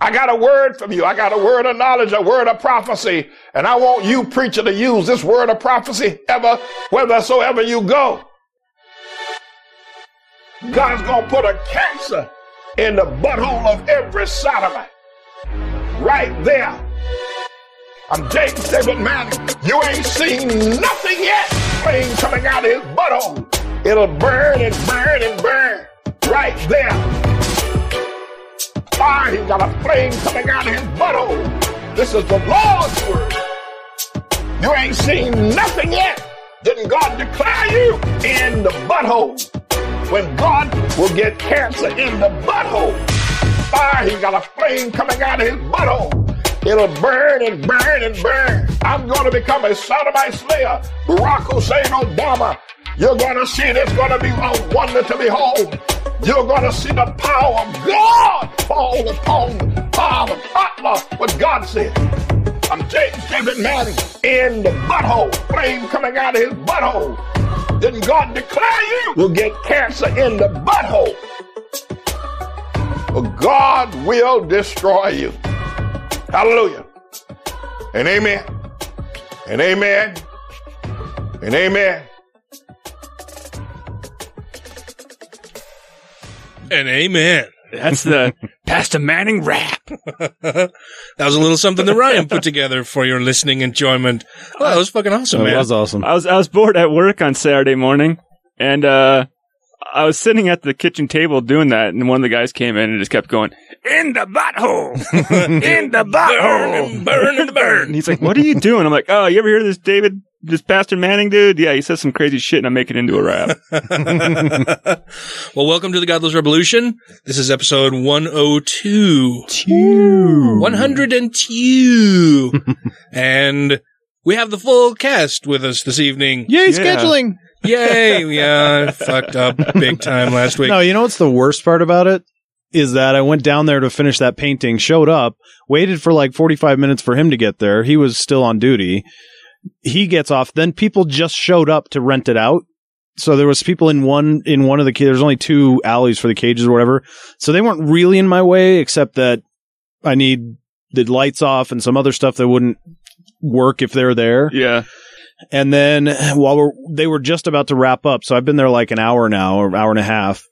I got a word from you. I got a word of knowledge, a word of prophecy. And I want you, preacher, to use this word of prophecy ever, whithersoever you go. God's going to put a cancer in the butthole of every sodomite. Right there. I'm James David Manning. You ain't seen nothing yet. Flame coming out of his butthole. It'll burn and burn and burn. Right there fire. He's got a flame coming out of his butthole. This is the Lord's word. You ain't seen nothing yet. Didn't God declare you in the butthole? When God will get cancer in the butthole. Fire, he's got a flame coming out of his butthole. It'll burn and burn and burn. I'm gonna become a sodomite slayer. Barack Hussein Obama. You're gonna see it. It's gonna be a wonder to behold. You're gonna see the power of God fall upon the power of Butler, what God said. I'm James David Manning in the butthole, flame coming out of his butthole. Didn't God declare you will get cancer in the butthole? But God will destroy you. Hallelujah. And amen. And amen. And amen. and amen. That's the Pastor Manning rap. that was a little something that Ryan put together for your listening enjoyment. Well, that was fucking awesome, man. That was awesome. I was I was bored at work on Saturday morning, and uh, I was sitting at the kitchen table doing that, and one of the guys came in and just kept going in the butthole, in the butthole, burn and burn. and he's like, "What are you doing?" I'm like, "Oh, you ever hear this David, this Pastor Manning dude? Yeah, he says some crazy shit, and I make it into a rap." well, welcome to the Godless Revolution. This is episode 102. 102. and we have the full cast with us this evening. Yay, Yeah. scheduling. Yay. Yeah, I fucked up big time last week. No, you know what's the worst part about it? Is that I went down there to finish that painting, showed up, waited for like 45 minutes for him to get there. He was still on duty. He gets off. Then people just showed up to rent it out. So there was people in one in one of the ca- there's only two alleys for the cages or whatever. So they weren't really in my way except that I need the lights off and some other stuff that wouldn't work if they're there. yeah, And then while we're, they were just about to wrap up, so I've been there like an hour now or hour and a half.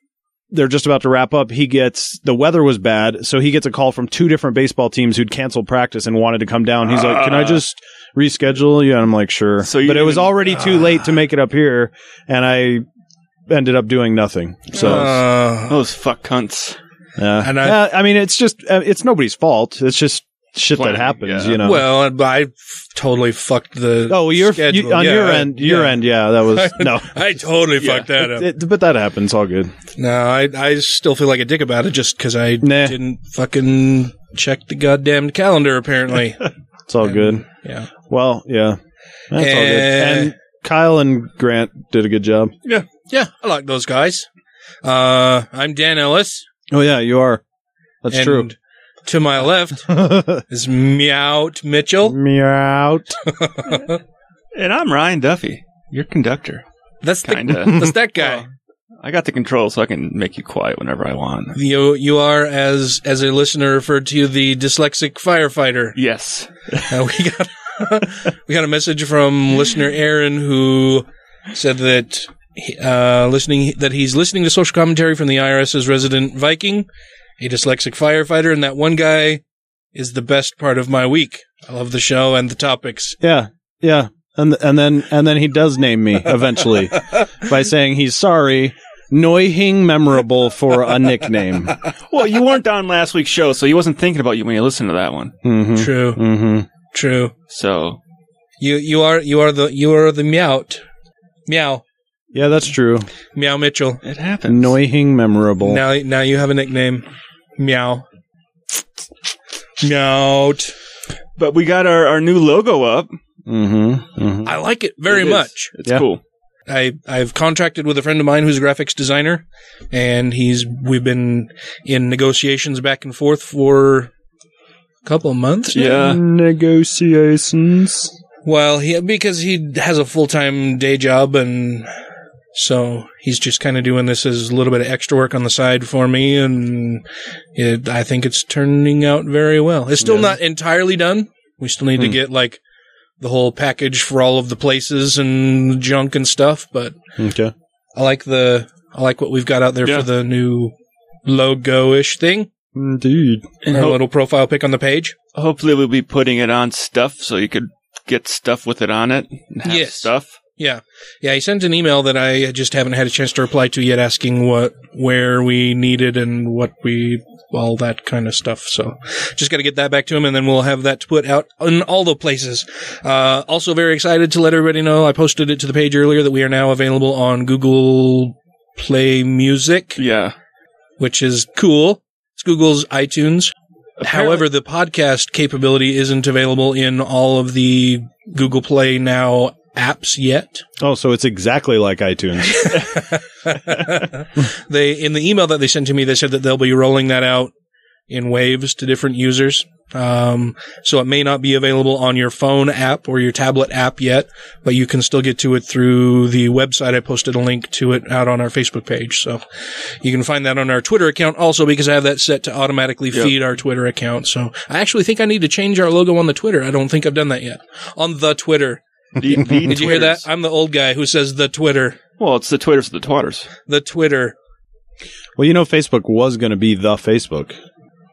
They're just about to wrap up. He gets the weather was bad, so he gets a call from two different baseball teams who'd canceled practice and wanted to come down. He's like, "Can I just reschedule?" Yeah, I'm like, "Sure." Uh. So you but it was didn't- Ah. already too late to make it up here, and I ended up doing nothing. So, Uh, those fuck cunts. yeah. and I- Yeah, I mean, it's just uh, it's nobody's fault. It's just shit Planning, that happens, yeah. you know. well, I, I f- totally fucked the. oh, you're schedule. you, on Yeah, your I- end, your yeah. end, yeah. That was no. I totally fucked that up. It- but that happens. All good. No, I I still feel like a dick about it just because I Nah. didn't fucking check the goddamn calendar. Apparently, It's all good. yeah. Well, yeah. That's all Eh. good. And Kyle and Grant did a good job. yeah, yeah. I like those guys. Uh, I'm Dan Ellis. Oh yeah, you are. That's and true. To my left is Meowt Mitchell. Meout. And I'm Ryan Duffy, your conductor. That's the, Kinda. That's that guy. I got the control, so I can make you quiet whenever I want. You you are as as a listener referred to you the dyslexic firefighter. Yes. Uh, we got we got a message from listener Aaron who said that he- uh, listening that he's listening to social commentary from the IRS's resident Viking, a dyslexic firefighter, and that one guy is the best part of my week. I love the show and the topics. Yeah, yeah, and and then and then he does name me eventually by saying he's sorry. Noihing memorable for a nickname. Well, you weren't on last week's show, so he wasn't thinking about you when you listened to that one. Mhm. True. Mm-hmm. Mhm. True. So You you are you are the you are the meout. Meow. Yeah, that's true. Meow Mitchell. it happened. Noihing memorable. Now now you have a nickname. Meow. Meowt. But we got our, our new logo up. Mm-hmm. mm-hmm. I like it very It is. much. It's Yeah. cool. I I've contracted with a friend of mine who's a graphics designer, and he's we've been in negotiations back and forth for a couple of months. now. Yeah. Negotiations. Well, he because he has a full time day job, and so he's just kind of doing this as a little bit of extra work on the side for me, and it, I think it's turning out very well. It's still not entirely done. We still need to get like the whole package for all of the places and junk and stuff, but Okay. I like the I like what we've got out there Yeah. for the new logo ish thing. Indeed. And Our ho- little profile pic on the page. hopefully we'll be putting it on stuff so you could get stuff with it on it. And have Yes. Stuff. Yeah. Yeah, he sent an email that I just haven't had a chance to reply to yet asking what where we needed and what we all that kind of stuff. So just got to get that back to him and then we'll have that put out in all the places. Uh, also very excited to let everybody know I posted it to the page earlier that we are now available on Google Play Music, Yeah. which is cool. It's Google's iTunes. However, the podcast capability isn't available in all of the Google Play Now apps yet. Oh, so it's exactly like iTunes. they in the email that they sent to me, they said that they'll be rolling that out in waves to different users. Um, so it may not be available on your phone app or your tablet app yet, but you can still get to it through the website. I posted a link to it out on our Facebook page. So you can find that on our Twitter account also because I have that set to automatically feed our Twitter account. So I actually think I need to change our logo on the Twitter. I don't think I've done that yet on the Twitter. The, the Did you hear that? I'm the old guy who says the Twitter, Well, it's the Twitters of the Twatters. the Twitter. well, you know, Facebook was going to be the Facebook.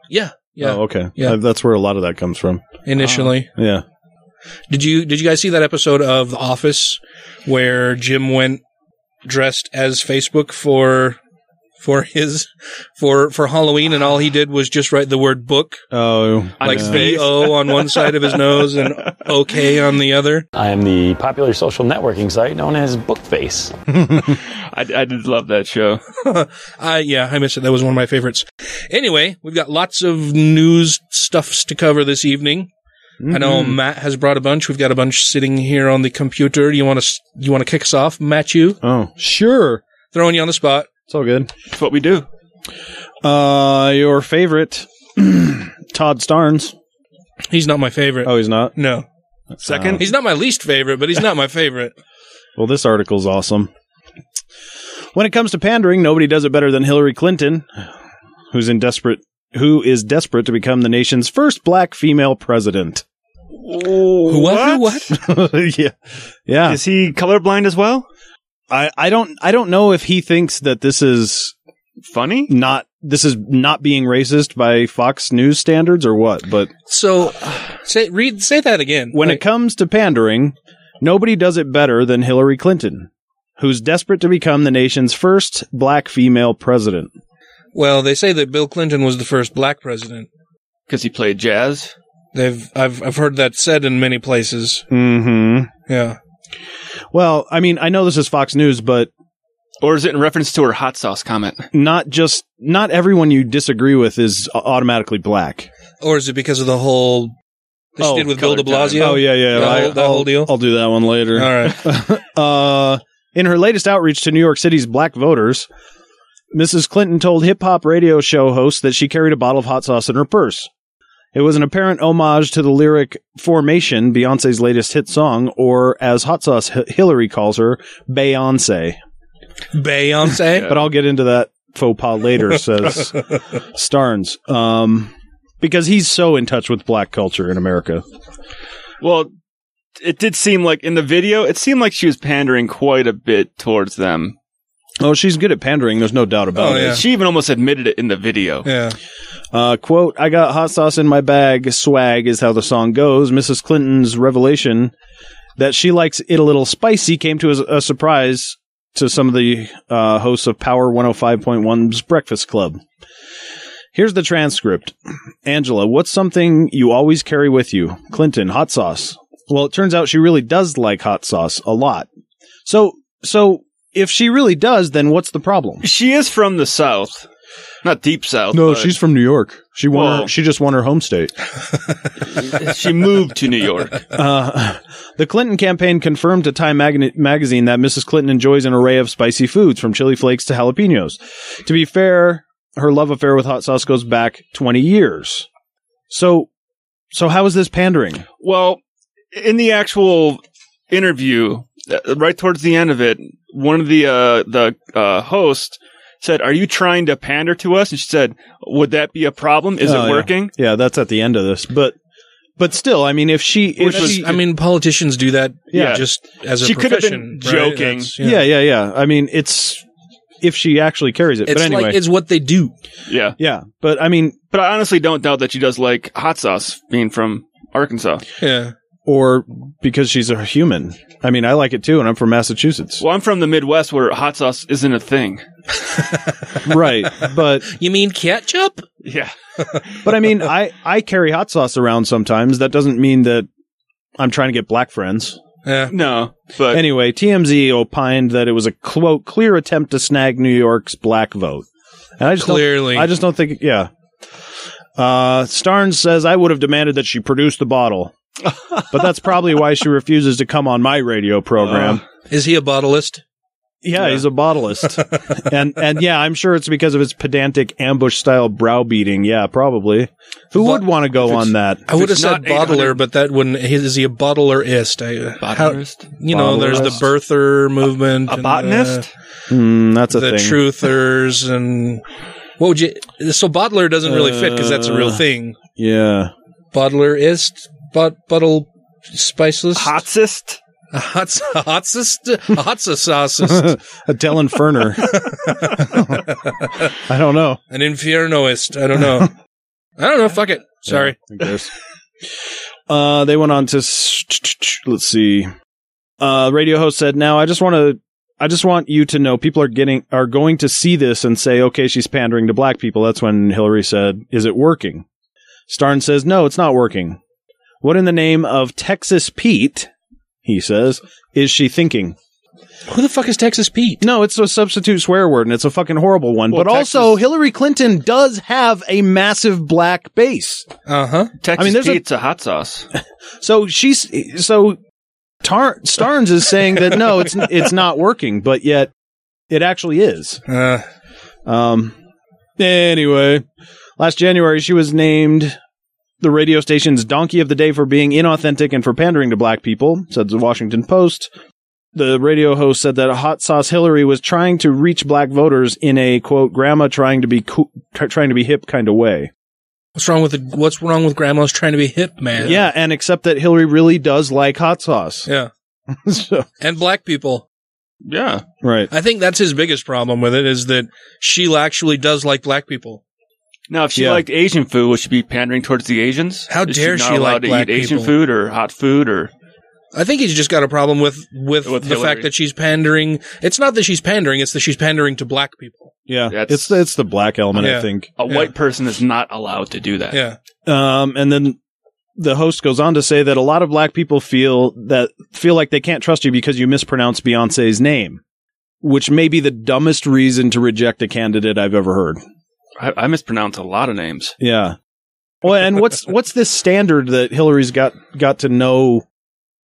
Yeah. Yeah. Oh, okay. Yeah. Uh, that's where a lot of that comes from. Uh, initially. Yeah. Did you did you guys see that episode of The Office where Jim went dressed as Facebook for for his for for Halloween and all he did was just write the word book Oh, like yeah. B O on one side of his nose and OK on the other. I am the popular social networking site known as Bookface. I, I did love that show. I yeah, I missed it. That was one of my favorites. Anyway, we've got lots of news stuffs to cover this evening. I know Mm-hmm. Matt has brought a bunch. We've got a bunch sitting here on the computer. You want to you want to kick us off, Matt? You Oh, sure. throwing you on the spot. It's all good. It's what we do. Uh, your favorite, Todd Starnes. He's not my favorite. Oh, he's not. Uh, No. Second, He's not my least favorite, but he's not my favorite. Well, this article's awesome. When it comes to pandering, nobody does it better than Hillary Clinton, who's in desperate, who is desperate to become the nation's first black female president. Who- What? What? yeah, yeah. Is he colorblind as well? I, I don't, I don't know if he thinks that this is Funny? not this is not being racist by Fox News standards or what, but So say read say that again. when Like, it comes to pandering, nobody does it better than Hillary Clinton, who's desperate to become the nation's first black female president. well, they say that Bill Clinton was the first black president. Because he played jazz. They've I've I've heard that said in many places. Mm-hmm. Mhm. Yeah. Well, I mean, I know this is Fox News, but Or is it in reference to her hot sauce comment? not just not everyone you disagree with is a- automatically black. Or is it because of the whole that she Oh, did with Bill De color time. Blasio? Oh yeah, yeah. The I- whole- the whole I'll- deal? I'll do that one later. All right. uh, in her latest outreach to New York City's black voters, Mrs. Clinton told hip hop radio show hosts that she carried a bottle of hot sauce in her purse. It was an apparent homage to the lyric Formation, Beyonce's latest hit song, or as Hot Sauce Hi- Hillary calls her, Beyonce. Beyonce. But I'll get into that faux pas later, says Starnes. Um, because he's so in touch with black culture in America. Well, it did seem like in the video, it seemed like she was pandering quite a bit towards them. Oh, she's good at pandering. There's no doubt about Oh, it. yeah. She even almost admitted it in the video. Yeah. Uh, quote, I got hot sauce in my bag. Swag is how the song goes. Mrs. Clinton's revelation that she likes it a little spicy came to a, a surprise to some of the uh, hosts of Power 105.1's Breakfast Club. Here's the transcript. Angela, what's something you always carry with you? Clinton, hot sauce. Well, it turns out she really does like hot sauce a lot. So, so if she really does, then what's the problem? She is from the South, not deep South. No, but she's from New York. She won. Whoa. Her, she just won her home state. she moved to New York. Uh, the Clinton campaign confirmed to Time Mag- magazine that Mrs. Clinton enjoys an array of spicy foods, from chili flakes to jalapenos. To be fair, her love affair with hot sauce goes back 20 years. So, so how is this pandering? Well, in the actual interview, uh, right towards the end of it, one of the uh, the uh, hosts said, "Are you trying to pander to us?" And she said, "Would that be a problem? Is Oh, it yeah. working?" Yeah. that's at the end of this, but but still, I mean, if she, if Which was- she, I mean, politicians do that. Yeah, Yeah. just as a She could have profession. been right? joking. That's- yeah. yeah, yeah, I mean, it's if she actually carries it. It's but anyway, like it's what they do. yeah, yeah. But I mean, But I honestly don't doubt that she does like hot sauce, being from Arkansas. Yeah. or because she's a human. I mean, I like it too, and I'm from Massachusetts. Well, I'm from the Midwest, where hot sauce isn't a thing. right but You mean ketchup? Yeah, but i mean i i carry hot sauce around sometimes that doesn't mean that i'm trying to get black friends Yeah. no, but anyway tmz opined that it was a quote clear attempt to snag new york's black vote and i just don't- Clearly. i just don't think yeah uh starnes says i would have demanded that she produce the bottle but that's probably why she refuses to come on my radio program Is he a bottleist? yeah, he's a bottleist, and and yeah, I'm sure it's because of his pedantic ambush style browbeating. Yeah, probably. Who would want to go on that? I would have it's said not 800 bottler, but that wouldn't. Is he a bottlerist? I, uh, how- Botanist? you know, there's the birther movement, a and, uh, botanist. Mm, that's a the thing. truthers, and what would you? So bottler doesn't really fit because that's a real Uh, thing. Yeah, Bottlerist, but bottle spiceless, Hotsist? a hot, a hotsist, a hot sauceist, a Dellen Ferner. I don't know. an infernoist. I don't know. I don't know. Fuck it. Sorry. I guess. uh, they went on to s- let's see. Uh, radio host said, "Now I just want to." I just want you to know people are getting are going to see this and say, "Okay, she's pandering to black people." That's when Hillary said, "Is it working?" Starn says, "No, it's not working." What in the name of Texas Pete, he says, is she thinking? Who the fuck is Texas Pete? No, it's a substitute swear word and it's a fucking horrible one. Well, but Texas- also Hillary Clinton does have a massive black base. Uh huh. Texas I mean, there's a- Pete's a hot sauce. So she's so Tar- Starnes is saying that no, it's it's not working, but yet it actually is. Uh, Um. Anyway, last January she was named the radio station's donkey of the day for being inauthentic and for pandering to black people, said the Washington Post. The radio host said that hot sauce Hillary was trying to reach black voters in a quote grandma trying to be cool, trying to be hip kind of way. what's wrong with the, what's wrong with grandma's trying to be hip, man? yeah, and except that Hillary really does like hot sauce. Yeah. So- And black people. yeah, right. I think that's his biggest problem with it is that she actually does like black people. Now, if she Yeah. liked Asian food, would she be pandering towards the Asians? How Is dare not she allowed like to black eat Asian people? food or hot food or? I think he's just got a problem with with, With the Hillary. fact that she's pandering. It's not that she's pandering; it's that she's pandering to black people. Yeah, That's- it's the, it's the black element, Yeah. I think. A Yeah. white person is not allowed to do that. Yeah, Um, and then the host goes on to say that a lot of black people feel that feel like they can't trust you because you mispronounce Beyonce's name, which may be the dumbest reason to reject a candidate I've ever heard. I, I mispronounce a lot of names. Yeah. Well, and what's what's this standard that Hillary's got got to know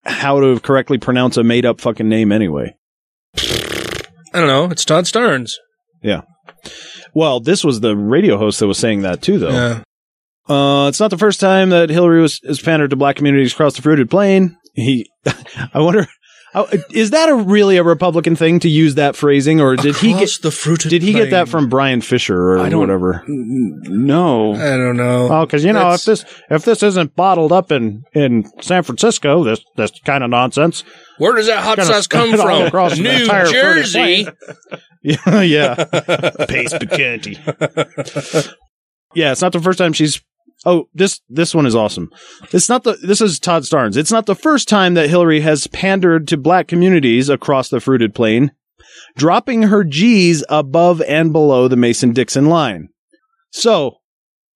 how to correctly pronounce a made up fucking name anyway? I don't know. It's Todd Starnes. Well, this was the radio host that was saying that too, though. Yeah. Uh, it's not the first time that Hillary was is pandered to black communities across the fruited plain. He, I wonder, Oh, Is that a really a Republican thing to use that phrasing, or did he get Across the fruited Did he get that plain. from Brian Fisher or whatever? No, I don't know. Oh, because you know, That's- if this if this isn't bottled up in in San Francisco, this this kind of nonsense. Where does that hot Gonna sauce come spread all across from? the New entire fruited Jersey. Yeah, yeah. Pace Bacanti. yeah, it's not the first time she's. Oh, this this one is awesome. It's not the this is Todd Starnes. It's not the first time that Hillary has pandered to black communities across the fruited plain, dropping her G's above and below the Mason Dixon line. So,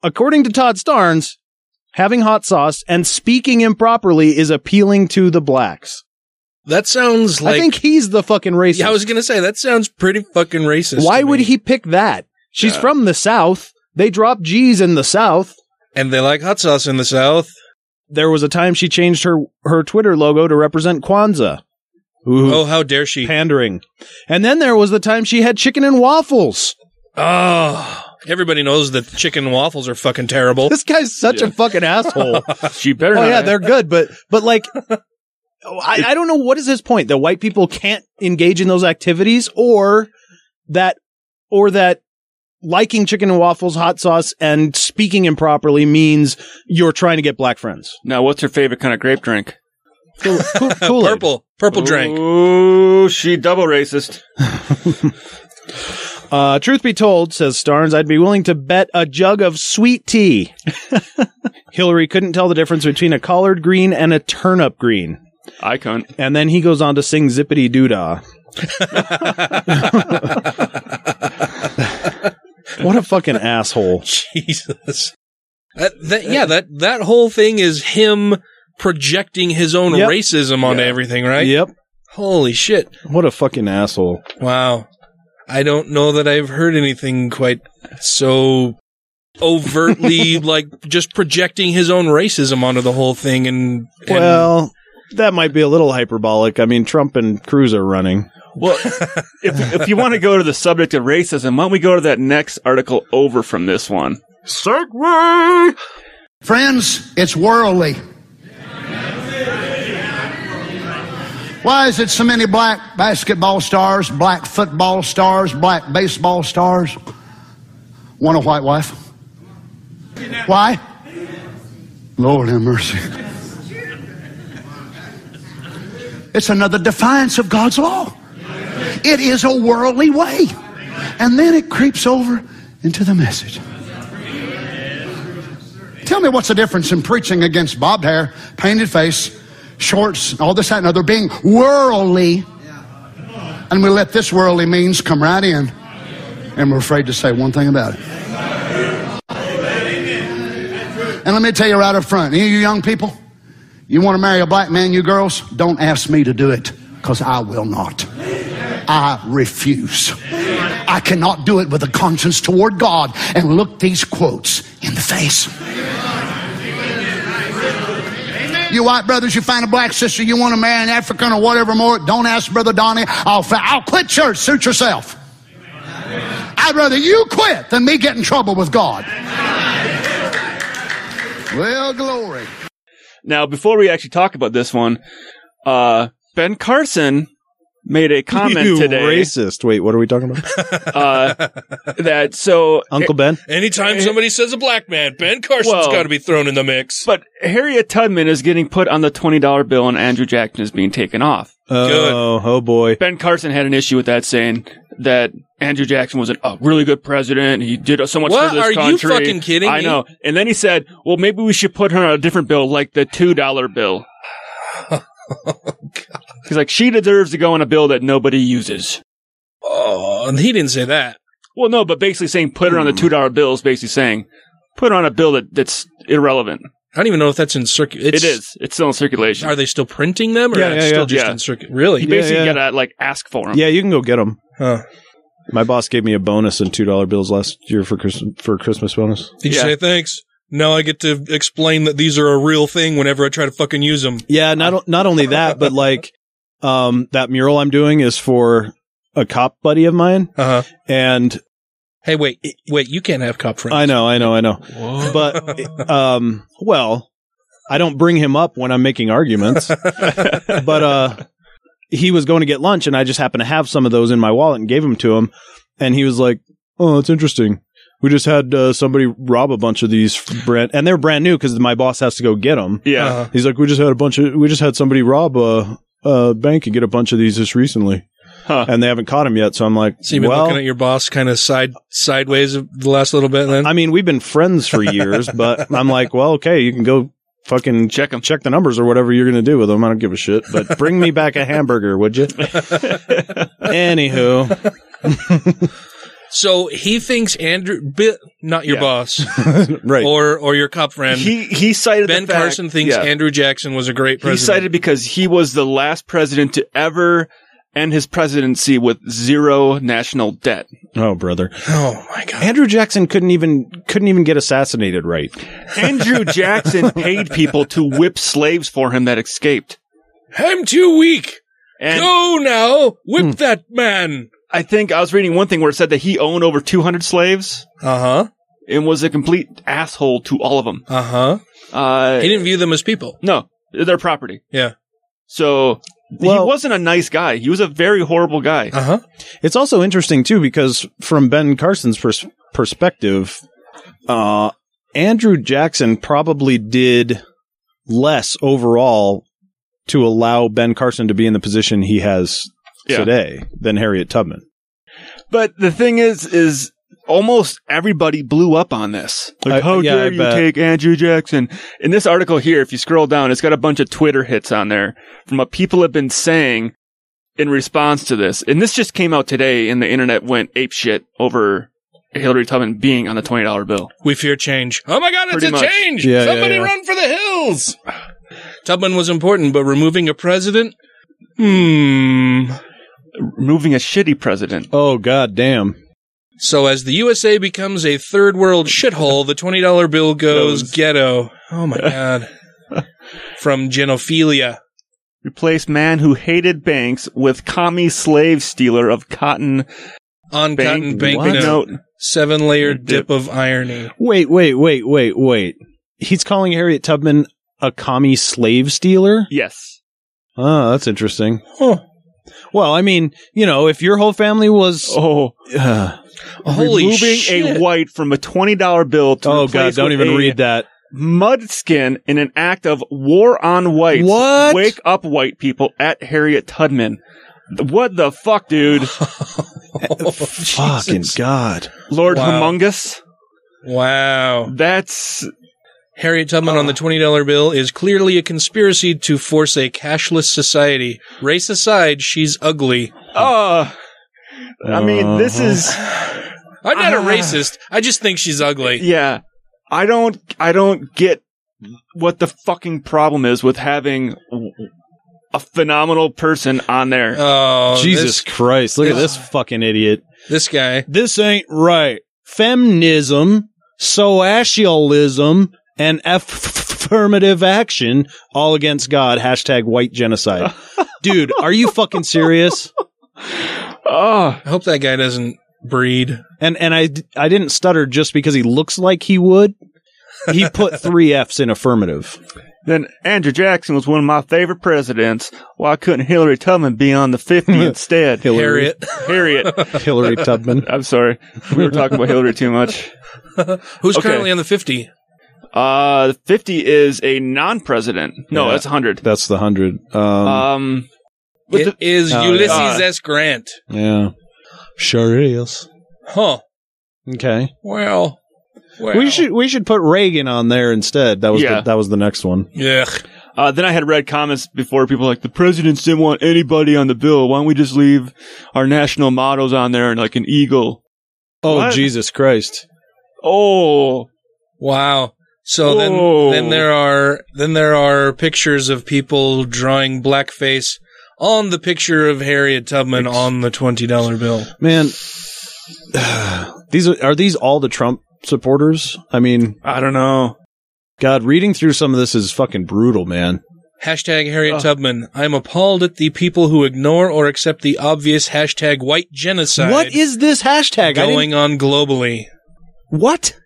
according to Todd Starnes, having hot sauce and speaking improperly is appealing to the blacks. That sounds like. I think he's the fucking racist. Yeah, I was gonna say that sounds pretty fucking racist. Why to would me. he pick that? She's from the South. They drop G's in the South. And they like hot sauce in the South. There was a time she changed her, her Twitter logo to represent Kwanzaa. Ooh, Oh, how dare she? pandering. And then there was the time she had chicken and waffles. Oh, everybody knows that chicken and waffles are fucking terrible. This guy's such a fucking asshole. She better. oh not. eh? yeah, they're good, but but like, oh, I, I don't know what is his point that white people can't engage in those activities, or that or that liking chicken and waffles, hot sauce, and speaking improperly means you're trying to get black friends. Now, what's her favorite kind of grape drink? Cool, cool, Kool-Aid. Purple, purple drink. Ooh, she double racist. Uh, truth be told, says Starnes, I'd be willing to bet a jug of sweet tea. Hillary couldn't tell the difference between a collard green and a turnip green. Icon. And then he goes on to sing Zippity Doodah. what a fucking asshole. Jesus. That, that, yeah, that that whole thing is him projecting his own Yep. racism onto everything, right? Yep. Holy shit! What a fucking asshole. Wow. I don't know that I've heard anything quite so overtly like just projecting his own racism onto the whole thing and, and Well, that might be a little hyperbolic. I mean, Trump and Cruz are running. Well, if, if you want to go to the subject of racism, why don't we go to that next article over from this one? Segway! Friends, it's worldly. Why is it so many black basketball stars, black football stars, black baseball stars want a white wife? Why? Lord have mercy. It's another defiance of God's law. It is a worldly way. And then it creeps over into the message. Tell me what's the difference in preaching against bobbed hair, painted face, shorts, all this, that, and other, being worldly. And we let this worldly means come right in. And we're afraid to say one thing about it. And let me tell you right up front any of you young people, you want to marry a black man, you girls, don't ask me to do it because I will not. I refuse. I cannot do it with a conscience toward God and look these quotes in the face. You white brothers, you find a black sister you want to marry an African or whatever more, don't ask Brother Donnie. I'll, fa- I'll quit church. Suit yourself. I'd rather you quit than me get in trouble with God. Well, glory. Now, before we actually talk about this one, uh, Ben Carson made a comment you today racist. Wait, what are we talking about? uh, that so Uncle Ben? anytime somebody says a black man, Ben Carson's eh, Well- got to be thrown in the mix. But Harriet Tubman is getting put on the twenty dollar bill, and Andrew Jackson is being taken off. Oh, oh boy. Ben Carson had an issue with that, saying that Andrew Jackson was an, a really good president. He did so much What? for this Are you country. fucking kidding I me? know. And then he said, "Well, maybe we should put her on a different bill, like the two dollar bill." Oh, He's like, she deserves to go on a bill that nobody uses. Oh, and he didn't say that. Hmm. Well, no, but basically saying put her on the two dollar bill is basically saying put her on a bill that, that's irrelevant. I don't even know if that's in circulation. It's, It's still in circulation. Are they still printing them, or Yeah, yeah, yeah, still yeah. just Yeah. in circuit? Really? you basically yeah. gotta like ask for them. Yeah, you can go get them. Huh. My boss gave me a bonus in two dollar bills last year for Christ- for Christmas bonus. Did you Yeah. say thanks? Now I get to explain that these are a real thing whenever I try to fucking use them. Yeah, not o- not only that, but like um that mural I'm doing is for a cop buddy of mine, Uh huh. and Hey, wait, wait! You can't have cop friends. I know, I know, I know, but um, well, I don't bring him up when I'm making arguments, but uh, he was going to get lunch and I just happened to have some of those in my wallet and gave them to him. And he was like, Oh, that's interesting. We just had uh, somebody rob a bunch of these f- brand, and they're brand new because my boss has to go get them. Yeah. Uh-huh. He's like, we just had a bunch of, we just had somebody rob a, a bank and get a bunch of these just recently. And they haven't caught him yet. So I'm like, So you've been well, looking at your boss kind of side sideways the last little bit. Then I mean, we've been friends for years, but I'm like, well, okay, you can go fucking check them, check the numbers or whatever you're going to do with them. I don't give a shit, but bring me back a hamburger, would you? Anywho, so he thinks Andrew, Bi- not your Yeah. boss, right? Or or your cop friend. He he cited Ben the fact- Carson thinks yeah. Andrew Jackson was a great president. He cited because he was the last president to ever end his presidency with zero national debt. oh brother, oh my god, Andrew Jackson couldn't even couldn't even get assassinated right. Andrew Jackson paid people to whip slaves for him that escaped. I'm too weak. And Go now, whip that man. I think I was reading one thing where it said that he owned over 200 slaves. Uh huh. And was a complete asshole to all of them. Uh-huh. Uh He didn't view them as people. No, they're their property. Yeah. So he wasn't a nice guy. He was a very horrible guy. Uh huh. Uh-huh. It's also interesting too because from Ben Carson's pers- perspective, uh, Andrew Jackson probably did less overall to allow Ben Carson to be in the position he has Yeah. today than Harriet Tubman. But the thing is, is almost everybody blew up on this. Uh, Like, I- how yeah, I dare you bet. take Andrew Jackson? In this article here, if you scroll down, it's got a bunch of Twitter hits on there from what people have been saying in response to this. And this just came out today, and the internet went apeshit over Hillary Tubman being on the twenty dollar bill. We fear change. Oh my God, it's Pretty a much. change. Yeah, yeah, Somebody yeah. run for the hills. Tubman was important, but removing a president? Hmm. Removing a shitty president. Oh god damn. So as the USA becomes a third world shithole, the $20 bill goes ghetto. Oh my God. From genophilia. Replace man who hated banks with commie slave stealer of cotton On cotton banknote. banknote. Seven layered dip of irony. Wait, wait, wait, wait, wait. He's calling Harriet Tubman a commie slave stealer? Yes. Oh, that's interesting. Huh. Well, I mean, you know, if your whole family was uh, oh, holy removing shit. a white from a twenty dollar bill to oh god, replace don't with even a read that. Mudskin in an act of war on whites. What? Wake up, white people! At Harriet Tubman. What the fuck, dude? Fucking god, Lord Wow. Humongous. Wow. That's. Harriet Tubman on the $20 bill is clearly a conspiracy to force a cashless society. Race aside, she's ugly. Uh, I mean, this Uh-huh. is. Ah. I'm not a racist. I just think she's ugly. Yeah, I don't. I don't get what the fucking problem is with having a phenomenal person on there. Oh, Jesus Christ, look at this fucking idiot. This guy. This ain't right. Feminism, socialism, and aff- affirmative action all against God. Hashtag white genocide. Dude, are you fucking serious? Oh, Ah, I hope that guy doesn't breed. And and I d- I didn't stutter just because he looks like he would. He put three F's in affirmative. Then Andrew Jackson was one of my favorite presidents. Why couldn't Hillary Tubman be on the 50 instead? Hillary. Harriet. Hillary Tubman. I'm sorry. We were talking about Hillary too much. Who's Okay. currently on the 50? Uh, 50 is a non president. No, Yeah. that's 100. That's the hundred. Um, Um, It is Oh, yeah. Ulysses Uh, S. Grant. yeah, sure is. Huh. Okay. Well. Uh, well. We should we should put Reagan on there instead. That was Yeah. the, that was the next one. Yeah. Uh, then I had read comments before people like, the presidents didn't want anybody on the bill. Why don't we just leave our national mottos on there and like an eagle? Oh What? Jesus Christ! Oh. Wow. So Whoa. then, then there are then there are pictures of people drawing blackface on the picture of Harriet Tubman on the twenty dollar bill. Man, these are, are these all the Trump supporters? I mean, I don't know. God, reading through some of this is fucking brutal, man. Hashtag Harriet Tubman. I'm appalled at the people who ignore or accept the obvious hashtag white genocide What is this hashtag? I didn't- going on globally. what?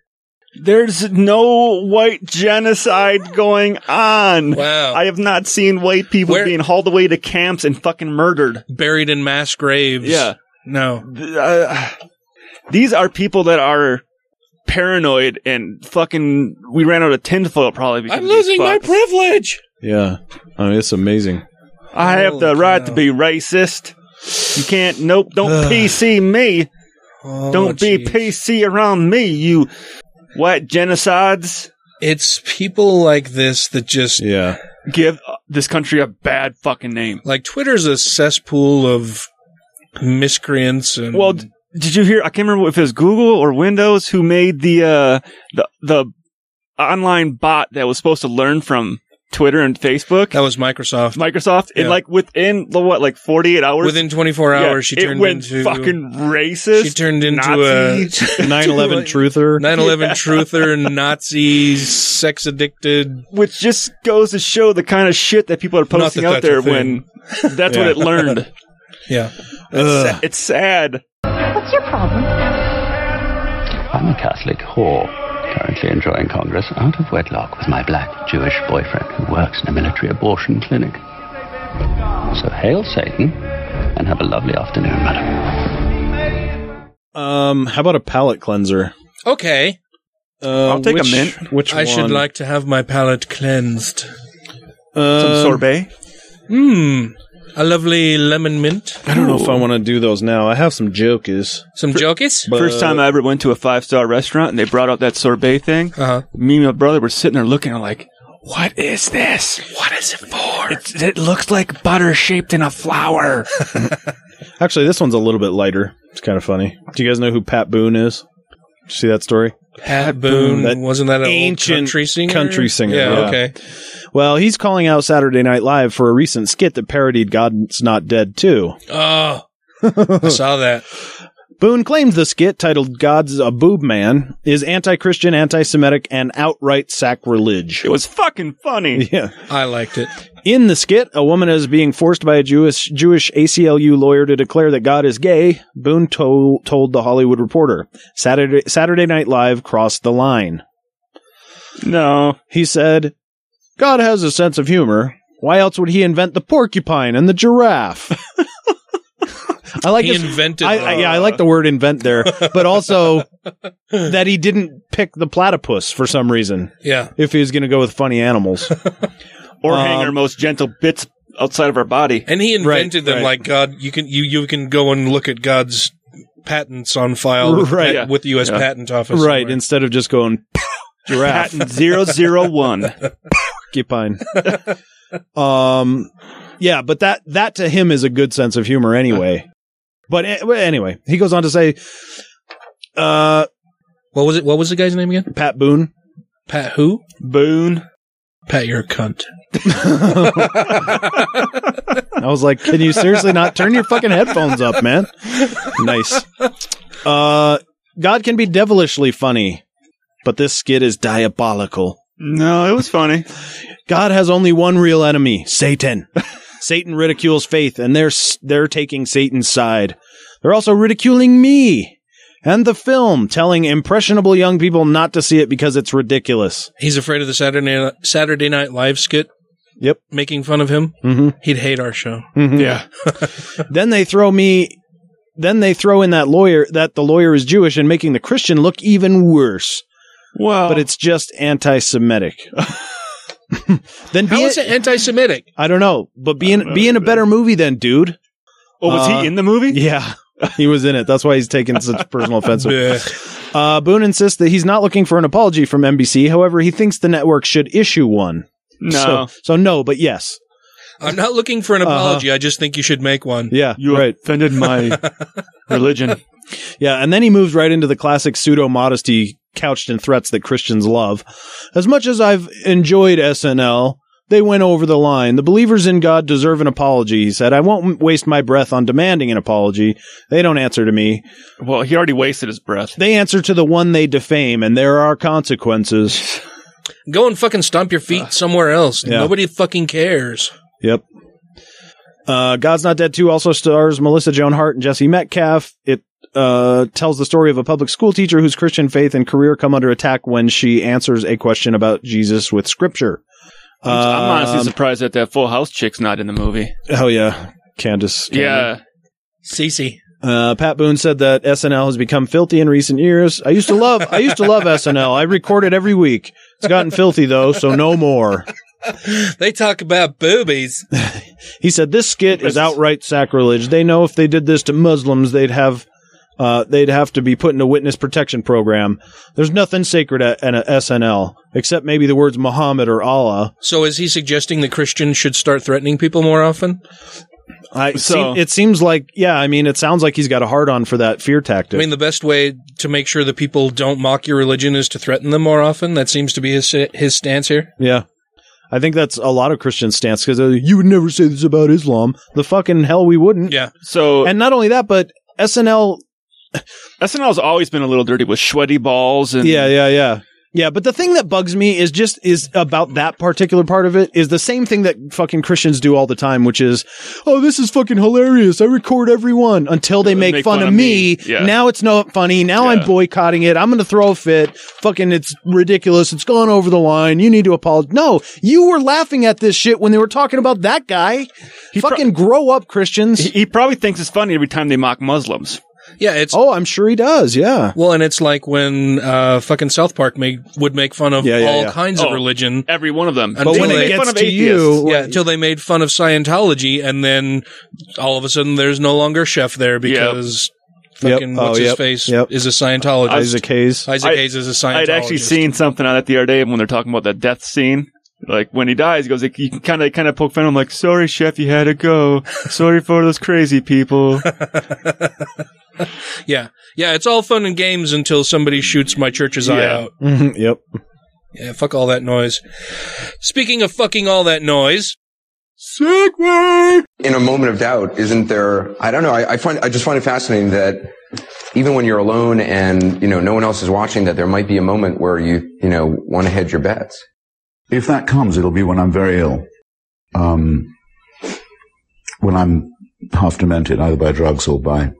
There's no white genocide going on. Wow. I have not seen white people being hauled away to camps and fucking murdered. Buried in mass graves. Yeah. uh, No. these are people that are paranoid and fucking. We ran out of tinfoil probably. because I'm of these losing my fucks. privilege. Yeah. I mean, it's amazing. I have the right to be racist. You can't. Nope. Don't PC me. Oh, don't be PC around me. You white genocides. It's people like this that just yeah give this country a bad fucking name. Like Twitter's a cesspool of miscreants and Well, d- did you hear? I can't remember if it was Google or Windows who made the uh, the the online bot that was supposed to learn from Twitter and Facebook. That was Microsoft. Microsoft, Yeah. and like within the what, like forty eight hours? Within 24 Yeah, hours, she it turned went into fucking racist. She turned into Nazi. a 9/11 truther. 9/11 Yeah. truther, Nazi, sex addicted. Which just goes to show the kind of shit that people are Not posting that out that's a there thing. when that's Yeah. what it learned. Yeah. It's, sa- it's sad. What's your problem? I'm a Catholic whore, currently enjoying Congress out of wedlock with my black Jewish boyfriend who works in a military abortion clinic. So hail Satan and have a lovely afternoon, madam. Um, how about a palate cleanser? Okay. Uh, I'll take a which- mint. Which I should one? like to have my palate cleansed. Um, sorbet. Mmm. A lovely lemon mint. I don't know if I want to do those now. I have some jokers. Some jokers? First time I ever went to a five star restaurant and they brought out that sorbet thing. Uh-huh. Me and my brother were sitting there looking at like, What is this? What is it for? it looks like butter shaped in a flower. Actually, this one's a little bit lighter. It's kind of funny. Do you guys know who Pat Boone is? Did you see that story? Pat Boone. That Wasn't that an ancient old country singer? country singer. Yeah, okay. Well, he's calling out Saturday Night Live for a recent skit that parodied God's Not Dead too. Uh, Oh. I saw that. Boone claims the skit, titled God's a Boob Man, is anti Christian, anti Semitic, and outright sacrilege. It was fucking funny. Yeah. I liked it. In the skit, a woman is being forced by a Jewish Jewish ACLU lawyer to declare that God is gay. Boone to- told the Hollywood Reporter, "Saturday Saturday Night Live crossed the line." No, he said, "God has a sense of humor. Why else would he invent the porcupine and the giraffe?" I like He uh, his- invented I, I- yeah, I like the word "invent" there, but also that he didn't pick the platypus for some reason. Yeah. if he was going to go with funny animals. Or Um, hang our most gentle bits outside of our body. And he invented them right. like God. You can you you can go and look at God's patents on file with, Right. pat- with the U.S. Yeah. Patent Office. Right, instead of just going giraffe. Patent 001. Porcupine. um, yeah, but that that to him is a good sense of humor anyway. But a- well, anyway, he goes on to say, uh, what was it? What was the guy's name again? Pat Boone. Pat who? Boone. Pat, you're a cunt. I was like, can you seriously not turn your fucking headphones up, man? Nice. Uh, God can be devilishly funny, but this skit is diabolical. No, it was funny. God has only one real enemy, Satan. Satan ridicules faith, and they're s- they're taking Satan's side. They're also ridiculing me and the film, telling impressionable young people not to see it because it's ridiculous. He's afraid of the Saturday Saturday Night Live skit. Yep, making fun of him. Mm-hmm. He'd hate our show. Yeah. then they throw me. Then they throw in that lawyer that the lawyer is Jewish and making the Christian look even worse. Well, but it's just anti-Semitic. then How be is it anti-Semitic? I don't know, but be in be in a better movie then, dude. Oh, was he in the movie? uh, Yeah, he was in it. That's why he's taking such personal offense. Uh, Boone insists that he's not looking for an apology from NBC. However, he thinks the network should issue one. No. So, so no, but yes. I'm not looking for an apology. I just think you should make one. Uh-huh. Yeah, you right. offended my religion. Yeah, and then he moves right into the classic pseudo modesty couched in threats that Christians love. As much as I've enjoyed SNL, they went over the line. The believers in God deserve an apology, he said. I won't m- waste my breath on demanding an apology. They don't answer to me. Well, he already wasted his breath. They answer to the one they defame, and there are consequences. Uh, Go and fucking stomp your feet somewhere else. Yeah. Nobody fucking cares. Yep. Uh, God's Not Dead 2 also stars Melissa Joan Hart and Jesse Metcalf. It uh, tells the story of a public school teacher whose Christian faith and career come under attack when she answers a question about Jesus with scripture. I'm honestly Um, surprised that that Full House chick's not in the movie. Oh yeah, Candace. Yeah. Cece. Uh, Pat Boone said that SNL has become filthy in recent years. I used to love, I used to love SNL. I recorded every week. It's gotten filthy though, so no more. They talk about boobies. He said this skit is outright sacrilege. They know if they did this to Muslims, they'd have, uh, they'd have to be put in a witness protection program. There's nothing sacred at, at SNL except maybe the words Muhammad or Allah. So is he suggesting that Christians should start threatening people more often? I So- so, it seems like, yeah, I mean, it sounds like he's got a hard on for that fear I tactic. mean, the best way to make sure that people don't mock your religion is to threaten them more often. That seems to be his his stance here. Yeah. I think that's a lot of Christian stance because you would never say this about Islam. The fucking hell we wouldn't. Yeah. So and not only that, but SNL. SNL's always been a little dirty with sweaty balls and Yeah, yeah, yeah, yeah. But the thing that bugs me is just is about that particular part of it is the same thing that fucking Christians do all the time, which is, oh, this is fucking hilarious. I record everyone until they make, fun, of me. Yeah. Now it's not funny. Now I'm boycotting it. I'm going to throw a fit. Fucking, it's ridiculous. It's gone over the line. You need to apologize. No, you were laughing at this shit when they were talking about that guy. fucking grow up, Christians. He, he probably thinks it's funny every time they mock Muslims. Yeah, it's oh, I'm sure he does. Yeah. Well, and it's like when uh, fucking South Park made, would make fun of yeah, all yeah. kinds of Oh, religion, every one of them. Until They they make fun of atheists. yeah, until they made fun of Scientology, and then all of a sudden there's no longer Chef there because fucking Oh, what's his yep. face Yep. is a Scientologist. Isaac Hayes. Isaac I- Hayes is a Scientologist. I'd actually seen something on it the other day when they're talking about that death scene. Like when he dies, he goes like you can kind of kind of poke fun. I'm like, sorry, chef, you had to go. Sorry for those crazy people. Yeah, yeah, it's all fun and games until somebody shoots my church's eye Yeah. out. yep. Yeah, fuck all that noise. Speaking of fucking all that noise, Segway! In a moment of doubt, isn't there? I don't know. I, I find I just find it fascinating that even when you're alone and you know no one else is watching, that there might be a moment where you you know want to hedge your bets. If that comes, it'll be when I'm very ill. Um, when I'm half demented, either by drugs or by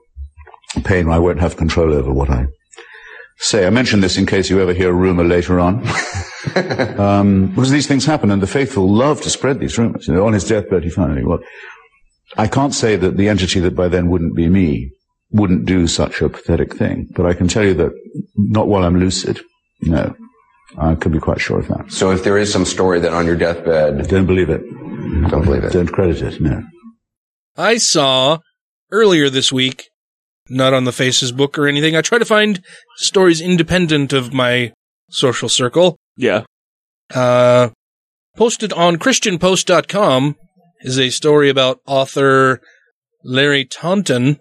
pain, I won't have control over what I say. I mention this in case you ever hear a rumor later on. um, because these things happen and the faithful love to spread these rumors. You know, on his deathbed, he finally, well, I can't say that the entity that by then wouldn't be me wouldn't do such a pathetic thing, but I can tell you that not while I'm lucid. No. I could be quite sure of that. So if there is some story that on your deathbed, don't believe it. Don't believe it. Don't credit it. No. I saw earlier this week, not on the Faces book or anything. I try to find stories independent of my social circle. Yeah. Uh, posted on ChristianPost.com is a story about author Larry Taunton,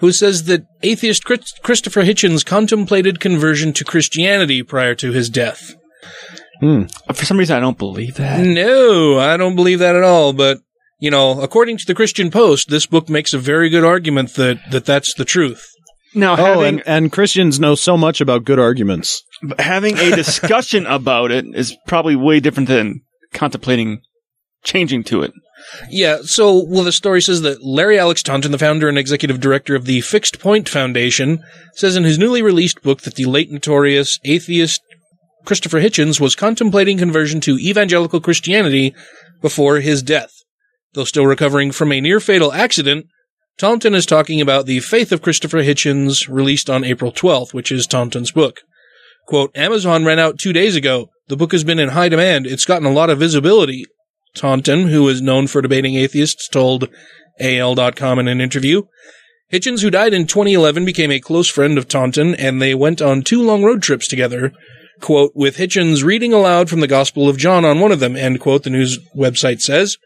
who says that atheist Chris- Christopher Hitchens contemplated conversion to Christianity prior to his death. Uh, For some reason, I don't believe that. No, I don't believe that at all. But you know, according to the Christian Post, this book makes a very good argument that that that's the truth. Now, oh, having- and, and Christians know so much about good arguments. But having a discussion about it is probably way different than contemplating changing to it. Yeah. So, well, the story says that Larry Alex Taunton, the founder and executive director of the Fixed Point Foundation, says in his newly released book that the late notorious atheist Christopher Hitchens was contemplating conversion to evangelical Christianity before his death. Though still recovering from a near fatal accident, Taunton is talking about the faith of Christopher Hitchens released on April 12th, which is Taunton's book. Quote, Amazon ran out two days ago. The book has been in high demand. It's gotten a lot of visibility. Taunton, who is known for debating atheists, told AL.com in an interview. Hitchens, who died in 2011, became a close friend of Taunton, and they went on two long road trips together. Quote, with Hitchens reading aloud from the Gospel of John on one of them, end quote, the news website says,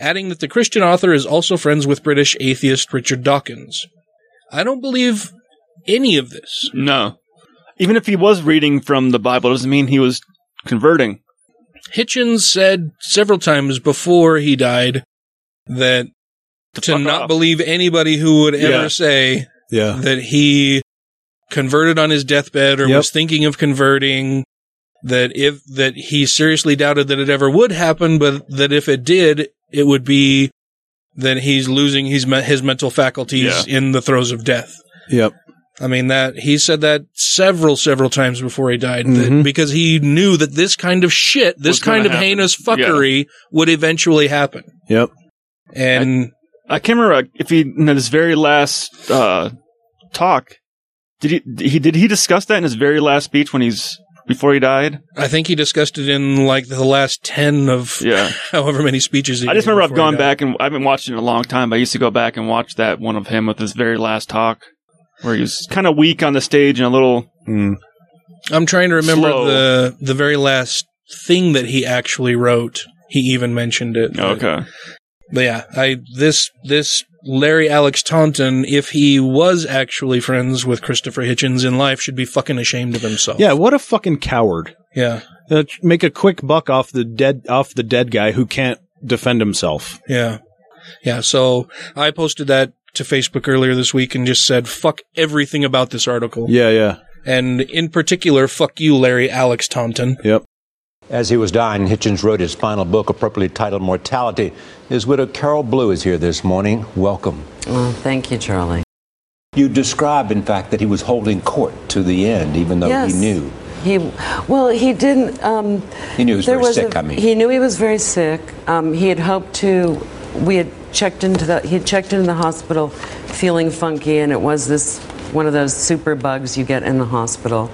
adding that the Christian author is also friends with British atheist Richard Dawkins. I don't believe any of this. No. Even if he was reading from the Bible, doesn't mean he was converting. Hitchens said several times before he died that to, not believe anybody who would ever Yeah. say Yeah. that he converted on his deathbed or Yep. was thinking of converting that if that he seriously doubted that it ever would happen but that if it did it would be then he's losing his me- his mental faculties in the throes of death. Yep. I mean that he said that several several times before he died that- Mhm. because he knew that this kind of shit, this Was gonna kind of happen. heinous fuckery would eventually happen. Yep. And I, can't remember if he in his very last uh, talk did he did he did he discuss that in his very last speech when he's before he died. I think he discussed it in like the last 10 of Yeah. however many speeches he I just gave remember I've before he gone died. back and I haven't watched it in a long time. But I used to go back and watch that one of him with his very last talk where he was kind of weak on the stage and a little. Hmm. I'm trying to remember Slow. the the very last thing that he actually wrote. He even mentioned it. Oh, Okay. But yeah, I this this Larry Alex Taunton, if he was actually friends with Christopher Hitchens in life, should be fucking ashamed of himself. Yeah, what a fucking coward. Oh. Yeah. Uh, make a quick buck off the dead off the dead guy who can't defend himself. Yeah. Yeah. So I posted that to Facebook earlier this week and just said, fuck everything about this article. Yeah, yeah. And in particular, fuck you, Larry Alex Taunton. Yep. As he was dying, Hitchens wrote his final book, appropriately titled Mortality. His widow, Carol Blue, is here this morning. Welcome. Well, thank you, Charlie. You describe, in fact, that he was holding court to the end, even though Yes. he knew. He, well, he didn't. Um, He knew he was there very a- sick, I mean. He knew he was very sick. Um, he had hoped to. We had checked into the. He had checked into the hospital, feeling funky, and it was this one of those super bugs you get in the hospital.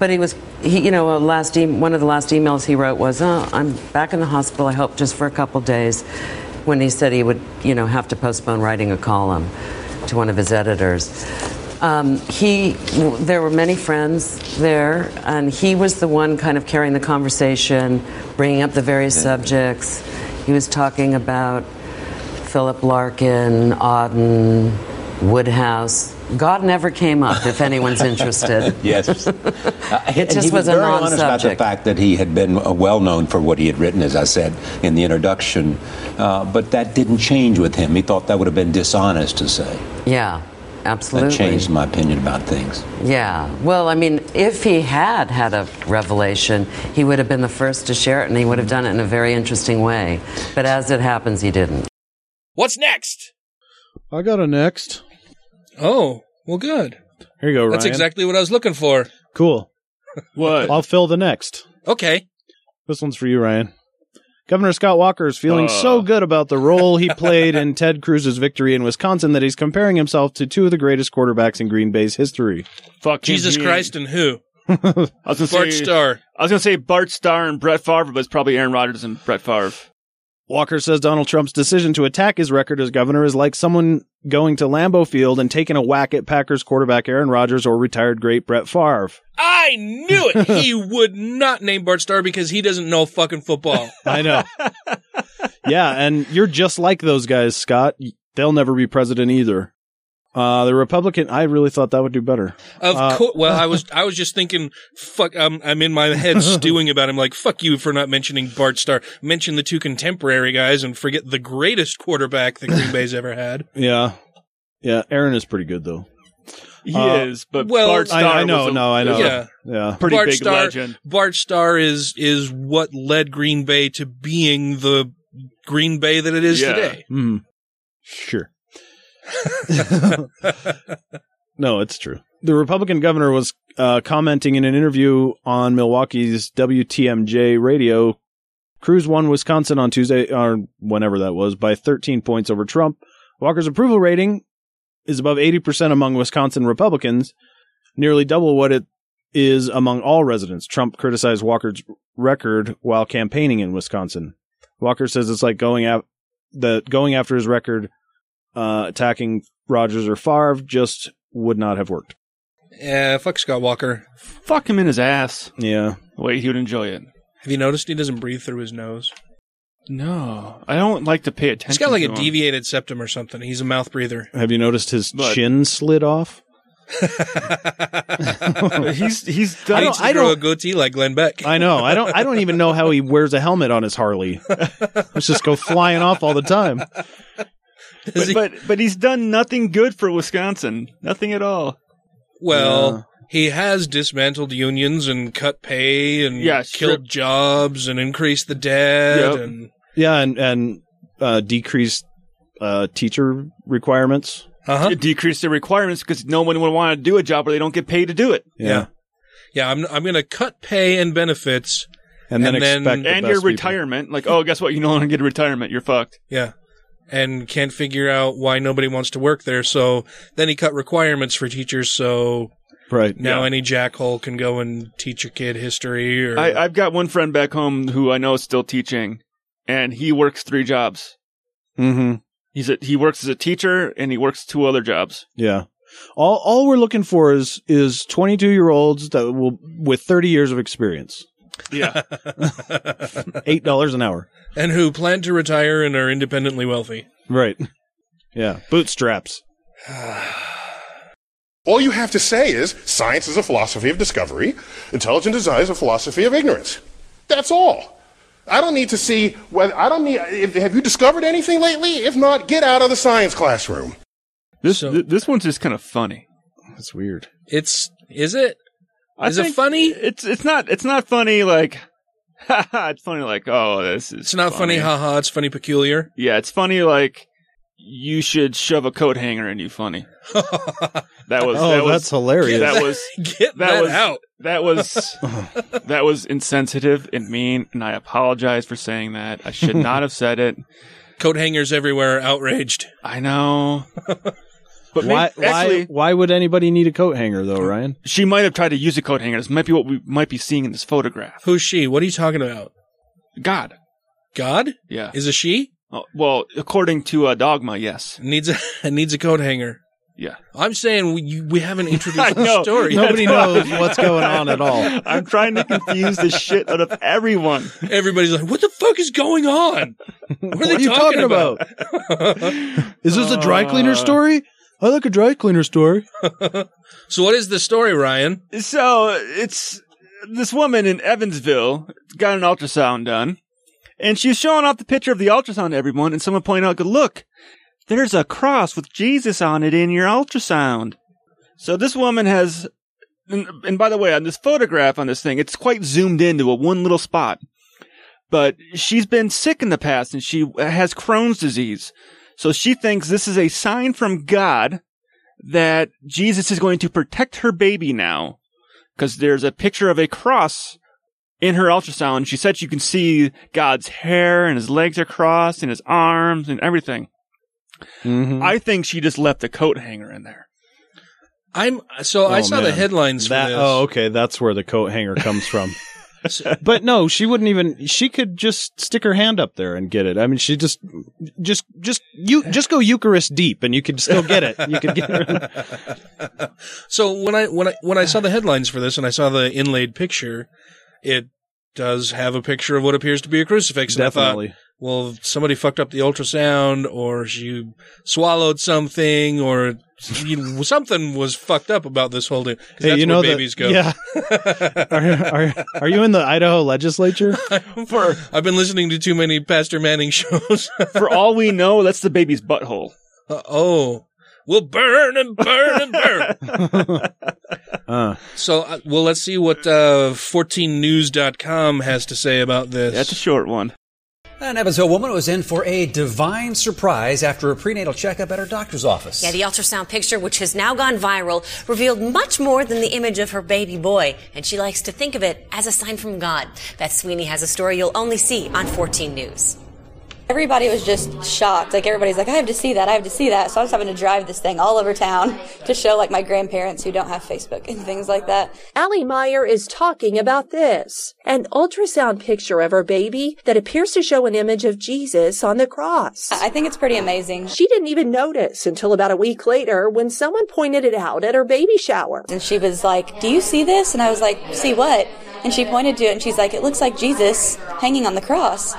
But he was. He, you know, a last e- one of the last emails he wrote was, oh, "I'm back in the hospital. I hope just for a couple days." When he said he would, you know, have to postpone writing a column to one of his editors. Um, he, there were many friends there, and he was the one kind of carrying the conversation, bringing up the various subjects. He was talking about Philip Larkin, Auden, Woodhouse. God never came up, if anyone's interested. yes. Uh, It just he was was a very honest about the non-subject. fact that he had been uh, well known for what he had written, as I said in the introduction. Uh, but that didn't change with him. He thought that would have been dishonest to say. Yeah, absolutely. That changed my opinion about things. Yeah. Well, I mean, if he had had a revelation, he would have been the first to share it, and he would have done it in a very interesting way. But as it happens, he didn't. What's next? I got a next. Oh, well, good. Here you go, Ryan. That's exactly what I was looking for. Cool. What? I'll fill the next. Okay. This one's for you, Ryan. Governor Scott Walker is feeling Uh. so good about the role he played in Ted Cruz's victory in Wisconsin that he's comparing himself to two of the greatest quarterbacks in Green Bay's history. Fuck Jesus Christ and who? I was gonna say, Bart Starr. I was gonna say Bart Starr and Brett Favre, but it's probably Aaron Rodgers and Brett Favre. Walker says Donald Trump's decision to attack his record as governor is like someone going to Lambeau Field and taking a whack at Packers quarterback Aaron Rodgers or retired great Brett Favre. I knew it. he would not name Bart Starr because he doesn't know fucking football. I know. yeah, and you're just like those guys, Scott. They'll never be president either. Uh, the Republican, I really thought that would do better. Of Uh, course. Well, I was I was just thinking, fuck. I'm I'm in my head stewing about him. Like, fuck you for not mentioning Bart Starr. Mention the two contemporary guys and forget the greatest quarterback that Green Bay's ever had. Yeah. Yeah, Aaron is pretty good though. He Uh, is, but well, Bart Starr I, I know, was a- no, I know. Yeah. yeah. Bart Starr, Bart Starr is is what led Green Bay to being the Green Bay that it is Yeah. today. Mm. Sure. no, it's true. The Republican governor was uh, commenting in an interview on Milwaukee's WTMJ radio. Cruz won Wisconsin on Tuesday, or whenever that was, by 13 points over Trump. Walker's approval rating is above 80% among Wisconsin Republicans, nearly double what it is among all residents. Trump criticized Walker's record while campaigning in Wisconsin. Walker says it's like going out the going after his record, uh, attacking Rogers or Favre just would not have worked. Yeah, Eh, fuck Scott Walker. Fuck him in his ass. Yeah. Wait, he would enjoy it. Have you noticed he doesn't breathe through his nose? No, I don't like to pay attention. He's got like to a him. deviated septum or something. He's a mouth breather. Have you noticed his But- chin slid off? he's he's done- I used to I grow don't- a goatee like Glenn Beck. I know. I don't. I don't even know how he wears a helmet on his Harley. Let's just go flying off all the time. But, but but he's done nothing good for Wisconsin. Nothing at all. Well, he has dismantled unions and cut pay and Yeah, killed strip- jobs and increased the debt Yep. and Yeah, and and uh, decreased uh, teacher requirements. Uh-huh. It decreased the requirements because no one would want to do a job where they don't get paid to do it. Yeah. Yeah, I'm I'm going to cut pay and benefits, and your retirement. Like, oh, guess what? You no longer get a retirement. You're fucked. Yeah. And can't figure out why nobody wants to work there. So then he cut requirements for teachers. So right now any jackhole can go and teach your kid history or. I, I've got one friend back home who I know is still teaching, and he works three jobs. Mm-hmm. He's a, he works as a teacher and he works two other jobs. Yeah. All all we're looking for is is 22 year olds that will with 30 years of experience. Yeah. Eight dollars an hour. and who plan to retire and are independently wealthy. Right. Yeah. Bootstraps. All you have to say is science is a philosophy of discovery, intelligent design is a philosophy of ignorance. That's all. I don't need to see whether I don't need. If, have you discovered anything lately? If not, get out of the science classroom. This th- this one's just kind of funny. That's weird. It's is it? I Is it think It's it's not it's not funny like haha, it's funny like oh this is It's not funny, haha. It's funny, peculiar. Yeah, it's funny like you should shove a coat hanger in you funny. that was Oh, that was, that's hilarious. That was Get that was out. That was that was insensitive and mean and I apologize for saying that. I should not have said it. Coat hangers everywhere are outraged. I know. But why may- actually- why why would anybody need a coat hanger though, Ryan? She might have tried to use a coat hanger. This might be what we might be seeing in this photograph. Who's she? What are you talking about? God. God? Yeah. Is a she? Oh, well, according to uh, dogma, yes. Needs a needs a coat hanger. Yeah. I'm saying we you, we haven't introduced I know. the story. Nobody knows what's going on at all. I'm trying to confuse the shit out of everyone. Everybody's like, "What the fuck is going on? What are they talking, about?" is this a dry Uh. cleaner story? I like a dry cleaner story. so what is the story, Ryan? So it's this woman in Evansville got an ultrasound done, and she's showing off the picture of the ultrasound to everyone, and someone pointed out, "Look, there's a cross with Jesus on it in your ultrasound." So this woman has, and, and by the way, on this photograph on this thing, it's quite zoomed into a one little spot. but she's been sick in the past and she has Crohn's disease. So she thinks this is a sign from God that Jesus is going to protect her baby now because there's a picture of a cross in her ultrasound. She said you can see God's hair and his legs are crossed and his arms and everything. Mm-hmm. I think she just left the coat hanger in there. I'm so I Oh, saw the man. headlines That- for this. Oh, okay, that's where the coat hanger comes from. but no, she wouldn't even. She could just stick her hand up there and get it. I mean, she just, just, just you, just go Eucharist deep, and you could still get it. You could get. Her. So when I when I when I saw the headlines for this and I saw the inlaid picture, it does have a picture of what appears to be a crucifix. And I thought, Definitely. well, somebody fucked up the ultrasound, or she swallowed something, or you know, something was fucked up about this whole thing. 'Cause Hey, that's you know that- where babies go. Yeah. are, are, are you in the Idaho legislature? For I've been listening to too many Pastor Manning shows. for all we know, that's the baby's butthole. Uh, oh, we'll burn and burn and burn. Uh, So, uh, well, let's see what uh, 14news.com has to say about this. That's a short one. An Evansville woman was in for a divine surprise after a prenatal checkup at her doctor's office. Yeah, the ultrasound picture, which has now gone viral, revealed much more than the image of her baby boy, and she likes to think of it as a sign from God. Beth Sweeney has a story you'll only see on 14 News. Everybody was just shocked. Like everybody's like, I have to see that. I have to see that. So I was having to drive this thing all over town to show like my grandparents who don't have Facebook and things like that. Allie Meyer is talking about this an ultrasound picture of her baby that appears to show an image of Jesus on the cross. I think it's pretty amazing. She didn't even notice until about a week later when someone pointed it out at her baby shower. And she was like, Do you see this? And I was like, See what? And she pointed to it and she's like, It looks like Jesus hanging on the cross.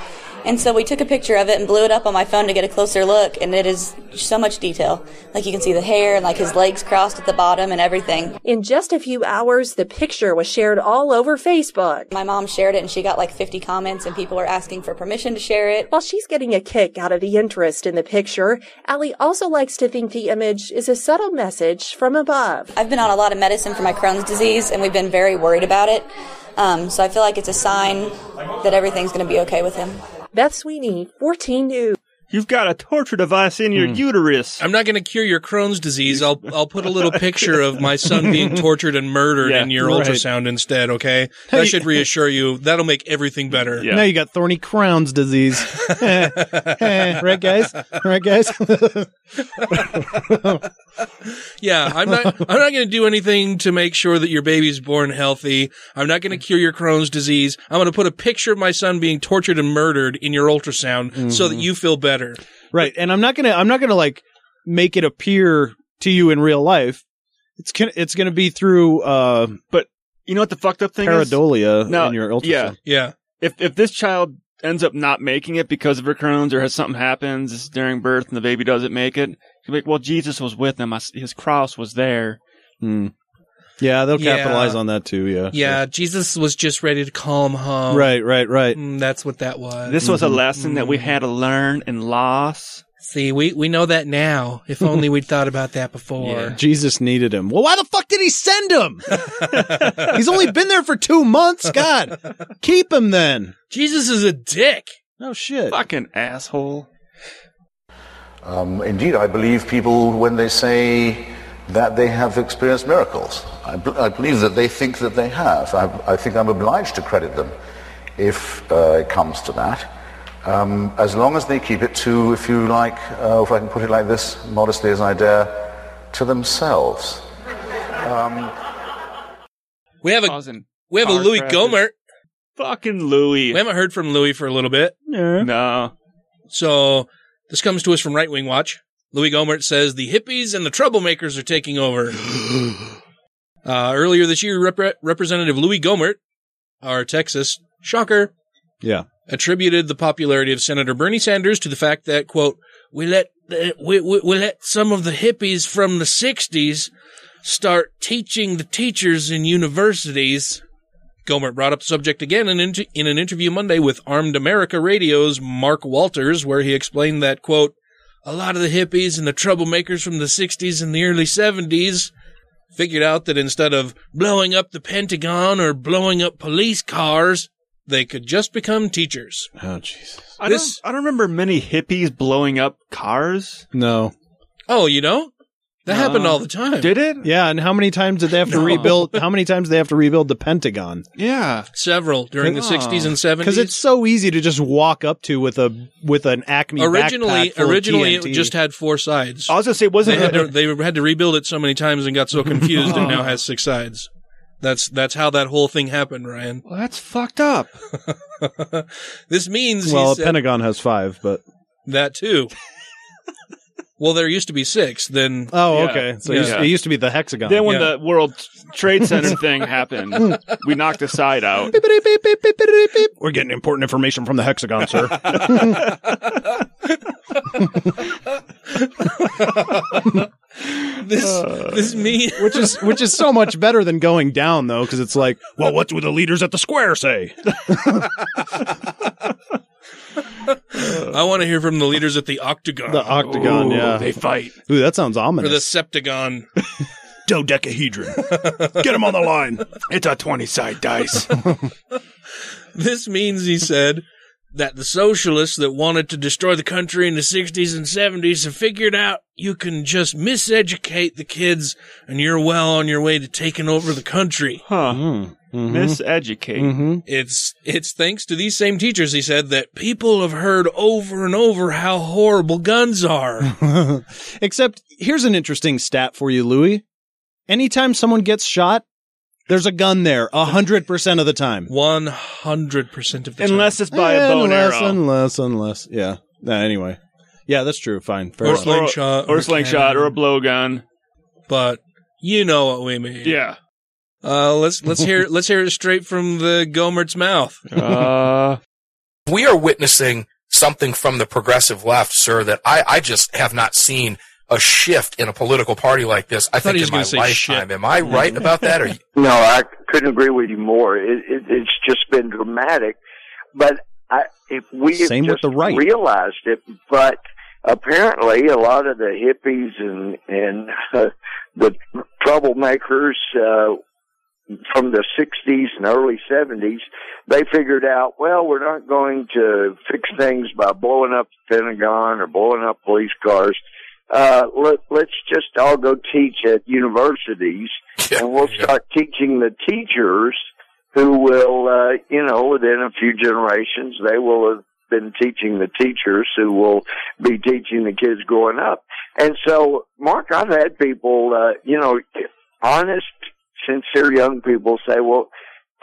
And so we took a picture of it and blew it up on my phone to get a closer look. And it is so much detail. Like you can see the hair and like his legs crossed at the bottom and everything. In just a few hours, the picture was shared all over Facebook. My mom shared it and she got like 50 comments and people were asking for permission to share it. While she's getting a kick out of the interest in the picture, Allie also likes to think the image is a subtle message from above. I've been on a lot of medicine for my Crohn's disease, and we've been very worried about it. Um, so I feel like it's a sign that everything's going to be okay with him. Beth Sweeney, 14 News. You've got a torture device in Hmm. your uterus. I'm not going to cure your Crohn's disease. I'll I'll put a little picture of my son being tortured and murdered Yeah, in your right. ultrasound instead. Okay, that should reassure you. That'll make everything better. Now you got thorny Crown's disease. Eh, eh, right, guys? Right, guys? Yeah, I'm not. I'm not going to do anything to make sure that your baby's born healthy. I'm not Mm. going to cure your Crohn's disease. I'm going to put a picture of my son being tortured and murdered in your ultrasound so that Mm-hmm. Mhm. you feel better. right. And I'm not gonna I'm not gonna like make it appear to you in real life. It's gonna it's gonna be through uh but you know what the fucked up thing is? pareidolia Now, in your ultrasound. Yeah, yeah. If if this child ends up not making it because of her Crohn's or has something happens during birth and the baby doesn't make it, you're like, well, Jesus was with him. I s his cross was there. Hmm. Yeah, they'll Yeah. capitalize on that too, yeah. Yeah, Jesus was just ready to call him home. Right, right, right. Mm, that's what that was. Mm-hmm. This was a lesson that we had to learn in loss. See, we we know that now. If only we'd thought about that before. Jesus needed him. Well, why the fuck did he send him? He's only been there for two months. God, keep him then. Jesus is a dick. No shit. Fucking asshole. Um, indeed, I believe people when they say that they have experienced miracles. I, b- I believe that they think that they have. I, I think I'm obliged to credit them if uh, it comes to that. Um, as long as they keep it to, if you like, uh, if I can put it like this, modestly as I dare, to themselves. Um, We have a we have a car Louis crashes. Gohmert. Fucking Louis. We haven't heard from Louis for a little bit. No. So this comes to us from Right Wing Watch. Louis Gohmert says the hippies and the troublemakers are taking over. uh, earlier this year, Rep- Representative Louis Gohmert, our Texas shocker, Yeah. attributed the popularity of Senator Bernie Sanders to the fact that, quote, we let, the, we, we, we let some of the hippies from the 60s start teaching the teachers in universities. Gomert brought up the subject again in, inter- in an interview Monday with Armed America Radio's Mark Walters, where he explained that, quote, a lot of the hippies and the troublemakers from the 60s and the early 70s figured out that instead of blowing up the Pentagon or blowing up police cars, they could just become teachers. Oh, jeez. I don't, I don't remember many hippies blowing up cars. No. Oh, you know? That happened all the time. Did it? Yeah, and how many times did they have to rebuild? How many times did they have to rebuild the Pentagon? Yeah. Several during the 60s and 70s. Because it's so easy to just walk up to with a with an Acme originally backpack full of originally it TNT. just had four sides. I was gonna say wasn't they had, to, it- they had to rebuild it so many times and got so confused and now has six sides. That's that's how that whole thing happened, Ryan. Well, that's fucked up. This means he well, a said- Pentagon has five, but that too. well, there used to be six. Then oh, okay. So it used- it used to be the hexagon. Then when the World Trade Center thing happened, we knocked a side out. We're getting important information from the hexagon, sir. this this me, Uh, which is which is so much better than going down though, because it's like, well, what do the leaders at the square say? I want to hear from the leaders at the Octagon. The octagon, Ooh, yeah, they fight. Ooh, that sounds Or ominous. the Septagon. Dodecahedron. Get him on the line. It's a 20 side dice. This means, he said, that the socialists that wanted to destroy the country in the 60s and 70s have figured out you can just miseducate the kids and you're well on your way to taking over the country. Huh. Miseducate. Mm-hmm. It's it's thanks to these same teachers, he said, that people have heard over and over how horrible guns are. Except here's an interesting stat for you, Louis. Anytime someone gets shot, there's a gun there a hundred percent of the time. One hundred percent of the Unless it's by a bow and Eh, unless, arrow. unless, unless, yeah. Nah, anyway, yeah, that's true. Fine, fair enough. slingshot, Or, or slingshot, cannon. or a blowgun. but you know what we mean. Yeah. Uh, let's let's hear let's hear it straight from the Gomert's mouth. Uh, we are witnessing something from the progressive left, sir, that I, I just have not seen a shift in a political party like this. I, thought think in he was my gonna say lifetime. shit. Am I right about that? Or No, I couldn't agree with you more. It, it, it's just been dramatic, but I, if we have Same with just the right. realized it, but apparently a lot of the hippies and and uh, the troublemakers uh, from the 60s and early 70s, they figured out, well, we're not going to fix things by blowing up the Pentagon or blowing up police cars. Uh, let, let's just all go teach at universities and we'll start teaching the teachers who will, uh, you know, within a few generations, they will have been teaching the teachers who will be teaching the kids growing up. And so, Mark, I've had people, uh, you know, honest, sincere young people say, well,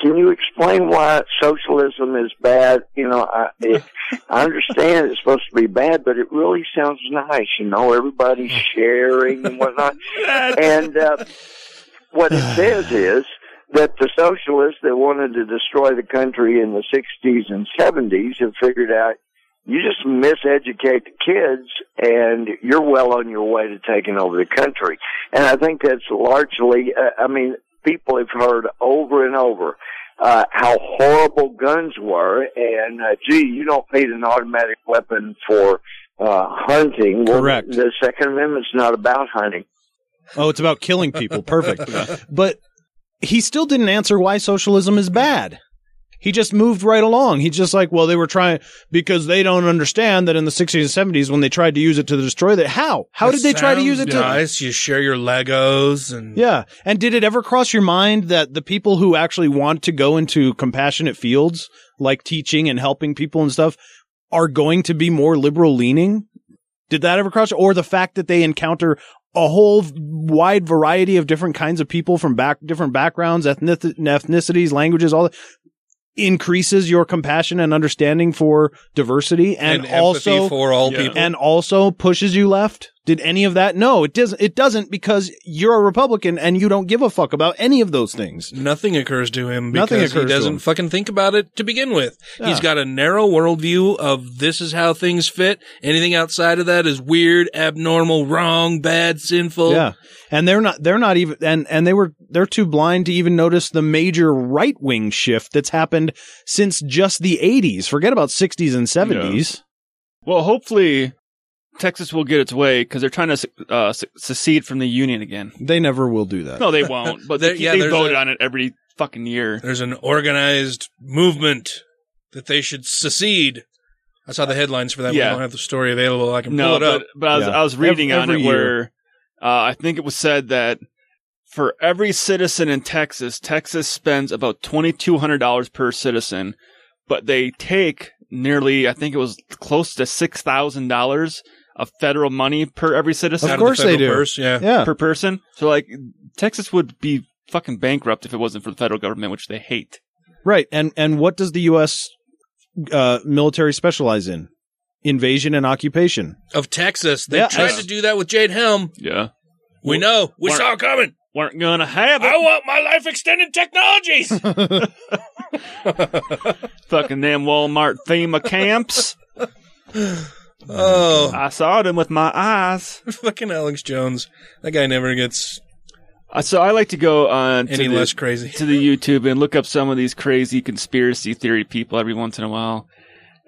can you explain why socialism is bad? You know, I, it, I understand it's supposed to be bad, but it really sounds nice. You know, everybody's sharing and whatnot. and uh, what it says is that the socialists that wanted to destroy the country in the 60s and 70s have figured out you just miseducate the kids and you're well on your way to taking over the country. And I think that's largely, uh, I mean, people have heard over and over, uh, how horrible guns were and, uh, gee, you don't need an automatic weapon for, uh, hunting. Correct. Well, the Second Amendment's not about hunting. Oh, it's about killing people. Perfect. but he still didn't answer why socialism is bad. He just moved right along. He's just like, well, they were trying because they don't understand that in the 60s and 70s when they tried to use it to destroy that. How? How did they try to use it to? Nice. You share your Legos and Yeah. And did it ever cross your mind that the people who actually want to go into compassionate fields, like teaching and helping people and stuff, are going to be more liberal leaning? Did that ever cross? Or the fact that they encounter a whole wide variety of different kinds of people from back, different backgrounds, ethnic, ethnicities, languages, all that increases your compassion and understanding for diversity and, And empathy also for all Yeah. people. and also pushes you left did any of that no it doesn't it doesn't because you're a republican and you don't give a fuck about any of those things nothing occurs to him because Nothing occurs he to doesn't him. fucking think about it to begin with. He's Yeah. got a narrow worldview of this is how things fit. Anything outside of that is weird, abnormal, wrong, bad, sinful. Yeah. And they're not they're not even and and they were they're too blind to even notice the major right wing shift that's happened since just the 80s. Forget about 60s and 70s. Well, hopefully Texas will get its way because they're trying to se- uh, se- secede from the union again. They never will do that. No, they won't. But they, There- yeah, they there's voted a- on it every fucking year. There's an organized movement that they should secede. I saw the headlines for that. Yeah. We don't have the story available. I can no, pull it but, up. but I was, I was Every- reading on every it year. where uh, I think it was said that for every citizen in Texas, Texas spends about twenty two hundred dollars per citizen, but they take nearly I think it was close to six thousand dollars of federal money per every citizen. Of Out of the course they federal do. purse, yeah. Yeah. per person. So like Texas would be fucking bankrupt if it wasn't for the federal government, which they hate. Right. And and what does the US uh military specialize in? Invasion and occupation. Of Texas. They Yeah, tried I- to do that with Jade Helm. Yeah. We know. We saw it coming. Weren't gonna have it. I want my life extended technologies. fucking them Walmart FEMA camps. Oh, I saw them with my eyes. Fucking Alex Jones. That guy never gets. Uh, so I like to go on to Any the, less crazy. to the YouTube and look up some of these crazy conspiracy theory people every once in a while.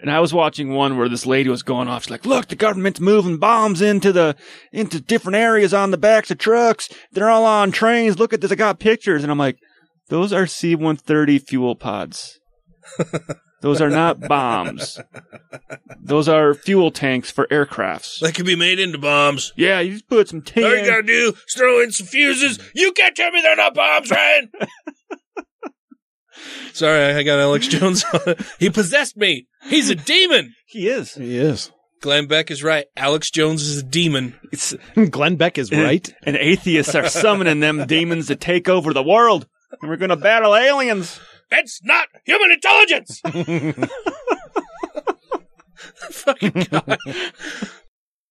And I was watching one where this lady was going off. She's like, "Look, the government's moving bombs into the into different areas on the backs of trucks. They're all on trains. Look at this. I got pictures." And I'm like, "Those are C-130 fuel pods. Those are not bombs. Those are fuel tanks for aircrafts." That could be made into bombs. Yeah, you just put some tin. All you gotta do is throw in some fuses. You can't tell me they're not bombs, Ryan. Sorry, I got Alex Jones. on. he possessed me. He's a demon. He is. He is. Glenn Beck is right. Alex Jones is a demon. Glenn Beck is right. And atheists are summoning them demons to take over the world. And we're going to battle aliens. That's not human intelligence. Fucking God.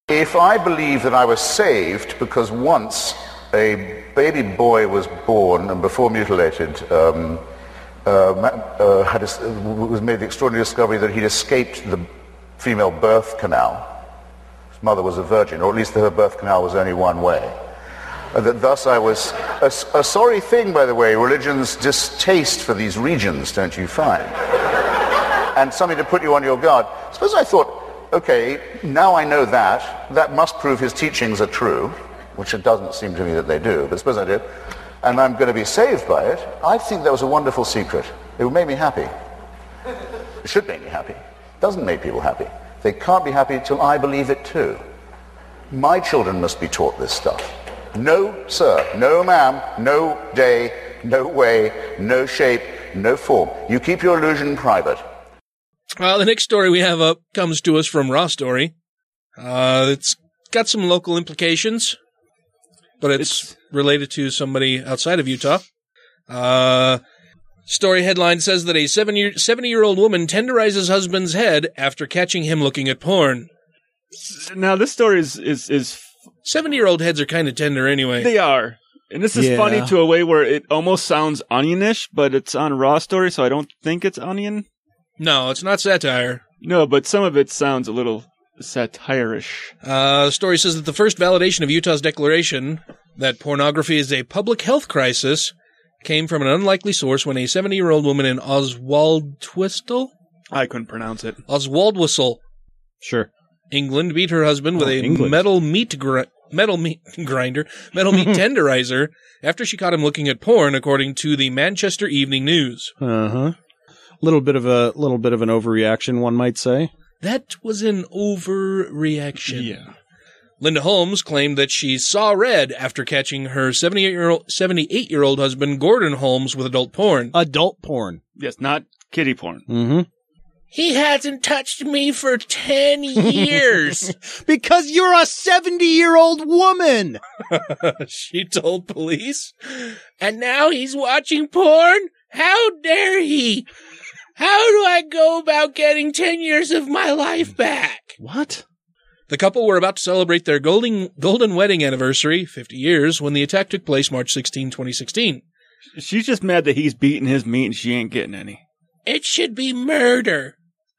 If I believe that I was saved because once a baby boy was born and before mutilated, um, uh, ma- uh, had es- was made the extraordinary discovery that he'd escaped the female birth canal. His mother was a virgin, or at least her birth canal was only one way. Uh, that thus I was a, s- a sorry thing, by the way, religion's distaste for these regions, don't you find? and something to put you on your guard. Suppose I thought, okay, now I know that, that must prove his teachings are true, which it doesn't seem to me that they do, but suppose I did. and I'm going to be saved by it, I think that was a wonderful secret. It made me happy. It should make me happy. It doesn't make people happy. They can't be happy till I believe it too. My children must be taught this stuff. No, sir. No, ma'am. No day. No way. No shape. No form. You keep your illusion private. Uh, the next story we have up comes to us from Raw Story. Uh, it's got some local implications, but it's, related to somebody outside of Utah. Uh, story headline says that a 70 year old woman tenderizes husband's head after catching him looking at porn. Now, this story is. is, is 70 year old heads are kind of tender anyway. They are. And this is Yeah. funny to a way where it almost sounds onionish, but it's on Raw Story, so I don't think it's onion. No, it's not satire. No, but some of it sounds a little satirish. Uh, the story says that the first validation of Utah's declaration that pornography is a public health crisis came from an unlikely source when a 70 year old woman in Oswald Twistle? I couldn't pronounce it. Oswald Whistle. Sure. England beat her husband with Oh, a England. metal meat gri- metal meat grinder, metal meat tenderizer after she caught him looking at porn, according to the Manchester Evening News. Uh huh. Little bit of a little bit of an overreaction, one might say. That was an overreaction. Yeah. Linda Holmes claimed that she saw red after catching her 78 year old 78 year old husband Gordon Holmes with adult porn. Adult porn. Yes, not kitty porn. Mm-hmm. He hasn't touched me for 10 years. because you're a 70 year old woman. she told police. And now he's watching porn? How dare he? How do I go about getting 10 years of my life back? What? The couple were about to celebrate their golden, golden wedding anniversary, 50 years, when the attack took place March 16, 2016. She's just mad that he's beating his meat and she ain't getting any. It should be murder.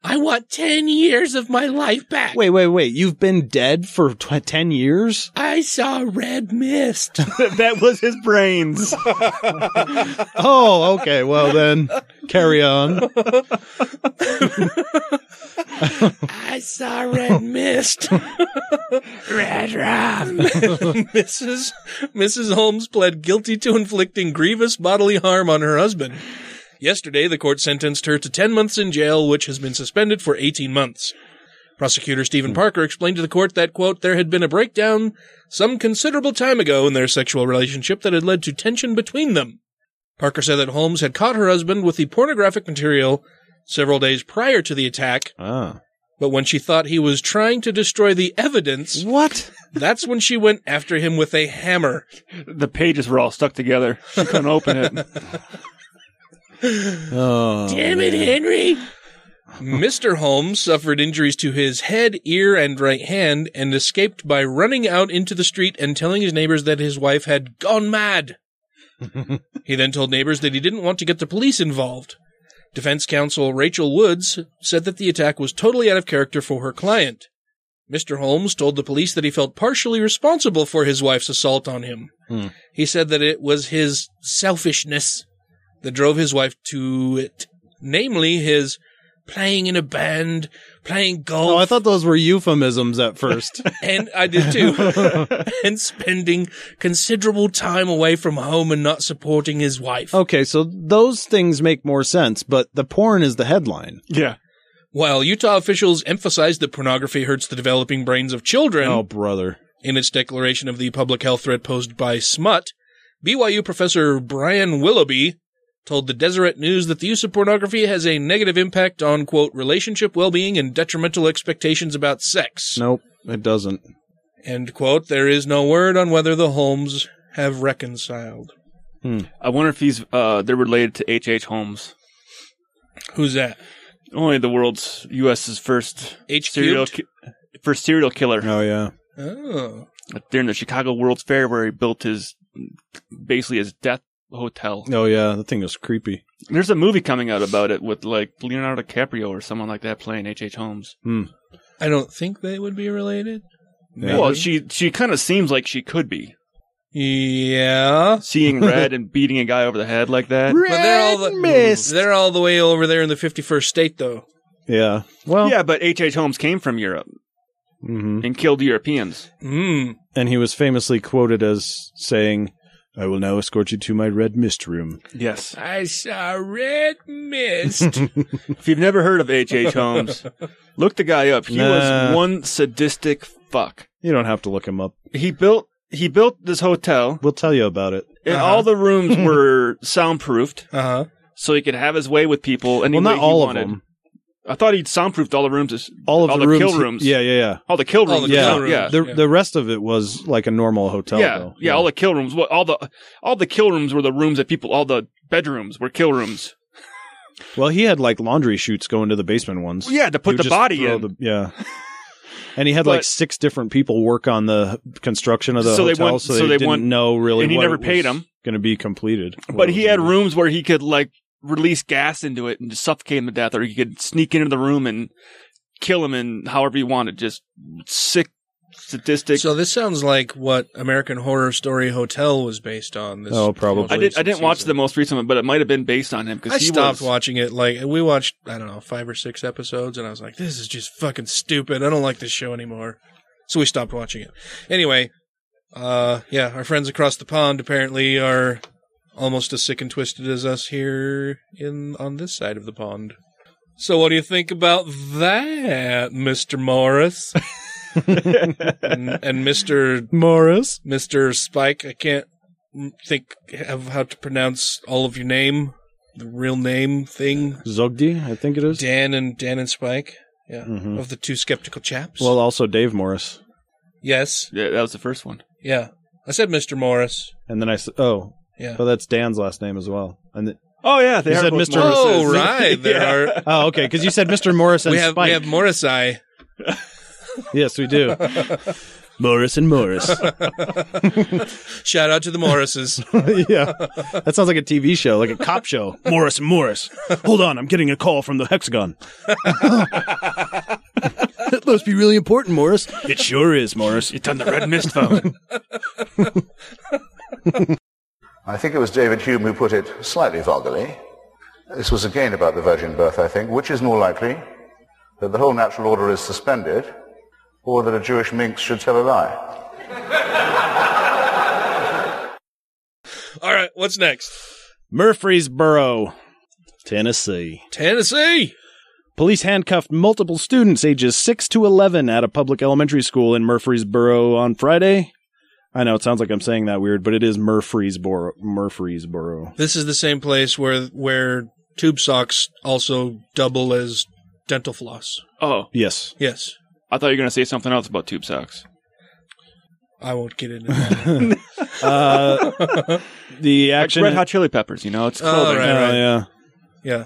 I want 10 years of my life back. Wait, wait, wait. You've been dead for tw 10 years? I saw red mist. that was his brains. Oh, okay. Well, then carry on. I saw red mist. red rum. Mrs. Mrs. Holmes pled guilty to inflicting grievous bodily harm on her husband. Yesterday, the court sentenced her to 10 months in jail, which has been suspended for 18 months. Prosecutor Stephen Parker explained to the court that, quote, there had been a breakdown some considerable time ago in their sexual relationship that had led to tension between them. Parker said that Holmes had caught her husband with the pornographic material several days prior to the attack. Ah. But when she thought he was trying to destroy the evidence, what? That's when she went after him with a hammer. The pages were all stuck together. She couldn't open it. Oh. Damn it, Henry! Mr. Holmes suffered injuries to his head, ear, and right hand and escaped by running out into the street and telling his neighbors that his wife had gone mad. he then told neighbors that he didn't want to get the police involved. Defense counsel Rachel Woods said that the attack was totally out of character for her client. Mr. Holmes told the police that he felt partially responsible for his wife's assault on him. Hmm. He said that it was his selfishness that drove his wife to it, namely his playing in a band, playing golf, Oh, I thought those were euphemisms at first. and I did too, and spending considerable time away from home and not supporting his wife. okay, so those things make more sense, but the porn is the headline. Yeah. While Utah officials emphasized that pornography hurts the developing brains of children, Oh, brother. in its declaration of the public health threat posed by smut, BYU professor Brian Willoughby told the Deseret News that the use of pornography has a negative impact on, quote, relationship well-being and detrimental expectations about sex. Nope, it doesn't. End quote. There is no word on whether the Holmes have reconciled. Hmm. I wonder if he's uh, they're related to H.H. H. Holmes. Who's that? Only the world's U.S.'s first H serial cubed? ki- first serial killer. Oh yeah. Oh. During the Chicago World's Fair, where he built his basically his death hotel. Oh yeah, that thing was creepy. There's a movie coming out about it with like Leonardo DiCaprio or someone like that playing H.H. H. Holmes. Hmm. I don't think they would be related. Well, Maybe. she she kind of seems like she could be Yeah. seeing red and beating a guy over the head like that. But they're all the, they're all the way over there in the 51st state though. Yeah. Well. Yeah, but H.H. Holmes came from Europe hmm and killed Europeans. Mm. And he was famously quoted as saying, I will now escort you to my red mist room. Yes. I saw red mist. if you've never heard of H.H. H. Holmes, look the guy up. He Nah. was one sadistic fuck. You don't have to look him up. He built he built this hotel. We'll tell you about it. And all the rooms were soundproofed. Uh-huh. So he could have his way with people and Well, not he all of wanted. them. I thought he'd soundproofed all the rooms. as- All of the, rooms, kill rooms. Yeah, yeah, yeah. All the kill rooms. yeah. yeah. yeah. The, the rest of it was like a normal hotel. yeah, though. yeah, all the kill rooms. Well, all the all the kill rooms were the rooms that people. All the bedrooms were kill rooms. Well, he had like laundry chutes going to the basement ones. Well, yeah, He to put would the just body throw in. the- yeah. And he had like But- six different people work on the construction of the So they hotel, want- so, so they, they didn't want- know really. and he what never it was paid 'em. Going to be completed, But he had rooms where he could like release gas into it and just suffocate him to death, or he could sneak into the room and kill him in however he wanted. Just sick, sadistic. So this sounds like what American Horror Story Hotel was based on. This Oh, I did. I didn't watch the most recent one, but it might have been based on him because I he stopped was, watching it. Like we watched, I don't know, five or six episodes, and I was like, "This is just fucking stupid. I don't like this show anymore." So we stopped watching it. Anyway, uh, yeah, our friends across the pond apparently are almost as sick and twisted as us here in on this side of the pond. So what do you think about that, Mister Morris? and, and Mr. Morris, Mr. Spike. I can't m- think of how to pronounce all of your name, the real name thing. Zogdi, I think it is. Dan and Dan and Spike. Yeah, Mhm. of the two skeptical chaps. Well, also Dave Morris, yes. Yeah, that was the first one. Yeah, I said Mr. Morris. and then I s- oh Yeah. well that's Dan's last name as well. And th- Oh yeah, they you are said both Mr. Oh right, there are. Oh okay, because you said Mr. Morris and we have Spike. we have Morrissey. yes, we do. Morris and Morris. Shout out to the Morrises. yeah, that sounds like a TV show, like a cop show. Morris and Morris. Hold on, I'm getting a call from the Hexagon. That must be really important, Morris. It sure is, Morris. It's on the red mist phone. I think it was David Hume who put it slightly vulgarly. This was again about the virgin birth, I think. Which is more likely? That the whole natural order is suspended, or that a Jewish minx should tell a lie? All right, what's next? Murfreesboro, Tennessee. Tennessee. Police handcuffed multiple students ages 6 to 11 at a public elementary school in Murfreesboro on Friday. I know it sounds like I'm saying that weird, but it is Murfreesboro. Murfreesboro. This is the same place where where tube socks also double as dental floss. Oh yes, Yes, I thought you were going to say something else about tube socks. I won't get into that. Uh, the action. Red Hot Chili Peppers. You know, it's Oh, clothing. right, right. yeah. yeah.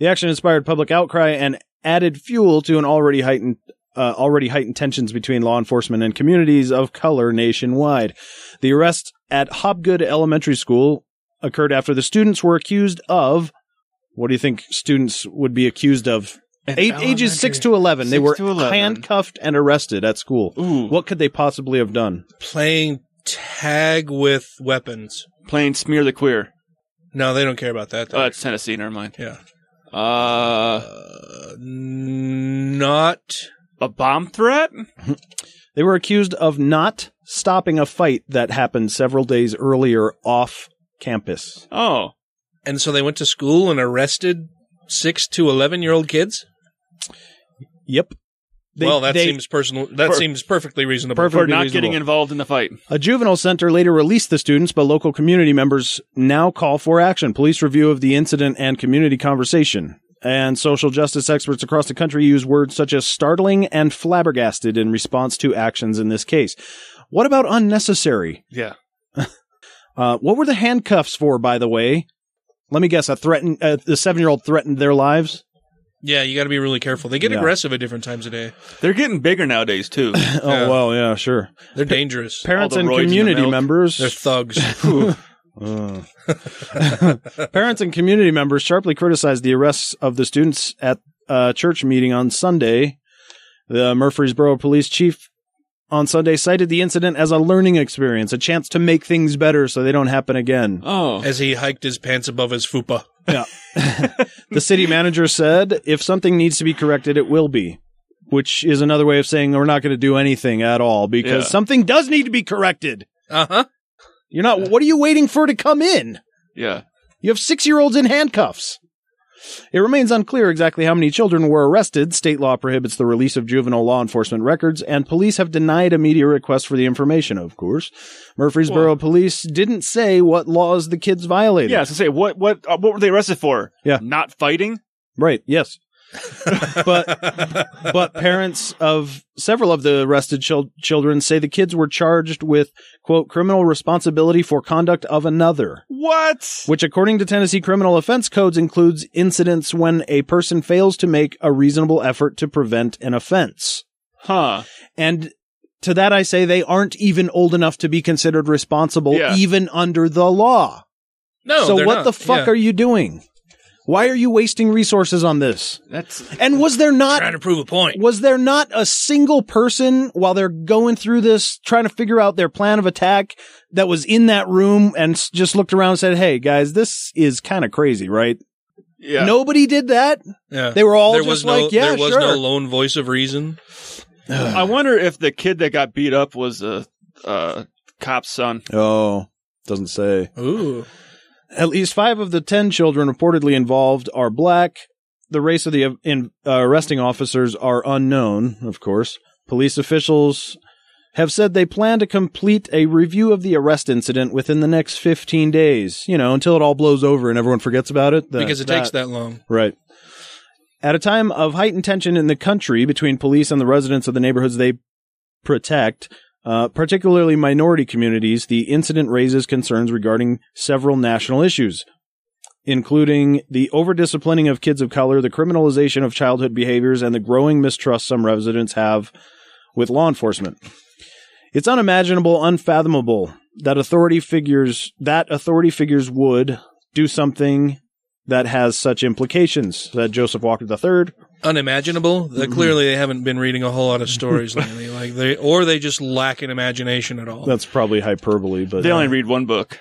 The action inspired public outcry and added fuel to an already heightened uh, already heightened tensions between law enforcement and communities of color nationwide. The arrest at Hobgood Elementary School occurred after the students were accused of what do you think students would be accused of? Eight, ages 6 to 11. they Six were to 11. handcuffed and arrested at school. What could they possibly have done? Playing tag with weapons. Playing smear the queer. No, they don't care about that. Oh, it's Tennessee. Never mind. Yeah. Uh, not a bomb threat. They were accused of not stopping a fight that happened several days earlier off campus. Oh. And so they went to school and arrested six to eleven year old kids. Yep. They- well, that they- seems personal. That Per- seems perfectly reasonable Perfectly For not reasonable. getting involved in the fight. A juvenile center later released the students, but local community members now call for action. Police review of the incident and community conversation. And social justice experts across the country use words such as startling and flabbergasted in response to actions in this case. What about unnecessary? Yeah. Uh, what were the handcuffs for, by the way? Let me guess. A threatened, uh, the seven-year-old threatened their lives. Yeah, you got to be really careful. They get Yeah. aggressive at different times of day. They're getting bigger nowadays too. Oh well, yeah, sure. They're dangerous. Parents All and the roids in the community milk. members. They're thugs. Uh. Parents and community members sharply criticized the arrests of the students at a church meeting on Sunday. The Murfreesboro police chief on Sunday cited the incident as a learning experience, a chance to make things better so they don't happen again. Oh. As he hiked his pants above his fupa. Yeah. the city manager said, if something needs to be corrected, it will be. Which is another way of saying we're not going to do anything at all because Yeah. Uh-huh. something does need to be corrected. Uh huh. You're not. What are you waiting for to come in? Yeah. You have six year olds in handcuffs. It remains unclear exactly how many children were arrested. State law prohibits the release of juvenile law enforcement records, and police have denied a media request for the information, of course. Murfreesboro police didn't say what laws the kids violated. Yeah, so say what what uh, what were they arrested for? Yeah. Not fighting? Right, yes. but but parents of several of the arrested chil- children say the kids were charged with quote criminal responsibility for conduct of another. What? Which, according to Tennessee criminal offense codes, includes incidents when a person fails to make a reasonable effort to prevent an offense. Huh. And to that I say they aren't even old enough to be considered responsible, Yeah. even under the law. No, So they're what not. the fuck Yeah. are you doing? Why are you wasting resources on this? That's and was there not trying to prove a point? Was there not a single person while they're going through this, trying to figure out their plan of attack, that was in that room and s- just looked around and said, "Hey guys, this is kind of crazy, right?" Yeah. Nobody did that. Yeah. They were all there just was no, like, "Yeah, There was sure." no lone voice of reason. I wonder if the kid that got beat up was a uh, cop's son. Oh, doesn't say. Ooh. At least five of the ten children reportedly involved are black. The race of the uh, in, uh, arresting officers are unknown, of course. Police officials have said they plan to complete a review of the arrest incident within the next 15 days, you know, until it all blows over and everyone forgets about it. That- because it takes that long. Right. At a time of heightened tension in the country between police and the residents of the neighborhoods they protect, uh, particularly minority communities, the incident raises concerns regarding several national issues, including the overdisciplining of kids of color, the criminalization of childhood behaviors, and the growing mistrust some residents have with law enforcement. It's unimaginable, unfathomable that authority figures that authority figures would do something that has such implications. That Joseph Walker III. Unimaginable. Mm-hmm. That Clearly, they haven't been reading a whole lot of stories lately. Like they, or they just lack an imagination at all. That's probably hyperbole, but They only read one book.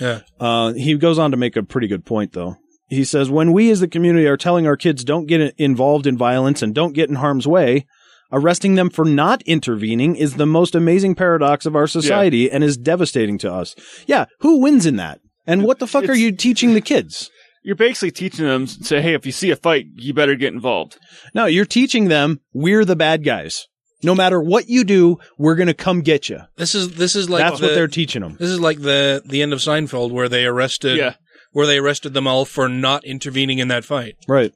Yeah. Uh, he goes on to make a pretty good point, though. He says, When we as the community are telling our kids don't get i- involved in violence and don't get in harm's way, arresting them for not intervening is the most amazing paradox of our society and is devastating to us. Yeah, who wins in that? And what the fuck are you teaching the kids? You're basically teaching them say, hey, if you see a fight, you better get involved. No, you're teaching them we're the bad guys. No matter what you do, we're going to come get you. This is this is like That's what the- they're teaching them. This is like the the end of Seinfeld where they arrested Yeah. where they arrested them all for not intervening in that fight. Right.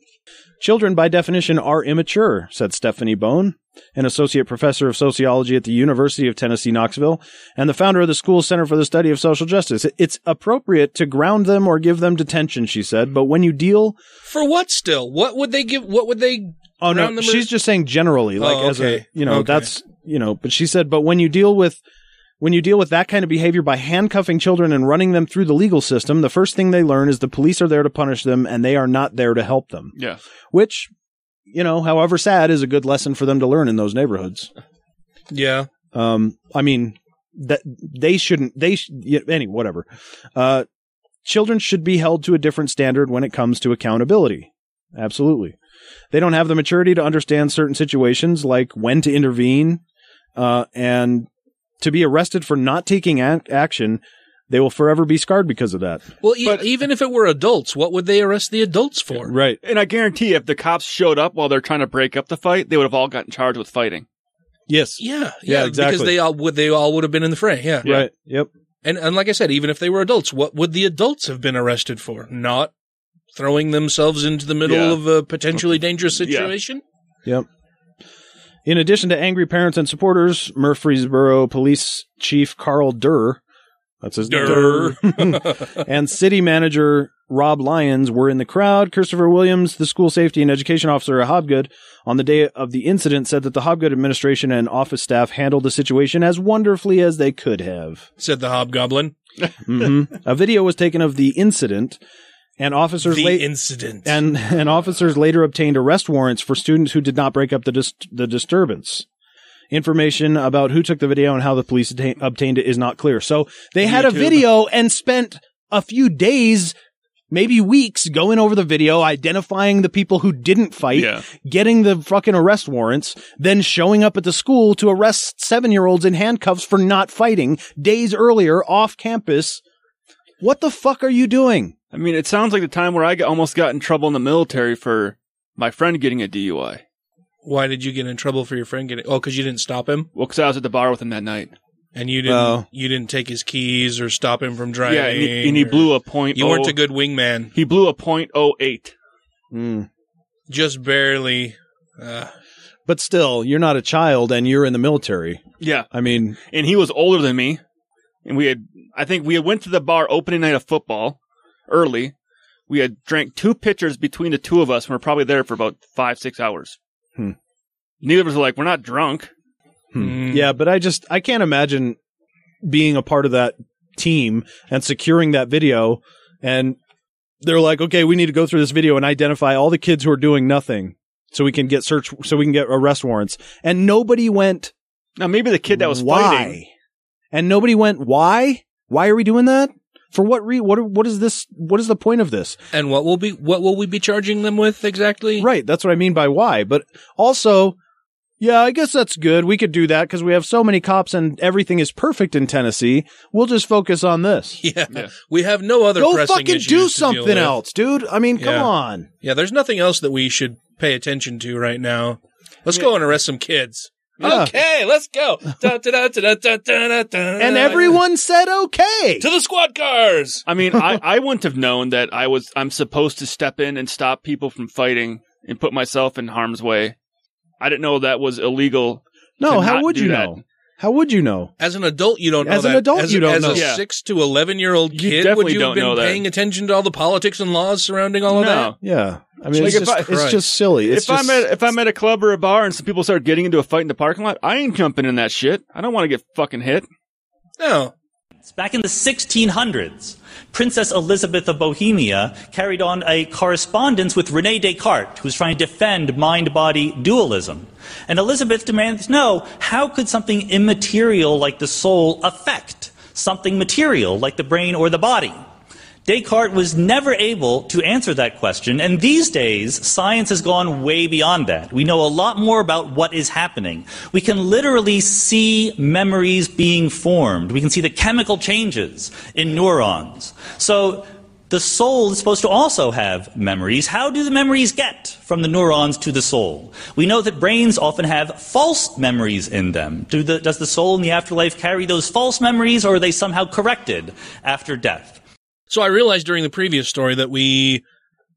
Children, by definition, are immature, said Stephanie Bone, an associate professor of sociology at the University of Tennessee, Knoxville, and the founder of the School Center for the Study of Social Justice. It's appropriate to ground them or give them detention, she said, but when you deal. For what still? What would they give what would they Oh, ground no, them she's as- just saying generally, like Oh, as a, okay. you know, Okay. that's, you know, but she said, but when you deal with. When you deal with that kind of behavior by handcuffing children and running them through the legal system, the first thing they learn is the police are there to punish them and they are not there to help them. Yeah. which, you know, however sad, is a good lesson for them to learn in those neighborhoods. Yeah. Um, I mean, that they shouldn't. They sh- yeah, any whatever. Uh, children should be held to a different standard when it comes to accountability. Absolutely, they don't have the maturity to understand certain situations, like when to intervene, uh, and to be arrested for not taking ac action. They will forever be scarred because of that. Well, e- even if it were adults, what would they arrest the adults for? Right. And I guarantee if the cops showed up while they're trying to break up the fight, they would have all gotten charged with fighting. Yes. Yeah. Yeah, Yeah, exactly. Because they all would they all would have been in the fray. Yeah. Right. Yep. And and like I said, even if they were adults, what would the adults have been arrested for? Not throwing themselves into the middle Yeah. of a potentially dangerous situation. Yep. In addition to angry parents and supporters, Murfreesboro Police Chief Carl Durr, that's his name, Durr. and City Manager Rob Lyons were in the crowd. Christopher Williams, the school safety and education officer at Hobgood, on the day of the incident said that the Hobgood administration and office staff handled the situation as wonderfully as they could have. Said the hobgoblin. Mhm. A video was taken of the incident, and officers The late incident. and and officers later obtained arrest warrants for students who did not break up the dis- the disturbance. Information about who took the video and how the police atta- obtained it is not clear. So they had a YouTube. video and spent a few days maybe weeks going over the video, identifying the people who didn't fight, Yeah. getting the fucking arrest warrants, then showing up at the school to arrest seven year olds in handcuffs for not fighting days earlier off campus. What the fuck are you doing? I mean, it sounds like the time where I got, almost got in trouble in the military for my friend getting a DUI. Why did you get in trouble for your friend getting? Oh, because you didn't stop him. Well, because I was at the bar with him that night, and you didn't. Oh. You didn't take his keys or stop him from driving. yeah, and he, and he or- blew a point. You weren't oh- a good wingman. He blew a point oh eight. Hmm. Just barely. Uh, But still, you're not a child and you're in the military. Yeah, I mean, and he was older than me, and we had. I think we had went to the bar opening night of football early. We had drank two pitchers between the two of us, and we are probably there for about five six hours. Hmm. Neither of us were like, "We're not drunk." Mm. Yeah, but I just I can't imagine being a part of that team and securing that video and they're like, "Okay, we need to go through this video and identify all the kids who are doing nothing so we can get search so we can get arrest warrants." And nobody went Now maybe the kid that was why? fighting. And nobody went, "Why? Why are we doing that? For what re what what is this what is the point of this?" and what will be? What will we be charging them with exactly? Right. That's what I mean by why. But also, yeah, I guess that's good. We could do that because we have so many cops and everything is perfect in Tennessee. We'll just focus on this. Yeah. We have no other. Go pressing fucking issues to do deal something with. else, dude. I mean, come Yeah. on. Yeah, there's nothing else that we should pay attention to right now. Let's go and arrest some kids. Yeah. Okay, let's go. And and everyone said okay. to the squad cars. I mean, I, I wouldn't have known that I was I'm supposed to step in and stop people from fighting and put myself in harm's way. I didn't know that was illegal. No, to how not would do you that. know? How would you know? As an adult, you don't know As an that. adult, as, you don't as know. a Yeah. six to eleven year old kid, would definitely you have don't know been that. paying attention to all the politics and laws surrounding all of that? Yeah. I mean, Like, it's, if just, I- it's just silly. It's if just, I'm at if I'm at a club or a bar and some people start getting into a fight in the parking lot, I ain't jumping in that shit. I don't want to get fucking hit. No. Back in the 1600s, Princess Elizabeth of Bohemia carried on a correspondence with Rene Descartes, who was trying to defend mind body dualism. And Elizabeth demands to know how could something immaterial like the soul affect something material like the brain or the body? Descartes was never able to answer that question, and these days, science has gone way beyond that. We know a lot more about what is happening. We can literally see memories being formed. We can see the chemical changes in neurons. So, the soul is supposed to also have memories. How do the memories get from the neurons to the soul? We know that brains often have false memories in them. Do the, does the soul in the afterlife carry those false memories, or are they somehow corrected after death? So I realized during the previous story that we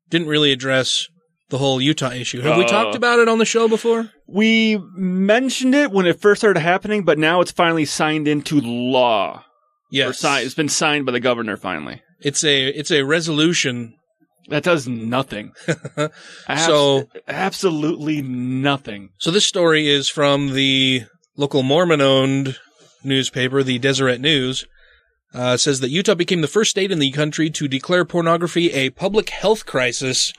didn't really address the whole Utah issue. Have we Uh. talked about it on the show before? We mentioned it when it first started happening, but now it's finally signed into law. Yes. Or si- it's been signed by the governor finally. It's a it's a resolution that does nothing. Abs- So- absolutely nothing. So this story is from the local Mormon-owned newspaper, the Deseret News. Uh, it says that Utah became the first state in the country to declare pornography a public health crisis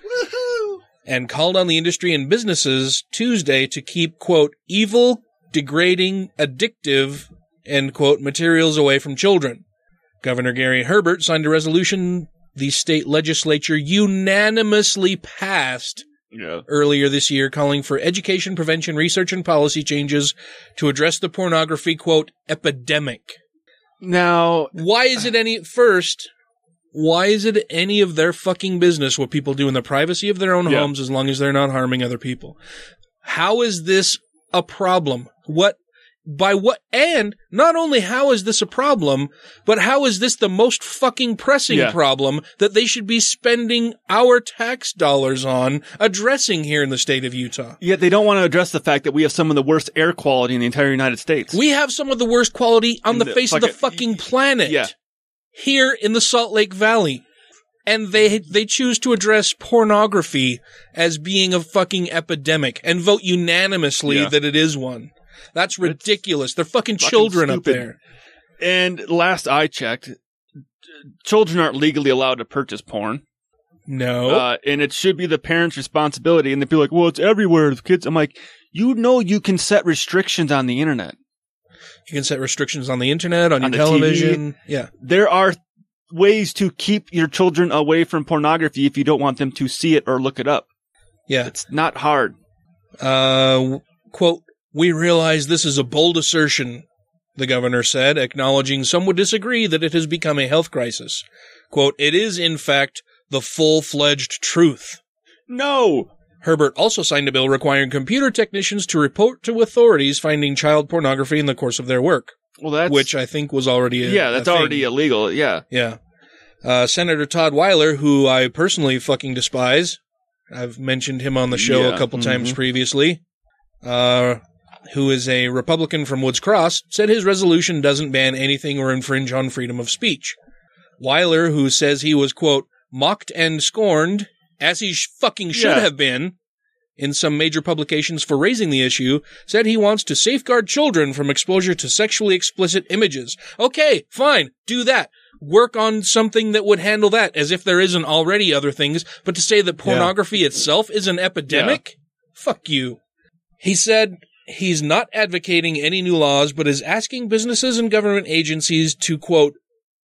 and called on the industry and businesses Tuesday to keep, quote, evil, degrading, addictive, end quote, materials away from children. Governor Gary Herbert signed a resolution the state legislature unanimously passed earlier this year calling for education, prevention, research, and policy changes to address the pornography, quote, epidemic. Now, why is it any first? Why is it any of their fucking business what people do in the privacy of their own Yeah. homes as long as they're not harming other people? How is this a problem? What by what and not only how is this a problem, but how is this the most fucking pressing Yeah. problem that they should be spending our tax dollars on addressing here in the state of Utah? Yet they don't want to address the fact that we have some of the worst air quality in the entire United States. We have some of the worst quality on In the, the face of the fucking planet. Yeah. Here in the Salt Lake Valley. And they they choose to address pornography as being a fucking epidemic and vote unanimously Yeah. that it is one. That's ridiculous. They're fucking, Fucking children up stupid. there. And last I checked, t- children aren't legally allowed to purchase porn. No. Uh, and it should be the parents' responsibility. And they'd be like, well, it's everywhere. The kids, I'm like, you know, you can set restrictions on the internet. You can set restrictions on the internet, on, On the your TV. television. Yeah. There are ways to keep your children away from pornography if you don't want them to see it or look it up. Yeah. It's not hard. Uh, quote, we realize this is a bold assertion, the governor said, acknowledging some would disagree that it has become a health crisis. Quote, it is, in fact, the full fledged truth. No! Herbert also signed a bill requiring computer technicians to report to authorities finding child pornography in the course of their work. Well, that's. Which I think was already a, yeah, that's a thing. already illegal. Yeah. Yeah. Uh, Senator Todd Weiler, who I personally fucking despise, I've mentioned him on the show Yeah, a couple times mhm. previously, uh, who is a Republican from Woods Cross, said his resolution doesn't ban anything or infringe on freedom of speech. Weiler, who says he was, quote, mocked and scorned, as he sh- fucking should Yeah. have been, in some major publications for raising the issue, said he wants to safeguard children from exposure to sexually explicit images. Okay, fine, do that. Work on something that would handle that, as if there isn't already other things, but to say that pornography itself is an epidemic? Fuck you. He said he's not advocating any new laws, but is asking businesses and government agencies to, quote,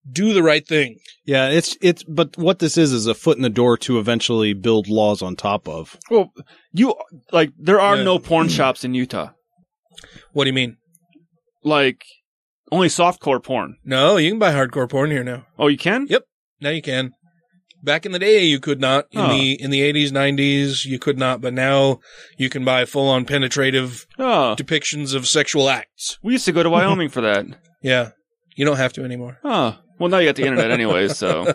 do the right thing. Yeah, it's it's but what this is is a foot in the door to eventually build laws on top of. Well, you like there are Yeah. no porn shops in Utah. What do you mean? Like only softcore porn. No, you can buy hardcore porn here now. Oh, you can? Yep. Now you can. Back in the day, you could not. In Huh. the in the eighties, nineties, you could not. But now you can buy full on penetrative Oh. depictions of sexual acts. We used to go to Wyoming for that. Yeah, you don't have to anymore. Oh. Well, now you got the internet anyway, so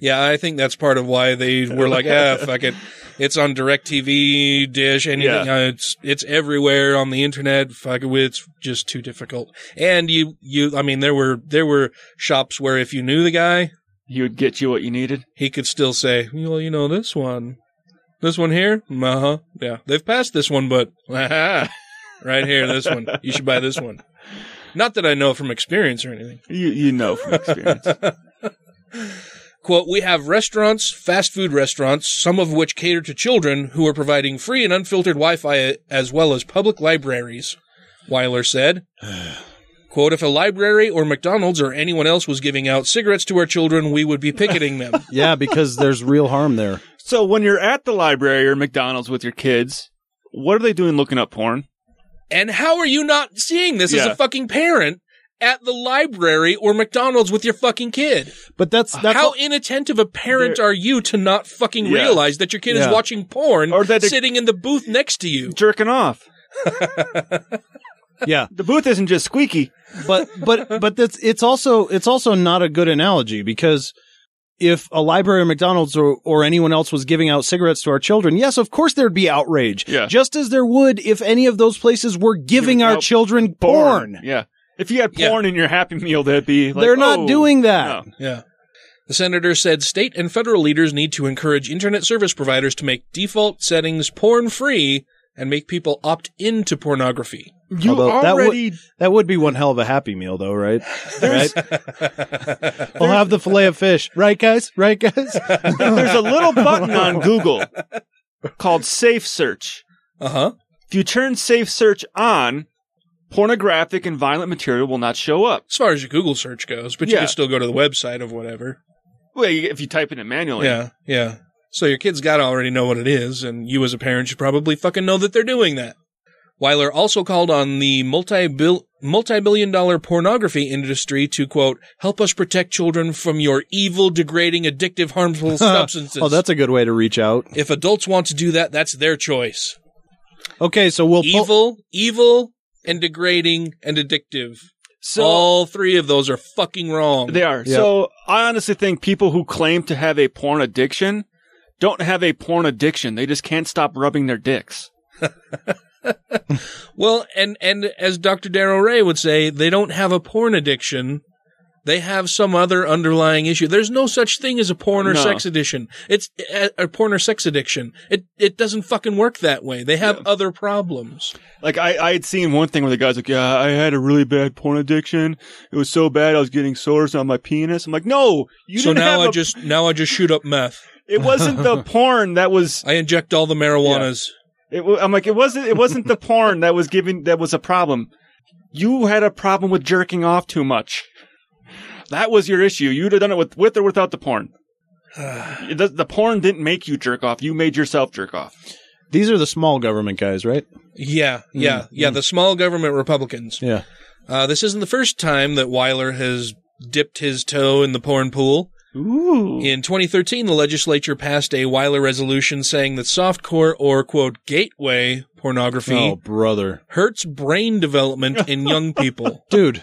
yeah, I think that's part of why they were like, ah, fuck it. It's on direct TV, dish, anything. Yeah. Uh, It's it's everywhere on the internet. Fuck it, it's just too difficult. And you you, I mean, there were there were shops where if you knew the guy, he would get you what you needed. He could still say, well, you know, this one, this one here, uh huh, yeah, they've passed this one, but right here, this one, you should buy this one. Not that I know from experience or anything. You you know from experience. Quote, we have restaurants, fast food restaurants, some of which cater to children who are providing free and unfiltered Wi Fi as well as public libraries, Weiler said. Quote, if a library or McDonald's or anyone else was giving out cigarettes to our children, we would be picketing them. Yeah, because there's real harm there. so when you're at the library or McDonald's with your kids, what are they doing looking up porn? And how are you not seeing this as Yeah. a fucking parent at the library or McDonald's with your fucking kid? But that's, that's how inattentive a parent are you to not fucking Yeah. realize that your kid Yeah. is watching porn or that that they're- sitting in the booth next to you jerking off? yeah. The booth isn't just squeaky. But but but that's it's also it's also not a good analogy because if a library or McDonald's or, or anyone else was giving out cigarettes to our children, yes, of course there'd be outrage. Yeah. Just as there would if any of those places were giving our out children porn. Yeah. If you had porn in your Happy Meal, that'd be like They're not oh, doing that. no. Yeah. The senator said state and federal leaders need to encourage internet service providers to make default settings porn free and make people opt into pornography. You that would that would be one hell of a happy meal though, right? Right? We'll have the fillet of fish, right, guys? Right, guys? There's a little button on Google called Safe Search. Uh huh. If you turn Safe Search on, pornographic and violent material will not show up. As far as your Google search goes, but you Yeah. can still go to the website of whatever. Well, you- if you type it in manually. Yeah, yeah. So your kids gotta already know what it is, and you as a parent should probably fucking know that they're doing that. Weiler also called on the multi-bill- multi-billion dollar pornography industry to, quote, help us protect children from your evil, degrading, addictive, harmful substances. oh, that's a good way to reach out. if adults want to do that, that's their choice. Okay, so we'll pull- evil, evil, and degrading, and addictive. So- All three of those are fucking wrong. They are. So I honestly think people who claim to have a porn addiction don't have a porn addiction. They just can't stop rubbing their dicks. Well, and and as Dr. Daryl Ray would say, they don't have a porn addiction. They have some other underlying issue. There's no such thing as a porn or No. sex addiction. It's a, a porn or sex addiction. It it doesn't fucking work that way. They have other problems. Like I, I had seen one thing where the guy's like, "Yeah, I had a really bad porn addiction. It was so bad I was getting sores on my penis." I'm like, "No, you so didn't now have I a- just now I just shoot up meth. It wasn't the porn that was. I inject all the marijuanas. It, wa- I'm like, it wasn't. It wasn't the porn that was giving that was a problem. You had a problem with jerking off too much. That was your issue. You'd have done it with, with or without the porn. It does- the porn didn't make you jerk off. You made yourself jerk off. These are the small government guys, right? Yeah, yeah, Mm, yeah. The small government Republicans. Yeah. Uh, this isn't the first time that Weiler has dipped his toe in the porn pool. In 2013, the legislature passed a Weiler resolution saying that softcore or, quote, gateway pornography Oh, brother. hurts brain development in young people. Dude. Uh.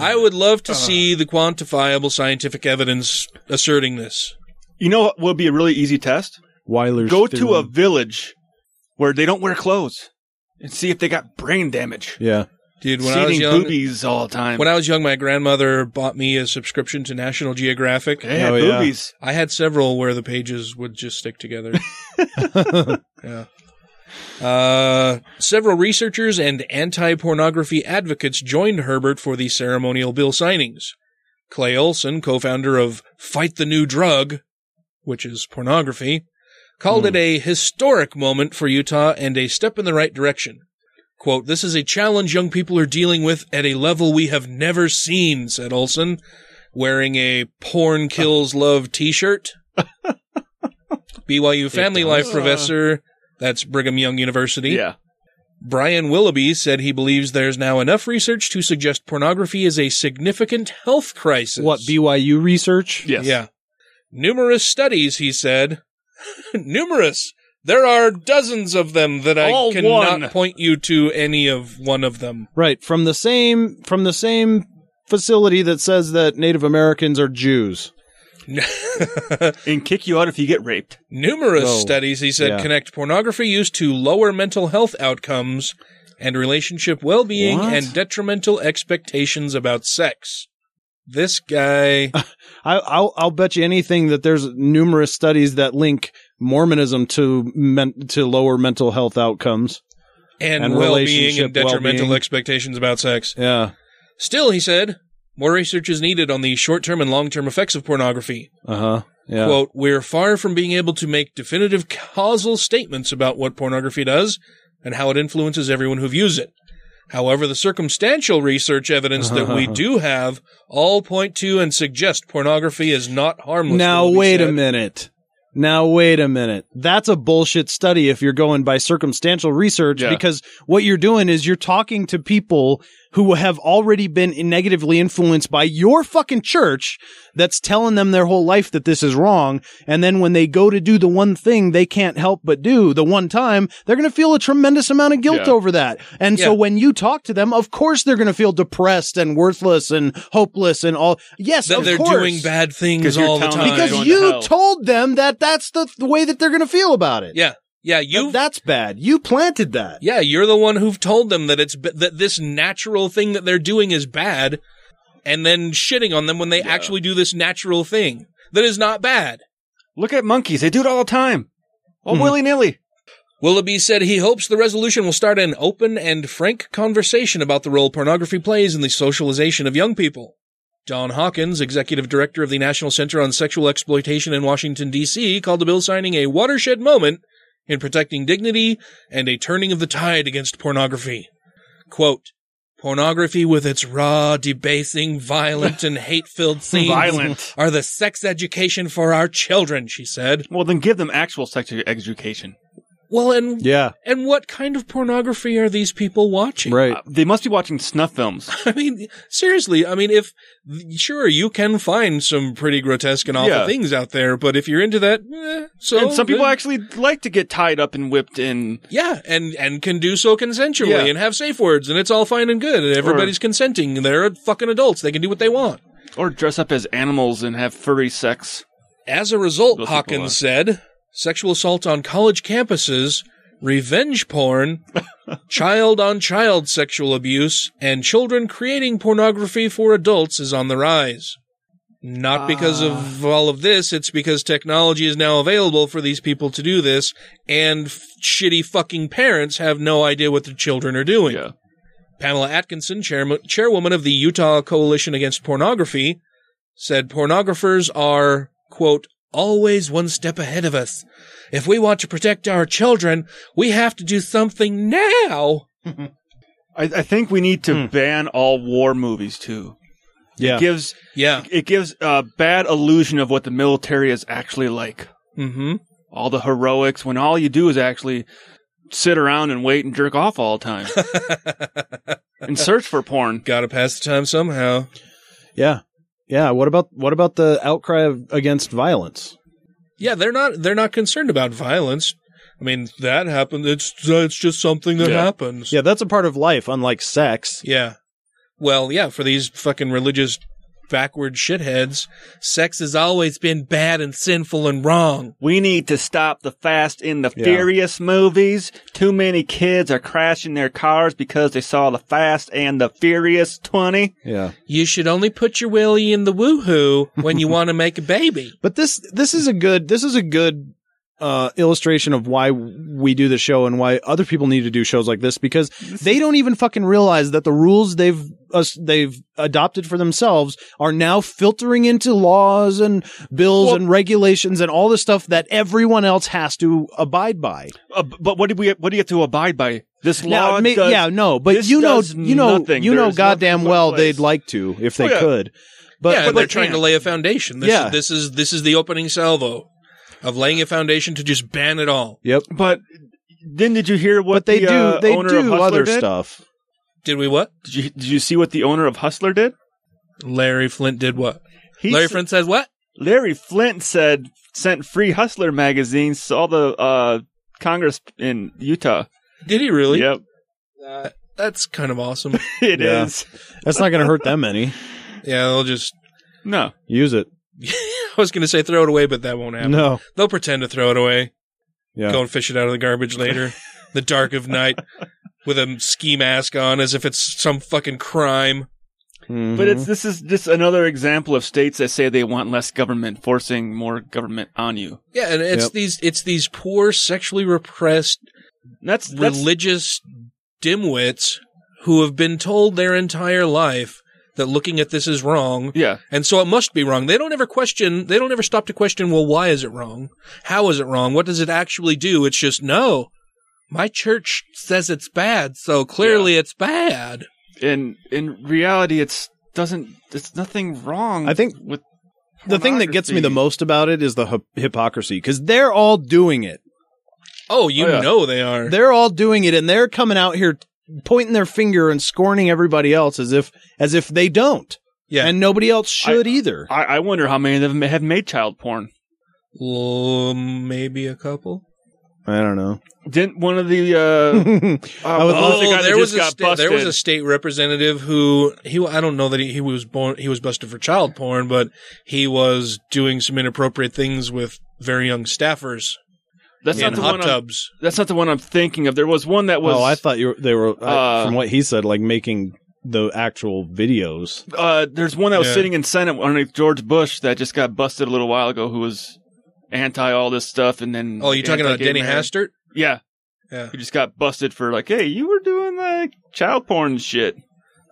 I would love to see the quantifiable scientific evidence asserting this. You know what would be a really easy test? Weiler's Go to a theorem. village where they don't wear clothes and see if they got brain damage. Yeah. Dude, when I Seeing was young, boobies all the time. When I was young, my grandmother bought me a subscription to National Geographic. They had Oh, yeah. boobies. I had several where the pages would just stick together. yeah. Uh, several researchers and anti-pornography advocates joined Herbert for the ceremonial bill signings. Clay Olson, co-founder of Fight the New Drug, which is pornography, called it a historic moment for Utah and a step in the right direction. Quote, this is a challenge young people are dealing with at a level we have never seen, said Olson, wearing a Porn Kills Love t-shirt. BYU Family does. Life professor, that's Brigham Young University. Yeah. Brian Willoughby said he believes there's now enough research to suggest pornography is a significant health crisis. What, BYU research? Yeah. Numerous studies, he said. Numerous. There are dozens of them that I All cannot one. point you to any of one of them. Right. From the same from the same facility that says that Native Americans are Jews. and kick you out if you get raped. Numerous No. studies, he said, Yeah. connect pornography use to lower mental health outcomes and relationship well being What? and detrimental expectations about sex. This guy I, I'll I'll bet you anything that there's numerous studies that link Mormonism to men, to lower mental health outcomes and, well being relationship and detrimental well-being. expectations about sex. Yeah. Still, he said, more research is needed on the short term and long term effects of pornography. Uh huh. Yeah. Quote, we're far from being able to make definitive causal statements about what pornography does and how it influences everyone who views it. However, the circumstantial research evidence that we do have all point to and suggest pornography is not harmless. Now Willoughby wait a said. minute. Now wait a minute. That's a bullshit study if you're going by circumstantial research Yeah. because what you're doing is you're talking to people who have already been negatively influenced by your fucking church that's telling them their whole life that this is wrong and then when they go to do the one thing they can't help but do the one time they're going to feel a tremendous amount of guilt Yeah. over that. And so Yeah. when you talk to them of course they're going to feel depressed and worthless and hopeless and all yes That of they're course. doing bad things 'Cause you're all the telling them time. they're Because you told them that that's the, the way that they're going to feel about it. yeah, yeah, you. That's bad. You planted that. Yeah, you're the one who've told them that it's b- that this natural thing that they're doing is bad, and then shitting on them when they actually do this natural thing that is not bad. Look at monkeys. They do it all the time. All Hmm. willy nilly. Willoughby said he hopes the resolution will start an open and frank conversation about the role pornography plays in the socialization of young people. Don Hawkins, executive director of the National Center on Sexual Exploitation in Washington, D.C., called the bill signing a watershed moment in protecting dignity and a turning of the tide against pornography. Quote, Pornography with its raw, debasing, violent, and hate-filled scenes Violent. are the sex education for our children, she said. Well, then give them actual sex edu- education. Well, and Yeah. and what kind of pornography are these people watching? Right. Uh, they must be watching snuff films. I mean, seriously, I mean, if sure you can find some pretty grotesque and awful Yeah. things out there, but if you're into that, eh, so and some people then- actually like to get tied up and whipped and yeah, and and can do so consensually Yeah. and have safe words, and it's all fine and good, and everybody's consenting. and They're fucking adults; they can do what they want. or dress up as animals and have furry sex. As a result, Those people Hawkins are- said, sexual assault on college campuses, revenge porn, child on child sexual abuse, and children creating pornography for adults is on the rise. Not because of all of this, it's because technology is now available for these people to do this, and f- shitty fucking parents have no idea what their children are doing. Pamela Atkinson, chairma- chairwoman of the Utah Coalition Against Pornography, said pornographers are, quote, always one step ahead of us. If we want to protect our children, we have to do something now. Hmm. I, I think we need to ban all war movies too. Hmm. Yeah. It gives yeah. It gives a bad illusion of what the military is actually like. Mm-hmm. All the heroics when all you do is actually sit around and wait and jerk off all the time and search for porn. Got to pass the time somehow. Yeah. Yeah. What about what about the outcry of, against violence? Yeah, they're not they're not concerned about violence. I mean, that happened. It's it's just something that yeah. happens. Yeah, that's a part of life, unlike sex. Yeah. Well, yeah, for these fucking religious backward shitheads, sex has always been bad and sinful and wrong. We need to stop the Fast and the Yeah. Furious movies. Too many kids are crashing their cars because they saw the Fast and the Furious 20. Yeah. You should only put your willy in the woohoo when you want to make a baby. But this this is a good this is a good uh, illustration of why we do the show and why other people need to do shows like this because they don't even fucking realize that the rules they've us they've adopted for themselves are now filtering into laws and bills and regulations and all the stuff that everyone else has to abide by. Uh, b- but what do we what do you have to abide by? This Now, law ma- does- yeah, no, but this you know, does you know, nothing. you There know, is nothing goddamn but well place. they'd like to if they Oh, yeah. could, but yeah, but they're they trying to can't. lay a foundation. This, Yeah. this is this is the opening salvo of laying a foundation to just ban it all. Yep. But then did you hear But what they the, do uh, they owner of do Hustler other did? stuff. Did we what? Did you did you see what the owner of Hustler did? Larry Flint did what? Larry Flint said what? Larry Flint said sent free Hustler magazines to all the uh, Congress in Utah. Did he really? Yep. Uh, that's kind of awesome. It is. Yeah. That's not going to hurt them any. Yeah, they'll just no use it. I was going to say throw it away, but that won't happen. No. They'll pretend to throw it away. Yeah. Go and fish it out of the garbage later, the dark of night, with a ski mask on as if it's some fucking crime. Mm-hmm. But it's this is just another example of states that say they want less government forcing more government on you. Yeah, and it's Yep. these it's these poor sexually repressed that's, religious dimwits who have been told their entire life that looking at this is wrong. Yeah. And so it must be wrong. They don't ever question they don't ever stop to question, well, why is it wrong? How is it wrong? What does it actually do? It's just no. My church says it's bad, so clearly it's bad. And in reality, it's doesn't. It's nothing wrong. I think with the thing that gets me the pornography. most about it is the hy- hypocrisy because they're all doing it. Oh, you Oh, yeah. know they are. They're all doing it, and they're coming out here pointing their finger and scorning everybody else as if as if they don't. Yeah, and nobody else should either. I, I wonder how many of them have made child porn. Well, maybe a couple. I don't know. Didn't one of the uh, uh, one of the guys that oh, there just was a got sta- there was busted. a state representative who he I don't know that he, he was born he was busted for child porn, but he was doing some inappropriate things with very young staffers. That's in not the hot one. I'm- tubs. that's not the one I'm thinking of. There was one that was. oh, I thought you were, they were I- Uh, from what he said, like making the actual videos. uh, there's one that was Yeah. sitting in Senate underneath George Bush that just got busted a little while ago, who was anti all this stuff, and then Oh, you talking about anti-gay Denny marriage. Hastert? Yeah, yeah. He just got busted for like, hey, you were doing like child porn shit.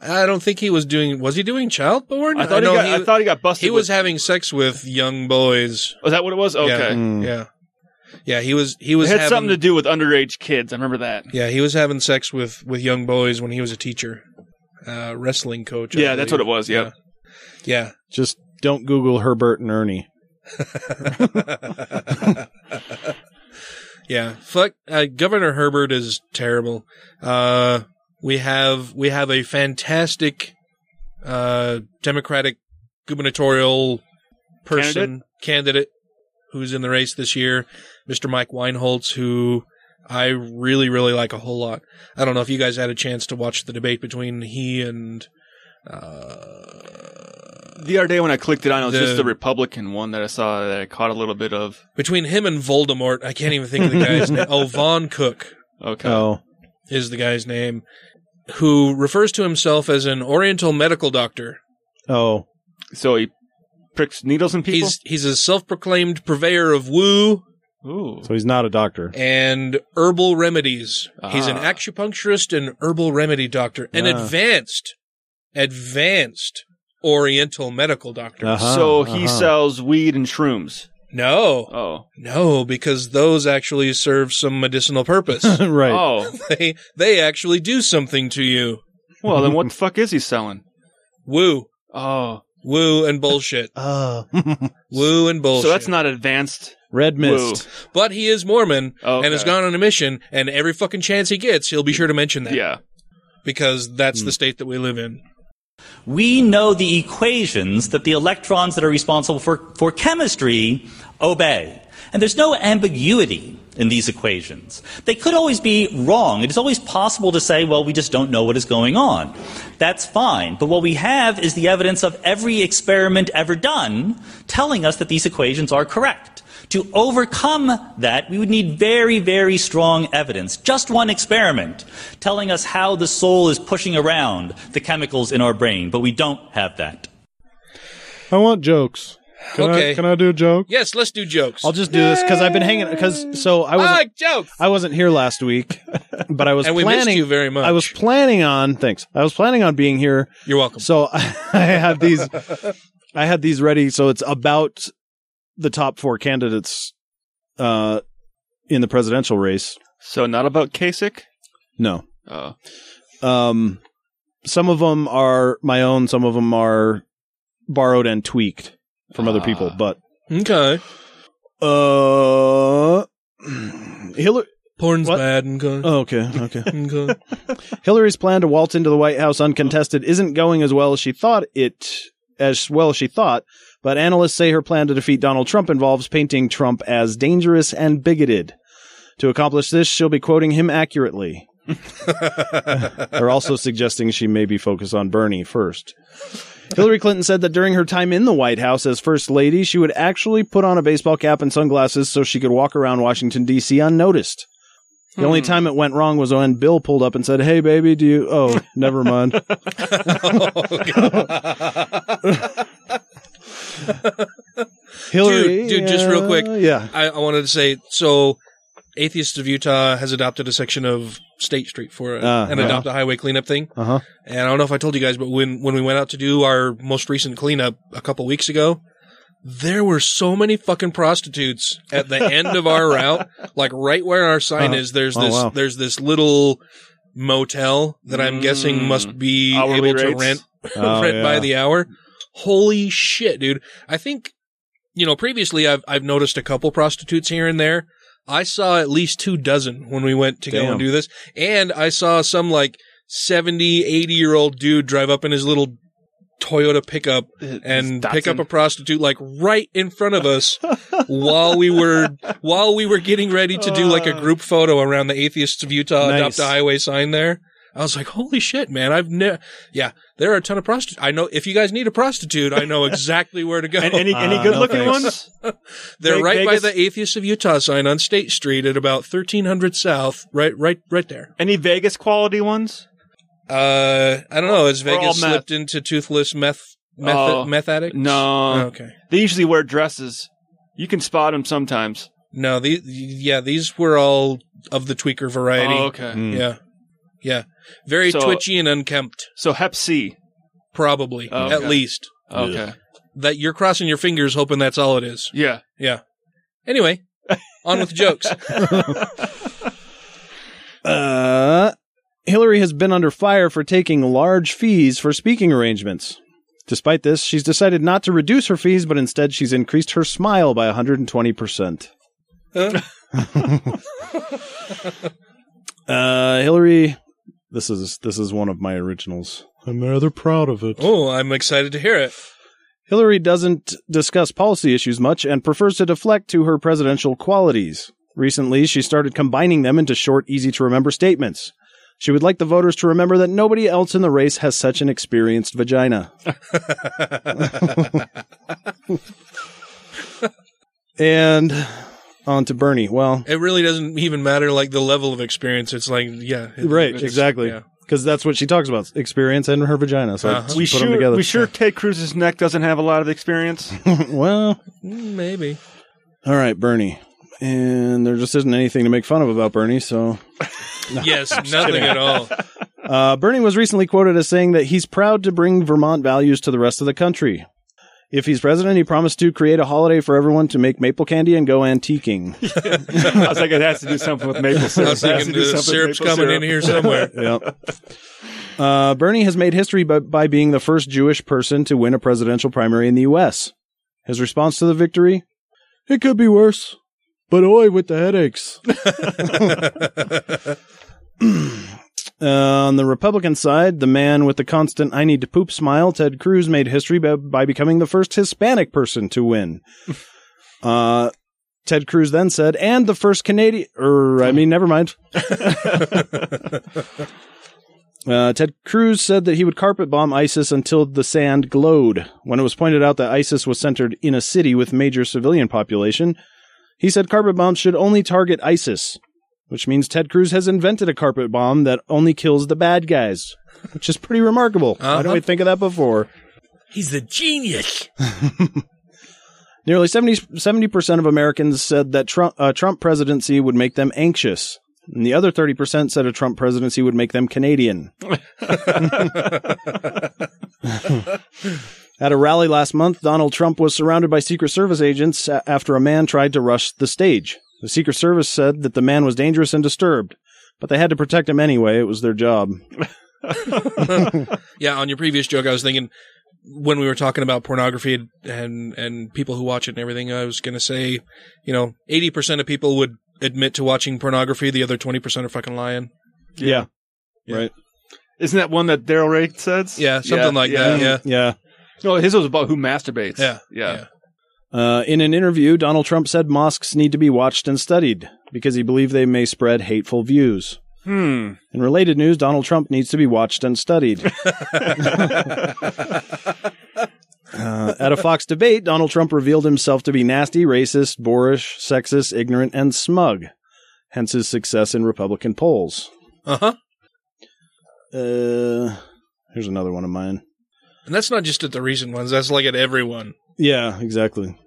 I don't think he was doing. Was he doing child porn? I thought he know got- I thought he got busted He was with- having sex with young boys. Was that what it was? Okay. Yeah. Yeah. Yeah, He was. He was it had having, something to do with underage kids. I remember that. Yeah, he was having sex with with young boys when he was a teacher, uh, wrestling coach. I yeah, that's what believe. it was. Yeah. Yeah. Just don't Google Herbert and Ernie. Yeah, fuck. Uh, Governor Herbert is terrible. Uh, we have we have a fantastic uh, Democratic gubernatorial person candidate? who's in the race this year, Mr. Mike Weinholz, who I really really like a whole lot. I don't know if you guys had a chance to watch the debate between he and uh, The other day when I clicked it on, it was The- just the Republican one that I saw that I caught a little bit of. between him and Voldemort. I can't even think of the guy's name. Oh, Von Cook. Okay. Oh. is the guy's name, who refers to himself as an Oriental medical doctor. Oh. So he pricks needles in people. He's he's a self-proclaimed purveyor of woo Ooh. So he's not a doctor. and herbal remedies. He's an Ah. acupuncturist and herbal remedy doctor, an Ah. advanced, advanced Oriental medical doctor. Uh-huh, so he uh-huh. sells weed and shrooms. No. Oh. No, because those actually serve some medicinal purpose. right. Oh. They they actually do something to you. Well, then what the fuck is he selling? Woo. Oh. Woo and bullshit. Oh. Woo and bullshit. So that's not advanced. Red mist. But he is Mormon okay. and has gone on a mission, and every fucking chance he gets, he'll be sure to mention that. Yeah. Because that's Hmm. the state that we live in. We know the equations that the electrons that are responsible for, for chemistry obey. And there's no ambiguity in these equations. They could always be wrong. It is always possible to say, well, we just don't know what is going on. That's fine. But what we have is the evidence of every experiment ever done telling us that these equations are correct. To overcome that, we would need very, very strong evidence. Just one experiment telling us how the soul is pushing around the chemicals in our brain. But we don't have that. I want jokes. Can I, Okay. can I do a joke? Yes, let's do jokes. I'll just do this because I've been hanging because so I was like jokes. I wasn't here last week, but I was And we missed planning you very much. I was planning on thanks. I was planning on being here. You're welcome. So I have these. I had these ready. So it's about the top four candidates uh, in the presidential race. So not about Kasich. No. Oh. Um, some of them are my own. Some of them are borrowed and tweaked from other people. Ah. But Okay. Uh, Hillary. Porn's bad and good. Oh, okay, okay. Okay. Hillary's plan to waltz into the White House uncontested isn't going as well as she thought it as well as she thought, but analysts say her plan to defeat Donald Trump involves painting Trump as dangerous and bigoted. To accomplish this, she'll be quoting him accurately. They're also suggesting she maybe focus on Bernie first. Hillary Clinton said that during her time in the White House as First Lady, she would actually put on a baseball cap and sunglasses so she could walk around Washington, D.C. unnoticed. The only Hmm. time it went wrong was when Bill pulled up and said, Hey, baby, do you? Oh, never mind. Hillary, dude, dude, just real quick. uh, yeah. I, I wanted to say so. Atheists of Utah has adopted a section of State Street for Ah, an yeah. adopt a highway cleanup thing. Uh huh. And I don't know if I told you guys, but when, when we went out to do our most recent cleanup a couple weeks ago, there were so many fucking prostitutes at the end of our route. Like right where our sign Uh-huh. is, there's Oh, this, wow. there's this little motel that I'm guessing must be Hourly able to rates? rent, Oh, rent by yeah. the hour. Holy shit, dude. I think, you know, previously I've, I've noticed a couple prostitutes here and there. I saw at least two dozen when we went to go Damn. and do this. And I saw some like 70, 80 year old dude drive up in his little Toyota pickup and pick up Datsun. a prostitute like right in front of us while we were while we were getting ready to do Uh. like a group photo around the atheists of Utah Nice. adopt a highway sign there. I was like, "Holy shit, man! I've never, yeah, there are a ton of prostitutes. I know if you guys need a prostitute, I know exactly where to go. And any- any Ah, no good-looking thanks. ones? They're Ve- right Vegas- by the Atheists of Utah sign on State Street at about thirteen hundred South, right, right, right there. Any Vegas quality ones? Uh, I don't know. Has Or all Vegas meth? slipped into toothless meth meth, Oh, meth addicts? Oh, No. Okay. They usually wear dresses. You can spot them sometimes. No, these yeah, these were all of the tweaker variety. Oh, okay. Mm. Yeah. Hmm. Yeah. Very So- twitchy and unkempt. So Hep C. Probably. Oh, okay. At least. Okay. Ugh. That you're crossing your fingers hoping that's all it is. Yeah. Yeah. Anyway, on with the jokes. Uh, Hillary has been under fire for taking large fees for speaking arrangements. Despite this, she's decided not to reduce her fees, but instead she's increased her smile by 120%. Uh, Hillary, this is this is one of my originals. I'm rather proud of it. oh, I'm excited to hear it. Hillary doesn't discuss policy issues much and prefers to deflect to her presidential qualities. Recently, she started combining them into short, easy to remember statements. She would like the voters to remember that nobody else in the race has such an experienced vagina. and on to Bernie. Well, It really doesn't even matter like the level of experience. It's like yeah. it- right, it's- exactly. yeah. Because that's what she talks about experience and her vagina. So I Uh-huh. just We put them sure, together. we sure Ted Cruz's neck doesn't have a lot of experience. well, Mm, Maybe. All right, Bernie. And there just isn't anything to make fun of about Bernie, so. Yes, nothing at all. Uh, Bernie was recently quoted as saying that he's proud to bring Vermont values to the rest of the country. If he's president, he promised to create a holiday for everyone to make maple candy and go antiquing. I was like, it has to do something with maple syrup. I was It has thinking to do something the with syrup's maple coming syrup. in here somewhere. yep. Uh, Bernie has made history by, by being the first Jewish person to win a presidential primary in the U.S. His response to the victory? It could be worse, but oi with the headaches. Uh, on the Republican side, the man with the constant I need to poop smile, Ted Cruz, made history by, by becoming the first Hispanic person to win. uh, Ted Cruz then said, and the first Canadian, or I mean, never mind. Uh, Ted Cruz said that he would carpet bomb ISIS until the sand glowed. When it was pointed out that ISIS was centered in a city with major civilian population, he said carpet bombs should only target ISIS, which means Ted Cruz has invented a carpet bomb that only kills the bad guys, which is pretty remarkable. Why didn't we think of that before? He's a genius. Nearly 70 percent of Americans said that Trump, a Trump presidency would make them anxious, and the other thirty percent said a Trump presidency would make them Canadian. At a rally last month, Donald Trump was surrounded by Secret Service agents a- after a man tried to rush the stage. The Secret Service said that the man was dangerous and disturbed, but they had to protect him anyway. It was their job. yeah, on your previous joke, I was thinking when we were talking about pornography and and people who watch it and everything, I was going to say, you know, eighty percent of people would admit to watching pornography. The other twenty percent are fucking lying. Yeah. Right. Isn't that one that Daryl Ray says? Yeah, something like that, yeah. Yeah. No, his was about who masturbates. Yeah. Yeah. Uh, in an interview, Donald Trump said mosques need to be watched and studied because he believed they may spread hateful views. Hmm. In related news, Donald Trump needs to be watched and studied. Uh, at a Fox debate, Donald Trump revealed himself to be nasty, racist, boorish, sexist, ignorant, and smug, hence his success in Republican polls. Uh-huh. Uh, here's another one of mine. And that's not just at the recent ones. That's like at everyone. Yeah, exactly.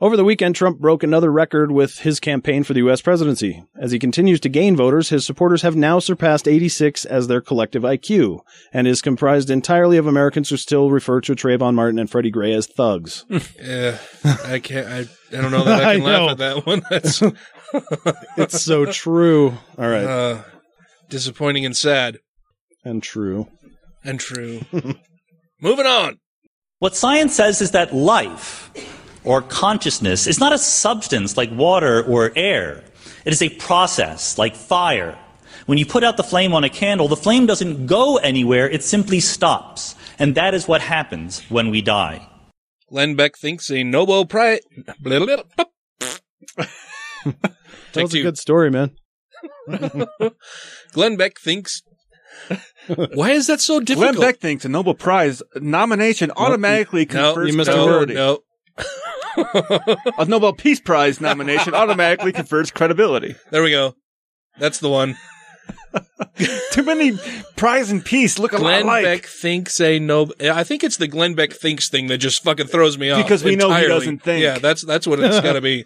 Over the weekend, Trump broke another record with his campaign for the U.S. presidency. As he continues to gain voters, his supporters have now surpassed 86 as their collective IQ, and is comprised entirely of Americans who still refer to Trayvon Martin and Freddie Gray as thugs. Yeah, I can't. I, I don't know that I can I know. laugh at that one. That's it's so true. All right. Uh, disappointing and sad and true. and true. Moving on. What science says is that life or consciousness is not a substance like water or air. It is a process like fire. When you put out the flame on a candle, the flame doesn't go anywhere, it simply stops. And that is what happens when we die. Glenn Beck thinks a Nobel Prize. Blah, blah, blah. That was a good story, man. Glenn Beck thinks. Why is that so difficult? Glenn Beck thinks a Nobel Prize nomination automatically no, confers you missed a credibility. word. a Nobel Peace Prize nomination automatically confers credibility. There we go. That's the one. Too many prize and peace look a lot Glenn alike. Beck thinks a Nobel. I think it's the Glenn Beck thinks thing that just fucking throws me off Because we know he entirely. doesn't think. Yeah, that's that's what it's got to be.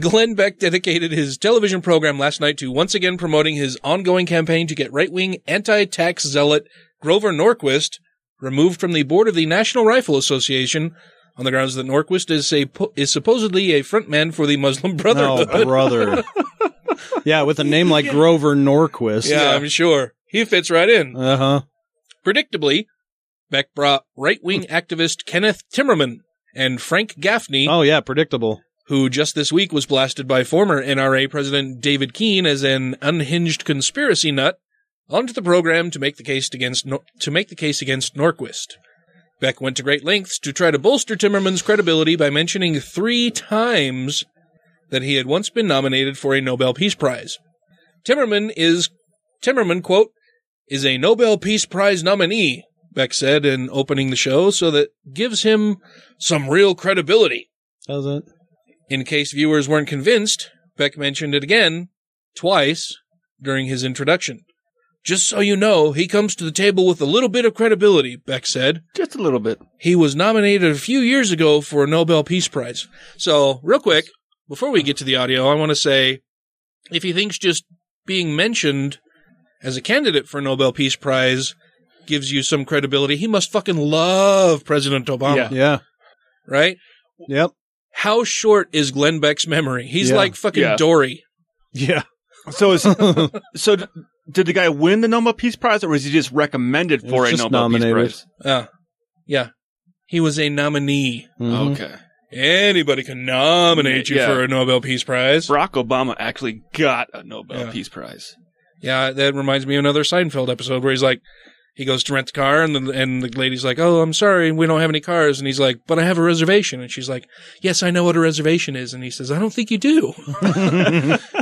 Glenn Beck dedicated his television program last night to once again promoting his ongoing campaign to get right-wing anti-tax zealot Grover Norquist removed from the board of the National Rifle Association on the grounds that Norquist is a po- is supposedly a frontman for the Muslim Brotherhood. Oh, brother. yeah, with a name like Grover Norquist. yeah, I'm sure he fits right in. Uh huh. Predictably, Beck brought right wing Hmm. activist Kenneth Timmerman and Frank Gaffney. Oh, yeah, predictable. Who just this week was blasted by former NRA President David Keene as an unhinged conspiracy nut onto the program to make the case against Nor- to make the case against Norquist. Beck went to great lengths to try to bolster Timmerman's credibility by mentioning three times that he had once been nominated for a Nobel Peace Prize. Timmerman is Timmerman quote is a Nobel Peace Prize nominee, Beck said in opening the show, so that gives him some real credibility. Does it? In case viewers weren't convinced, Beck mentioned it again, twice, during his introduction. Just so you know, he comes to the table with a little bit of credibility, Beck said. Just a little bit. He was nominated a few years ago for a Nobel Peace Prize. So, real quick, before we get to the audio, I want to say if he thinks just being mentioned as a candidate for a Nobel Peace Prize gives you some credibility, he must fucking love President Obama. Yeah. Right? Yep. How short is Glenn Beck's memory? He's Yeah. like fucking Yeah. Dory. Yeah. So is so d- did the guy win the Nobel Peace Prize, or was he just recommended for a just Nobel nominated. Peace Prize? Uh, yeah. He was a nominee. Mhm. Okay. Anybody can nominate you Yeah. for a Nobel Peace Prize. Barack Obama actually got a Nobel Peace Prize. Yeah, that reminds me of another Seinfeld episode where he's like, he goes to rent the car and the, and the lady's like, oh, I'm sorry, we don't have any cars. And he's like, but I have a reservation. And she's like, yes, I know what a reservation is. And he says, I don't think you do.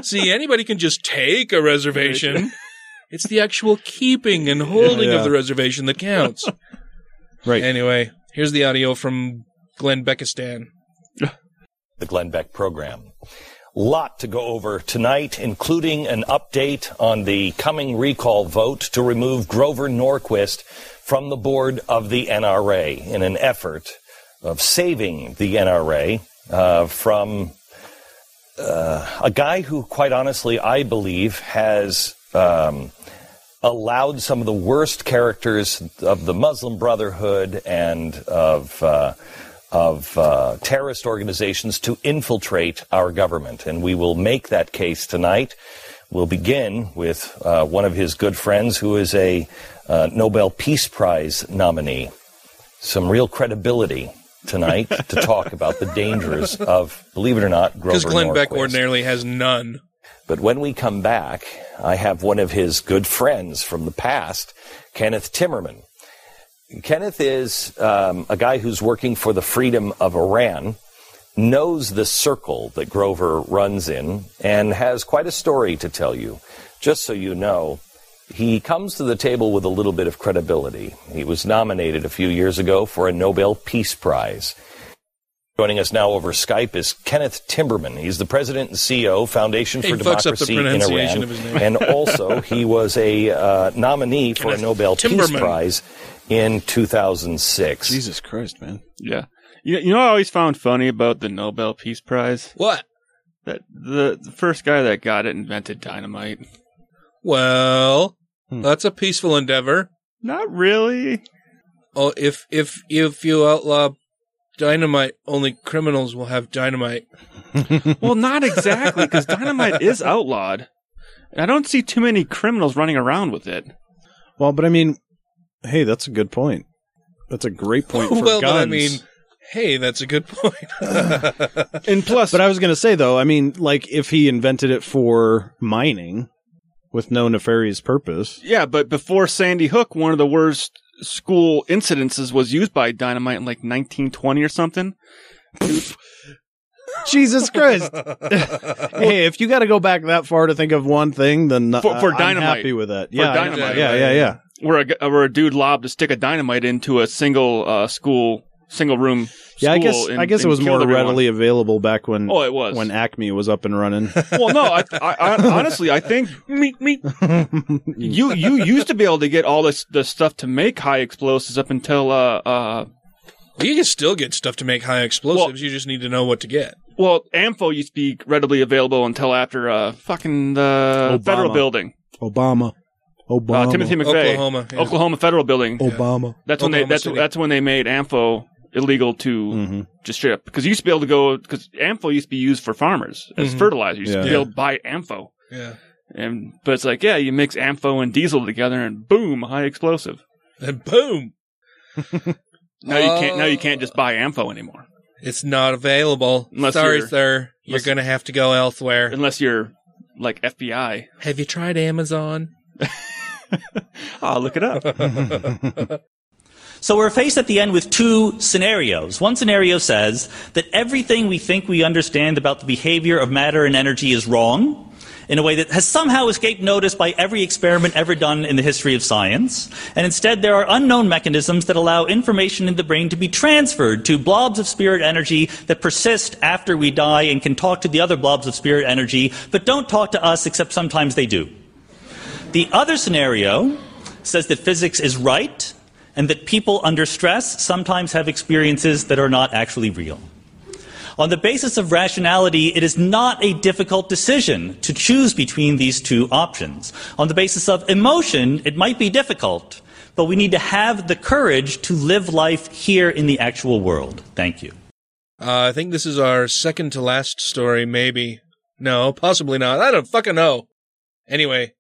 See, anybody can just take a reservation. it's the actual keeping and holding Yeah. of the reservation that counts. Right. Anyway, here's the audio from Glenn Beckistan. the Glenn Beck program. Lot to go over tonight, including an update on the coming recall vote to remove Grover Norquist from the board of the NRA in an effort of saving the NRA uh, from uh, a guy who, quite honestly, I believe has um, allowed some of the worst characters of the Muslim Brotherhood and of uh, of uh, terrorist organizations to infiltrate our government, and we will make that case tonight. We'll begin with uh, one of his good friends, who is a uh, Nobel Peace Prize nominee. Some real credibility tonight to talk about the dangers of, believe it or not, Grover Because Glenn Beck Norquist. ordinarily has none. But when we come back, I have one of his good friends from the past, Kenneth Timmerman. Kenneth is um, a guy who's working for the freedom of Iran, knows the circle that Grover runs in, and has quite a story to tell you. Just so you know, he comes to the table with a little bit of credibility. He was nominated a few years ago for a Nobel Peace Prize. Joining us now over Skype is Kenneth Timberman. He's the president and CEO, Foundation He for fucks up the Democracy in pronunciation Iran, of his name. and also he was a uh, nominee for Kenneth a Nobel Peace Timberman. Prize in 2006. Jesus Christ, man! Yeah. You, you know what I always found funny about the Nobel Peace Prize? What? That the, the first guy that got it invented dynamite. Well, that's a peaceful endeavor. Hmm. Not really. Oh, if if if you outlaw dynamite, only criminals will have dynamite. well, not exactly, because dynamite is outlawed. And I don't see too many criminals running around with it. Well, but I mean, hey, that's a good point. That's a great point for well, guns. but I mean, hey, that's a good point. and plus, but I was going to say though, I mean, like if he invented it for mining with no nefarious purpose, Yeah, but before Sandy Hook, one of the worst school incidences was used by dynamite in like 1920 or something. Jesus Christ! hey, if you got to go back that far to think of one thing, then uh, for, for I'm dynamite. happy with that. For Yeah, I- dynamite. yeah, yeah, yeah. Where a, gu- where a dude lobbed a stick of dynamite into a single uh, school, single room. Yeah, I school guess and- I guess it and was more killed everyone. readily available back when Oh, it was. when Acme was up and running. Well, no, I, I, I honestly I think meet meet you you used to be able to get all this the stuff to make high explosives up until uh uh you can still get stuff to make high explosives. you just need to know what to get. well AMFO used to be readily available until after uh fucking the Obama. federal building Obama, Obama, Oh, uh, Timothy McVeigh Oklahoma, yeah. Oklahoma federal building Obama. That's when they Oklahoma that's City. that's when they made AMFO illegal to Mm-hmm. just straight up because you used to be able to go because AMFO used to be used for farmers as Mhm. fertilizer. You used to Yeah. be able to buy AMFO. Yeah. And but it's like yeah, you mix AMFO and diesel together and boom, high explosive. And boom. Uh, Now you can't now you can't just buy AMFO anymore It's not available. Unless Sorry, you're- sir. You're unless- going to have to go elsewhere. unless you're like FBI. Have you tried Amazon? I'll look it up. So we're faced at the end with two scenarios. One scenario says that everything we think we understand about the behavior of matter and energy is wrong in a way that has somehow escaped notice by every experiment ever done in the history of science. And instead, there are unknown mechanisms that allow information in the brain to be transferred to blobs of spirit energy that persist after we die and can talk to the other blobs of spirit energy, but don't talk to us, except sometimes they do. The other scenario says that physics is right and that people under stress sometimes have experiences that are not actually real. On the basis of rationality, it is not a difficult decision to choose between these two options. On the basis of emotion, it might be difficult, but we need to have the courage to live life here in the actual world. Thank you. Uh, I think this is our second to last story, maybe. No, possibly not. I don't fucking know. Anyway,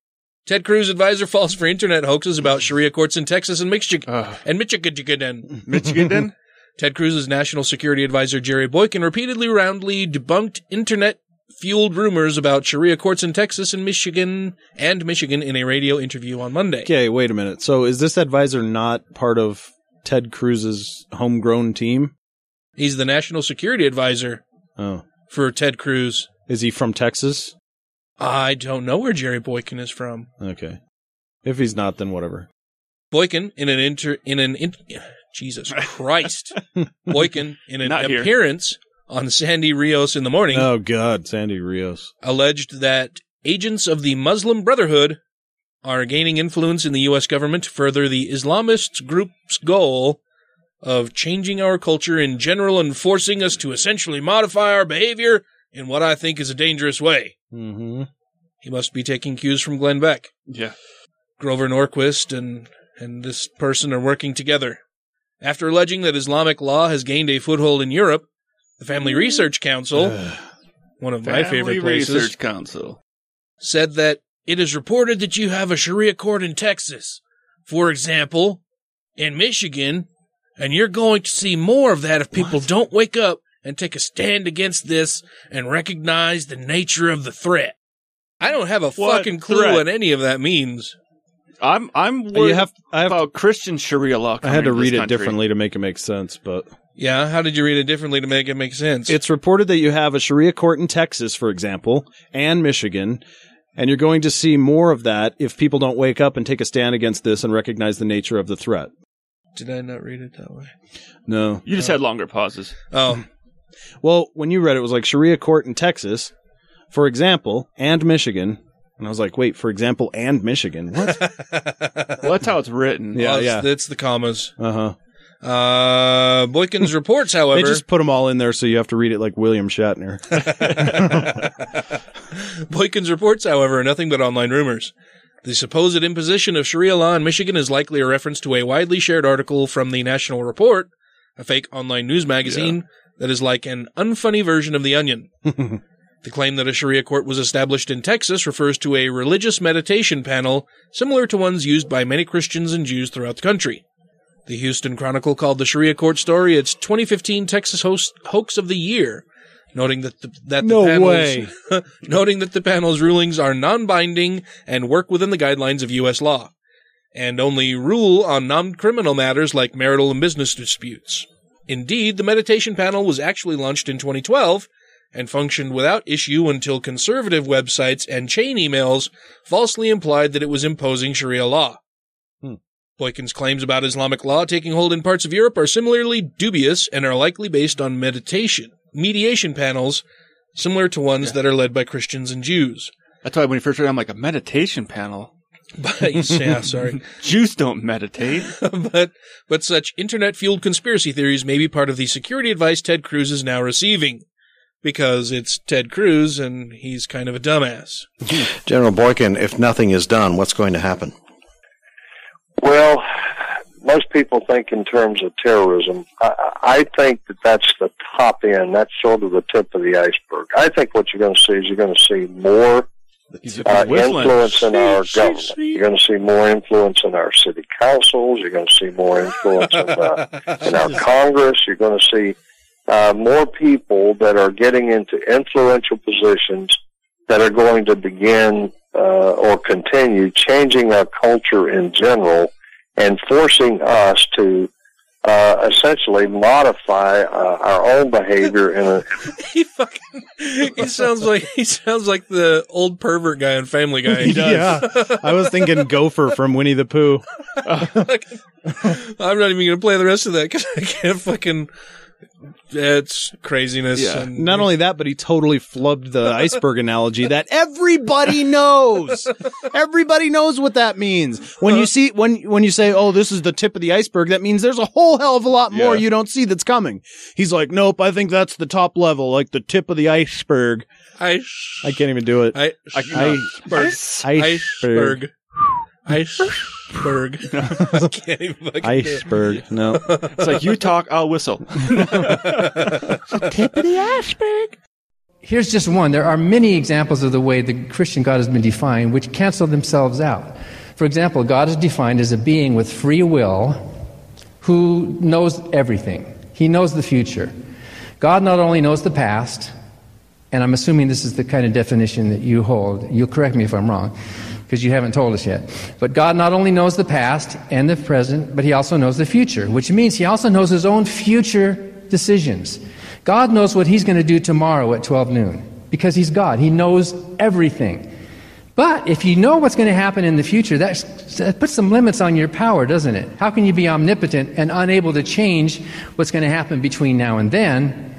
Ted Cruz advisor falls for internet hoaxes about Sharia courts in Texas and Michigan. and Michigan. Michigan? Ted Cruz's national security advisor Jerry Boykin repeatedly roundly debunked internet fueled rumors about Sharia courts in Texas and Michigan and Michigan in a radio interview on Monday. Okay, wait a minute. So is this advisor not part of Ted Cruz's homegrown team? He's the national security advisor Oh. for Ted Cruz. Is he from Texas? I don't know where Jerry Boykin is from. Okay. If he's not, then whatever. Boykin in an inter in an in- Jesus Christ. Boykin in an Not here. appearance on Sandy Rios in the morning Oh God, Sandy Rios. alleged that agents of the Muslim Brotherhood are gaining influence in the U.S. government to further the Islamist group's goal of changing our culture in general and forcing us to essentially modify our behavior in what I think is a dangerous way. Mm-hmm. He must be taking cues from Glenn Beck. Yeah. Grover Norquist and, and this person are working together. After alleging that Islamic law has gained a foothold in Europe, the Family Research Council, one of my favorite places, Research Council. said that it is reported that you have a Sharia court in Texas, for example, in Michigan, and you're going to see more of that if people don't wake up and take a stand against this and recognize the nature of the threat. I don't have a What fucking clue threat? what any of that means. I'm I'm worried have- about Christian Sharia law. I coming had to into read this it country. differently to make it make sense, but Yeah, how did you read it differently to make it make sense? It's reported that you have a Sharia court in Texas, for example, and Michigan, and you're going to see more of that if people don't wake up and take a stand against this and recognize the nature of the threat. Did I not read it that way? No. You just had longer pauses. Oh. Well, when you read it, it was like Sharia court in Texas, for example, and Michigan. And I was like, wait, for example, and Michigan. What? well, that's how it's written. Yeah, Well, it's- yeah. It's the commas. Uh huh. Uh, Boykin's reports, however, They just put them all in there so you have to read it like William Shatner. Boykin's reports, however, are nothing but online rumors. The supposed imposition of Sharia law in Michigan is likely a reference to a widely shared article from the National Report, a fake online news magazine that is like an unfunny version of The Onion. the claim that a Sharia court was established in Texas refers to a religious meditation panel similar to ones used by many Christians and Jews throughout the country. The Houston Chronicle called the Sharia court story its 2015 Texas hoax, hoax of the year, noting that the, that No the panel's, way. noting that the panel's rulings are non-binding and work within the guidelines of U.S. law, and only rule on non-criminal matters like marital and business disputes. Indeed, the meditation panel was actually launched in 2012 and functioned without issue until conservative websites and chain emails falsely implied that it was imposing Sharia law. Boykin's claims about Islamic law taking hold in parts of Europe are similarly dubious and are likely based on meditation, mediation panels similar to ones that are led by Christians and Jews. That's why when you first read, it, I'm like a meditation panel. yeah, sorry. Jews don't meditate. but but such internet fueled conspiracy theories may be part of the security advice Ted Cruz is now receiving because it's Ted Cruz and he's kind of a dumbass. General Boykin, if nothing is done, what's going to happen? Well, most people think in terms of terrorism. I, I think that that's the top end. That's sort of the tip of the iceberg. I think what you're going to see is you're going to see more uh, whistling. influence in our government. You're going to see more influence in our city councils. You're going to see more influence in, uh, in our Congress. You're going to see uh, more people that are getting into influential positions that are going to begin uh, or continue changing our culture in general and forcing us to uh, essentially modify uh, our own behavior in a, he sounds like he sounds like the old pervert guy on Family Guy. He yeah. does. I was thinking Gopher from Winnie the Pooh. I'm not even gonna play the rest of that because I can't fucking. That's craziness. And Not only that, but he totally flubbed the iceberg analogy that everybody knows. Everybody knows what that means. When Uh. you see when when you say, "Oh, this is the tip of the iceberg," that means there's a whole hell of a lot more Yeah. you don't see that's coming. He's like, "Nope, I think that's the top level, like the tip of the iceberg." I I can't even do it. I I- iceberg. Iceberg. I can't even fucking do it. Iceberg. No. It's like you talk, I'll whistle. tip of the iceberg. Here's just one. There are many examples of the way the Christian God has been defined which cancel themselves out. For example, God is defined as a being with free will who knows everything, He knows the future. God not only knows the past, and I'm assuming this is the kind of definition that you hold. You'll correct me if I'm wrong, because you haven't told us yet. But God not only knows the past and the present, but He also knows the future, which means He also knows His own future decisions. God knows what He's going to do tomorrow at 12 noon, because He's God. He knows everything. But if you know what's going to happen in the future, that, that puts some limits on your power, doesn't it? How can you be omnipotent and unable to change what's going to happen between now and then?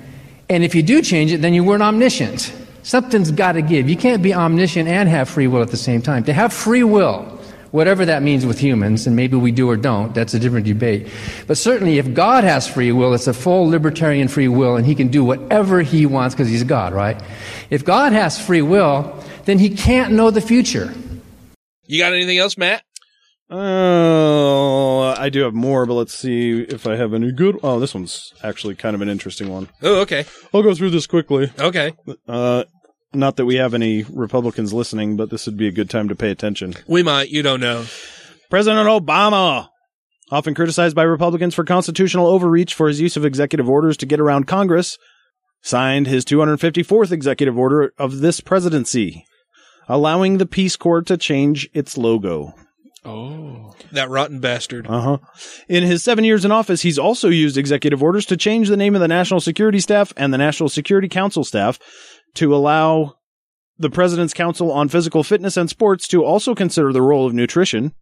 And if you do change it, then you weren't omniscient. Something's got to give. You can't be omniscient and have free will at the same time. To have free will, whatever that means with humans, and maybe we do or don't, that's a different debate. But certainly, if God has free will, it's a full libertarian free will, and he can do whatever he wants because he's God, right? If God has free will, then he can't know the future. You got anything else, Matt? Oh, I do have more, but let's see if I have any good. Oh, this one's actually kind of an interesting one. Oh, okay. I'll go through this quickly. Okay. Uh, not that we have any Republicans listening, but this would be a good time to pay attention. We might. You don't know. President Obama, often criticized by Republicans for constitutional overreach for his use of executive orders to get around Congress, signed his 254th executive order of this presidency, allowing the Peace Corps to change its logo. Oh, that rotten bastard. Uh huh. In his seven years in office, he's also used executive orders to change the name of the National Security Staff and the National Security Council staff to allow the President's Council on Physical Fitness and Sports to also consider the role of nutrition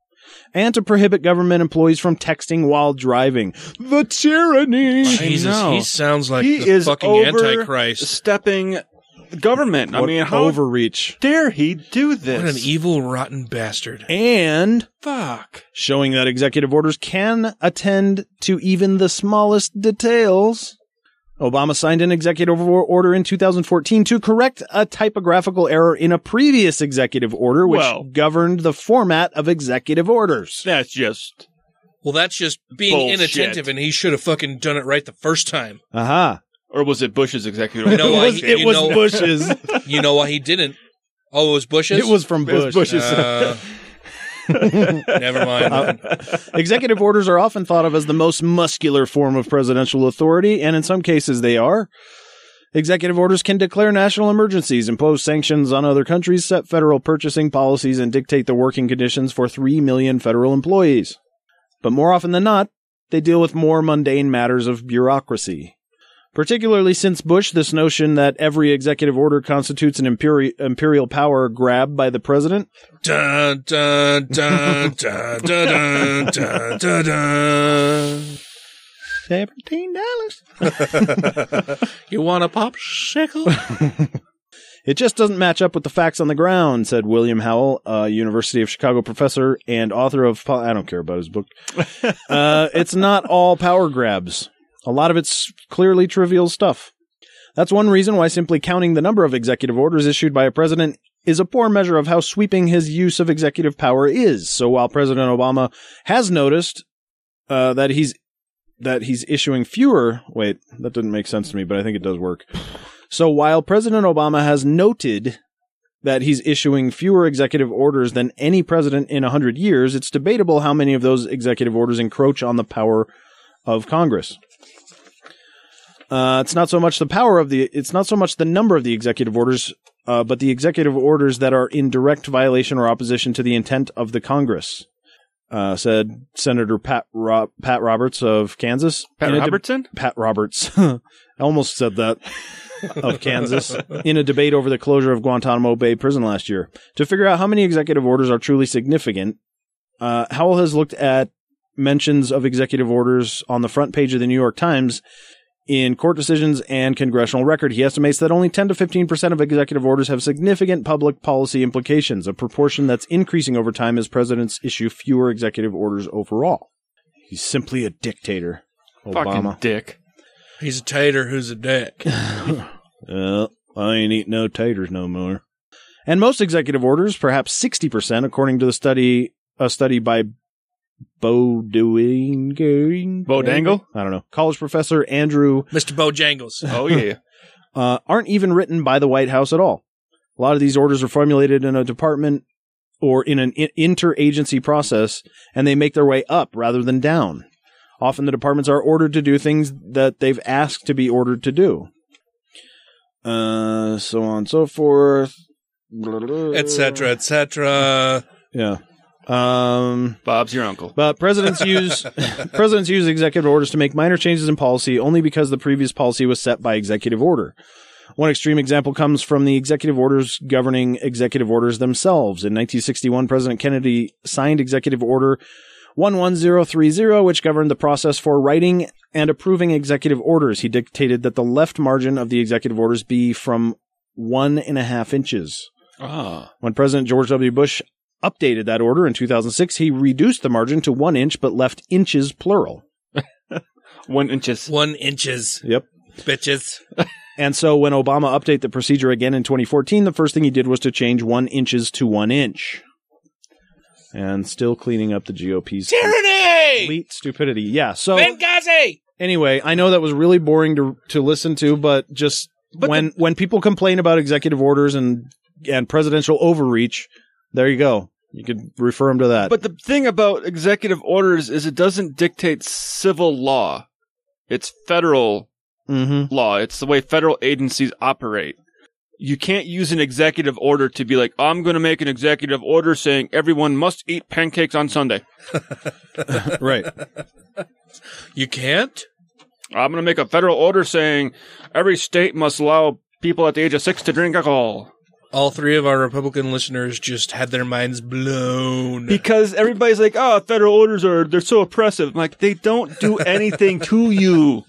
and to prohibit government employees from texting while driving. The tyranny. Oh, Jesus, he sounds like the fucking Antichrist. Stepping government. I What mean, how overreach. dare he do this? What an evil, rotten bastard. And Fuck. showing that executive orders can attend to even the smallest details. Obama signed an executive or- order in 2014 to correct a typographical error in a previous executive order, which Well. governed the format of executive orders. That's just Well, that's just being Bullshit. inattentive, and he should have fucking done it right the first time. Aha. or was it Bush's executive? You know order? why? was- he, it you was know, Bush's. You know why he didn't? Oh, it was Bush's. It was from It was Bush. Bush's. Uh, Uh, never mind. Uh, Executive orders are often thought of as the most muscular form of presidential authority, and in some cases they are. Executive orders can declare national emergencies, impose sanctions on other countries, set federal purchasing policies, and dictate the working conditions for 3 million federal employees. But more often than not, they deal with more mundane matters of bureaucracy. Particularly since Bush, this notion that every executive order constitutes an imperi- imperial power grab by the president Dun, dun, dun, dun, dun, dun, dun, dun, dun. Seventeen dollars. You want a popsicle? It just doesn't match up with the facts on the ground," said William Howell, a University of Chicago professor and author of. Pol- I don't care about his book. uh, it's not all power grabs. A lot of it's clearly trivial stuff. That's one reason why simply counting the number of executive orders issued by a president is a poor measure of how sweeping his use of executive power is. So while President Obama has noticed uh, that he's that he's issuing fewer. Wait, that didn't make sense to me, but I think it does work. So while President Obama has noted that he's issuing fewer executive orders than any president in 100 years, it's debatable how many of those executive orders encroach on the power of Congress. Uh, it's not so much the power of the, it's not so much the number of the executive orders, uh, but the executive orders that are in direct violation or opposition to the intent of the Congress, uh, said Senator Pat Rob- Pat Roberts of Kansas. Pat In a deb- Robertson? Pat Roberts. I almost said that of Kansas in a debate over the closure of Guantanamo Bay prison last year. To figure out how many executive orders are truly significant, uh, Howell has looked at mentions of executive orders on the front page of the New York Times in court decisions and congressional record. He estimates that only 10 to 15% of executive orders have significant public policy implications, a proportion that's increasing over time as presidents issue fewer executive orders overall. He's simply a dictator. Obama. fucking dick. He's a tater who's a dick. Uh, I ain't eating no taters no more. And most executive orders, perhaps 60%, according to the study, a study by Bowdoin, Bodangle? I don't know, college professor Andrew Mr. Bojangles. Oh yeah. uh, aren't even written by the White House at all. A lot of these orders are formulated in a department or in an i- interagency process, and they make their way up rather than down. Often the departments are ordered to do things that they've asked to be ordered to do. Uh, so on and so forth. et uh, cetera, et cetera. Yeah. Um, Bob's your uncle. But presidents use presidents use executive orders to make minor changes in policy only because the previous policy was set by executive order. One extreme example comes from the executive orders governing executive orders themselves. In 1961, President Kennedy signed Executive Order 11030, which governed the process for writing and approving executive orders. He dictated that the left margin of the executive orders be from one and a half inches. Ah. When President George W. Bush updated that order in 2006, he reduced the margin to one inch but left inches plural. One inches. One inches. Yep. Bitches. And so when Obama updated the procedure again in 2014, the first thing he did was to change one inches to one inch. And still cleaning up the GOP's Tyranny! complete stupidity. Yeah. So Benghazi! anyway, I know that was really boring to to listen to, but just when when people complain about executive orders and and presidential overreach, there you go. You could refer them to that. But the thing about executive orders is it doesn't dictate civil law. It's federal Mm-hmm. law. It's the way federal agencies operate. You can't use an executive order to be like, I'm going to make an executive order saying everyone must eat pancakes on Sunday. right. You can't? I'm going to make a federal order saying every state must allow people at the age of six to drink alcohol. All three of our Republican listeners just had their minds blown. because everybody's like, "Oh, federal orders are they're so oppressive." I'm like, they don't do anything to you.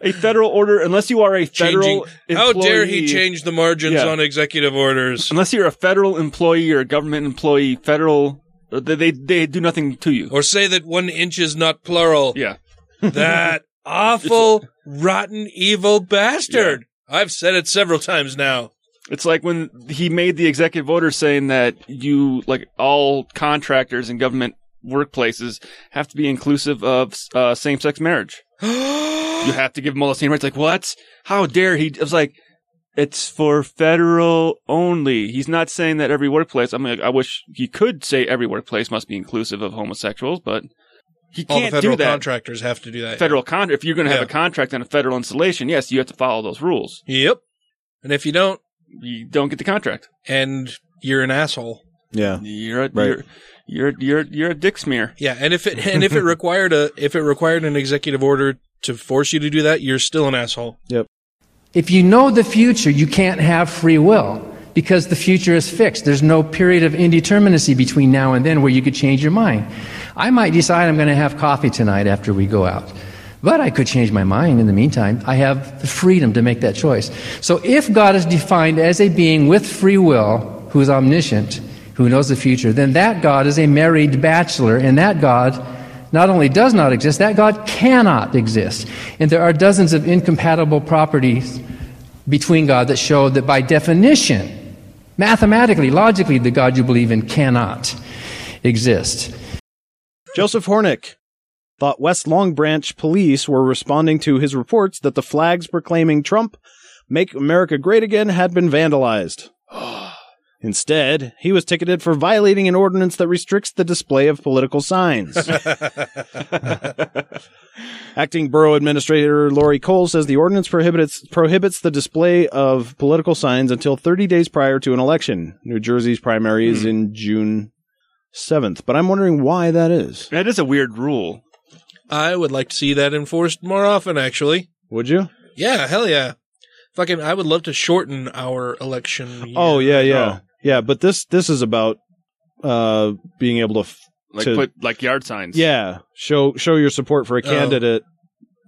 A federal order, unless you are a federal Changing- How dare employee- he change the margins Yeah. on executive orders? Unless you're a federal employee or a government employee, federal they they, they do nothing to you. Or say that one inch is not plural. Yeah. That awful, rotten, evil bastard. I've said it several times now. It's like when he made the executive order saying that you like all contractors and government workplaces have to be inclusive of uh, same-sex marriage. you have to give them all the same rights. Like, well, that's how dare he? I was like, it's for federal only. He's not saying that every workplace. I mean, I wish he could say every workplace must be inclusive of homosexuals, but Uh, he All the can't federal do that. contractors have to do that. Federal contract. If you're going to have Yeah. a contract on a federal installation, yes, you have to follow those rules. Yep. And if you don't, you don't get the contract. And you're an asshole. Yeah. You're a, Right. you're, you're you're you're a dick smear. Yeah, and if it and if it required a if it required an executive order to force you to do that, you're still an asshole. Yep. If you know the future, you can't have free will because the future is fixed. There's no period of indeterminacy between now and then where you could change your mind. I might decide I'm going to have coffee tonight after we go out. But I could change my mind in the meantime. I have the freedom to make that choice. So if God is defined as a being with free will who is omniscient, who knows the future, then that God is a married bachelor, and that God not only does not exist, that God cannot exist. And there are dozens of incompatible properties between God that show that by definition, mathematically, logically, the God you believe in cannot exist. Joseph Hornick thought West Long Branch police were responding to his reports that the flags proclaiming Trump Make America Great Again had been vandalized. Instead, he was ticketed for violating an ordinance that restricts the display of political signs. Acting Borough Administrator Lori Cole says the ordinance prohibits prohibits the display of political signs until 30 days prior to an election. New Jersey's primary is in June 7th, but I'm wondering why that is. That is a weird rule. I would like to see that enforced more often, actually. Would you? Yeah, hell yeah. Fucking, I would love to shorten our election. Year. Oh yeah, yeah, yeah. But this this is about uh being able to f- Like to- put like yard signs. yeah show show your support for a candidate.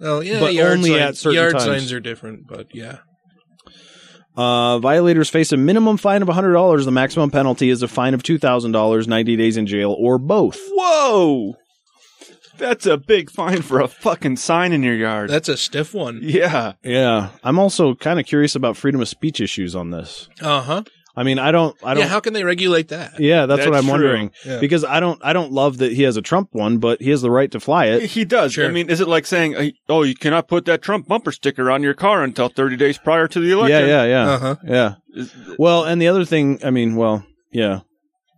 Well, yeah, but yard only sign- at certain yard times. signs are different, but yeah. Uh, violators face a minimum fine of hundred dollars. The maximum penalty is a fine of two thousand dollars, ninety days in jail, or both. Whoa! That's a big fine for a fucking sign in your yard. That's a stiff one. Yeah. Yeah, I'm also kind of curious about freedom of speech issues on this. Uh huh. I mean, I don't, I don't. yeah, how can they regulate that? Yeah, that's, what That's I'm true. wondering. Yeah. Because I don't, I don't love that he has a Trump one, but he has the right to fly it. He does. I mean, is it like saying, uh, "Oh, you cannot put that Trump bumper sticker on your car until 30 days prior to the yeah, election"? yeah, yeah, Uh-huh. yeah. Well, and the other thing, I mean, well, yeah,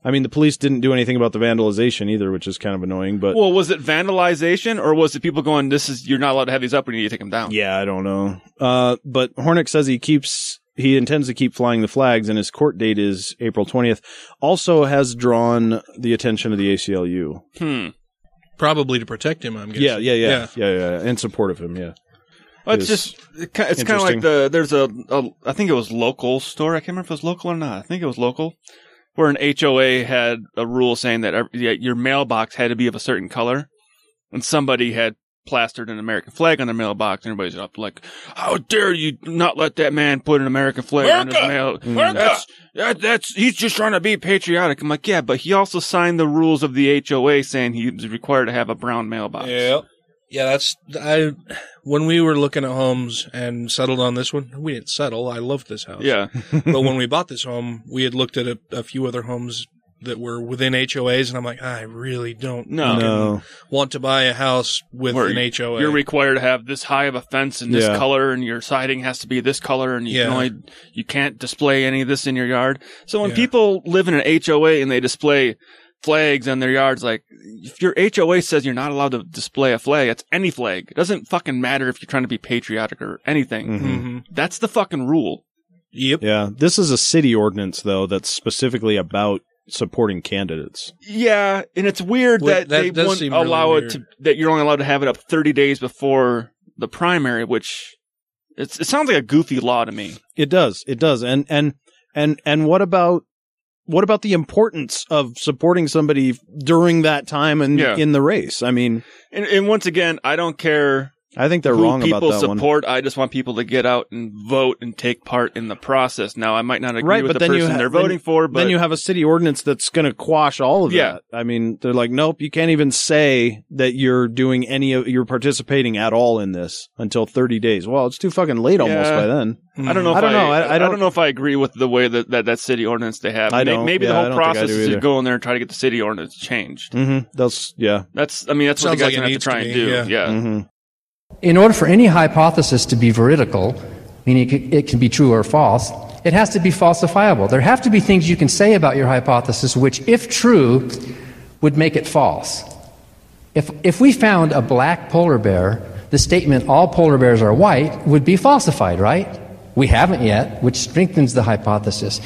I mean, the police didn't do anything about the vandalization either, which is kind of annoying. But Well, was it vandalization or was it people going, "This is you're not allowed to have these up. We need to take them down"? Yeah, I don't know. Uh, but Hornick says he keeps he intends to keep flying the flags, and his court date is April twentieth. Also, has drawn the attention of the ACLU. Hmm. Probably to protect him, I'm guessing. Yeah, yeah, yeah, yeah, yeah, in support of him. Yeah, Well, it's It is just it ki- it's kind of interesting. like the there's a, a I think it was local store. I can't remember if it was local or not. I think it was local, where an HOA had a rule saying that ev- yeah, your mailbox had to be of a certain color, and somebody had plastered an American flag on their mailbox, and everybody's up like, "How dare you not let that man put an American flag on his mail? Mm. America! America! That's that, that's he's just trying to be patriotic." I'm like, "Yeah, but he also signed the rules of the HOA saying he was required to have a brown mailbox." Yeah. Yeah, that's I when we were looking at homes and settled on this one, we didn't settle. I loved this house. Yeah. but when we bought this home, we had looked at a, a few other homes that were within HOAs and I'm like, I really don't No. fucking No. want to buy a house with Where an HOA. You're required to have this high of a fence and this Yeah. color, and your siding has to be this color, and you can Yeah. only you can't display any of this in your yard. So when people live in an HOA and they display flags on their yards, like if your HOA says you're not allowed to display a flag, that's any flag. It doesn't fucking matter if you're trying to be patriotic or anything. Mhm. Mm-hmm. That's the fucking rule. Yep. Yeah. This is a city ordinance though that's specifically about supporting candidates. Yeah, and it's weird Well, that, that they does won't seem really allow it weird. to that you're only allowed to have it up 30 days before the primary, which it's, it sounds like a goofy law to me. It does. It does. And and and and what about what about the importance of supporting somebody during that time and Yeah. in the race? I mean, And, and once again, I don't care. I think they're who wrong about people that one. support. I just want people to get out and vote and take part in the process. Now, I might not agree with the person ha- they're voting then- for, but then you have a city ordinance that's going to quash all of Yeah. that. I mean, they're like, nope, you can't even say that you're doing any of you're participating at all in this until 30 days. Well, it's too fucking late almost Yeah. by then. I don't know. If I don't know. I, I, I don't, know if I agree with the way that that, that city ordinance they have. I May- don't. Maybe Yeah, I the whole don't think I process do is to either. go in there and try to get the city ordinance changed. Mm-hmm. That's yeah. Mm-hmm. That's. I mean, that's what Sounds the guys like it gonna have needs to to try and be, do. yeah. yeah. In order for any hypothesis to be veridical, meaning it can, it can be true or false, it has to be falsifiable. There have to be things you can say about your hypothesis which, if true, would make it false. If, if we found a black polar bear, the statement all polar bears are white would be falsified, right? We haven't yet, which strengthens the hypothesis.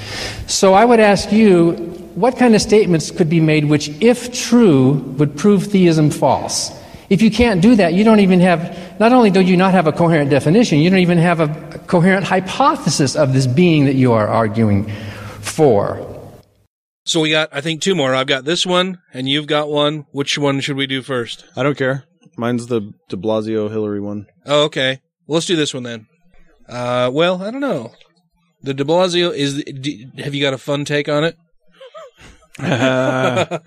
So I would ask you what kind of statements could be made which, if true, would prove theism false? If you can't do that, you don't even have, not only do you not have a coherent definition, you don't even have a a coherent hypothesis of this being that you are arguing for. So we got I think two more. I've got this one and you've got one. Which one should we do first? I don't care. Mine's the De Blasio Hillary one. Oh, okay. Well, let's do this one then. Uh, well, I don't know. The De Blasio is. The, d have you got a fun take on it? Not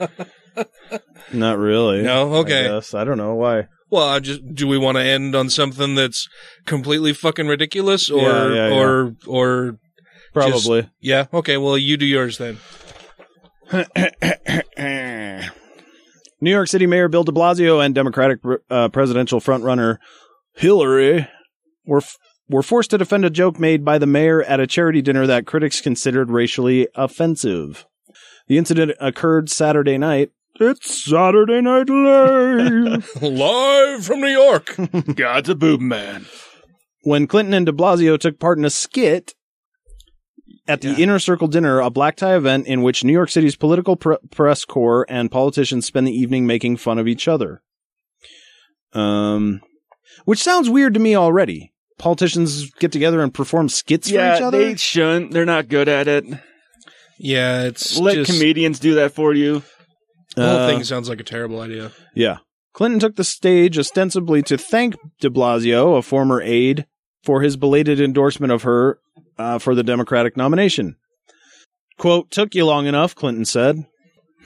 really. No? Okay. I, guess. I don't know why. well, I just do we want to end on something that's completely fucking ridiculous, or Yeah, yeah, yeah. or or just- Probably. yeah. Okay. Well, you do yours then. New York City Mayor Bill de Blasio and Democratic uh, presidential frontrunner Hillary were f- were forced to defend a joke made by the mayor at a charity dinner that critics considered racially offensive. The incident occurred Saturday night. It's Saturday Night Live. Live from New York. God's a boob man. when Clinton and de Blasio took part in a skit at the Inner Circle Dinner, a black tie event in which New York City's political pr- press corps and politicians spend the evening making fun of each other. Um, which sounds weird to me already. Politicians get together and perform skits for each Yeah, other. they shouldn't. They're not good at it. Yeah, it's let just- comedians do that for you. The whole Uh, thing sounds like a terrible idea. Yeah. Clinton took the stage ostensibly to thank de Blasio, a former aide, for his belated endorsement of her uh, for the Democratic nomination. Quote, took you long enough, Clinton said.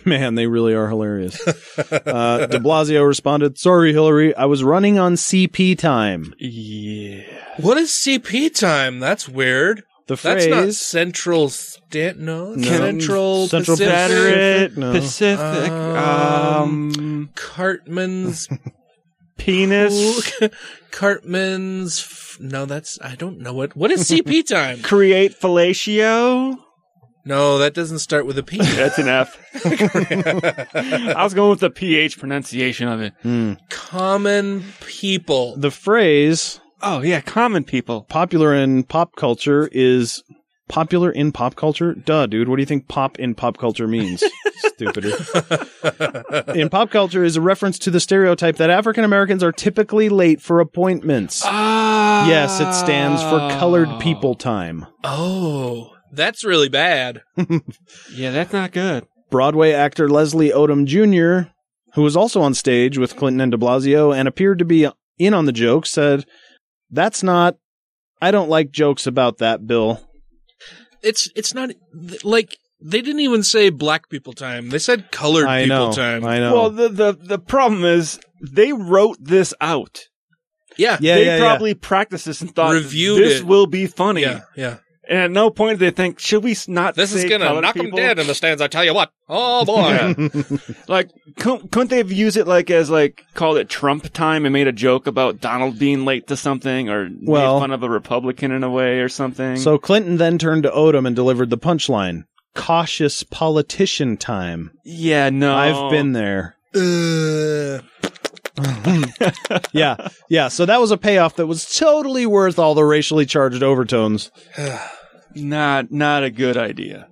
Man, they really are hilarious. uh, de Blasio responded, sorry, Hillary, I was running on CP time. Yeah. What is CP time? That's weird. The That's phrase not Central Stan. No, No. Central Central Pacific. Confederate, no. Pacific, Um, Cartman's penis. Cartman's. F- no, that's I don't know what. What is CP time? Create fellatio. No, that doesn't start with a P. That's an F. I was going with the PH pronunciation of it. Common people. The phrase. Oh yeah, common people. Popular in pop culture is popular in pop culture. Duh, dude. What do you think pop in pop culture means? Stupider. in pop culture is a reference to the stereotype that African Americans are typically late for appointments. Ah. Yes, it stands for colored people time. Oh, that's really bad. yeah, that's not good. Broadway actor Leslie Odom Jr., who was also on stage with Clinton and de Blasio and appeared to be in on the joke, said, That's not, I don't like jokes about that, Bill. It's it's not th- like they didn't even say black people time. They said colored I people know, time. I know. Well, the, the the problem is they wrote this out. Yeah, they probably practiced this and thought Reviewed this it. will be funny. Yeah, yeah. And at no point did they think, should we s- not? This is say gonna colored knock 'em people? dead in the stands. I tell you what. Oh boy. like, couldn't, couldn't they have used it like as like called it Trump time and made a joke about Donald being late to something or Well- made fun of a Republican in a way or something? So Clinton then turned to Odom and delivered the punchline cautious politician time. yeah, no, I've been there. yeah, yeah. So that was a payoff that was totally worth all the racially charged overtones. not not a good idea.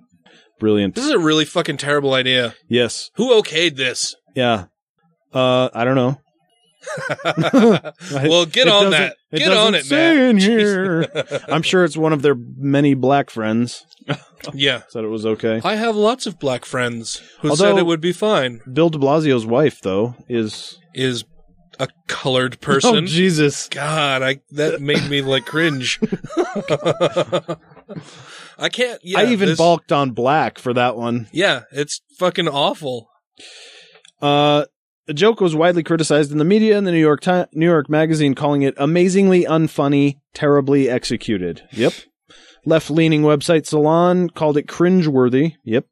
Brilliant. This is a really fucking terrible idea. Yes. Who okayed this? Yeah. Uh, I don't know. Well, get It on doesn't- that. it Get on doesn't it, say Matt. in Jeez. here. I'm sure it's one of their many black friends. Yeah. Said it was okay. I have lots of black friends who Although- said it would be fine. Bill de Blasio's wife, though, is Is a colored person. Oh, Jesus. God, I that made me like cringe. I can't. Yeah, I even this- balked on black for that one. Yeah, it's fucking awful. Uh, the joke was widely criticized in the media and the New York Ti- New York Magazine, calling it amazingly unfunny, terribly executed. Yep. Left leaning website Salon called it cringeworthy. Yep.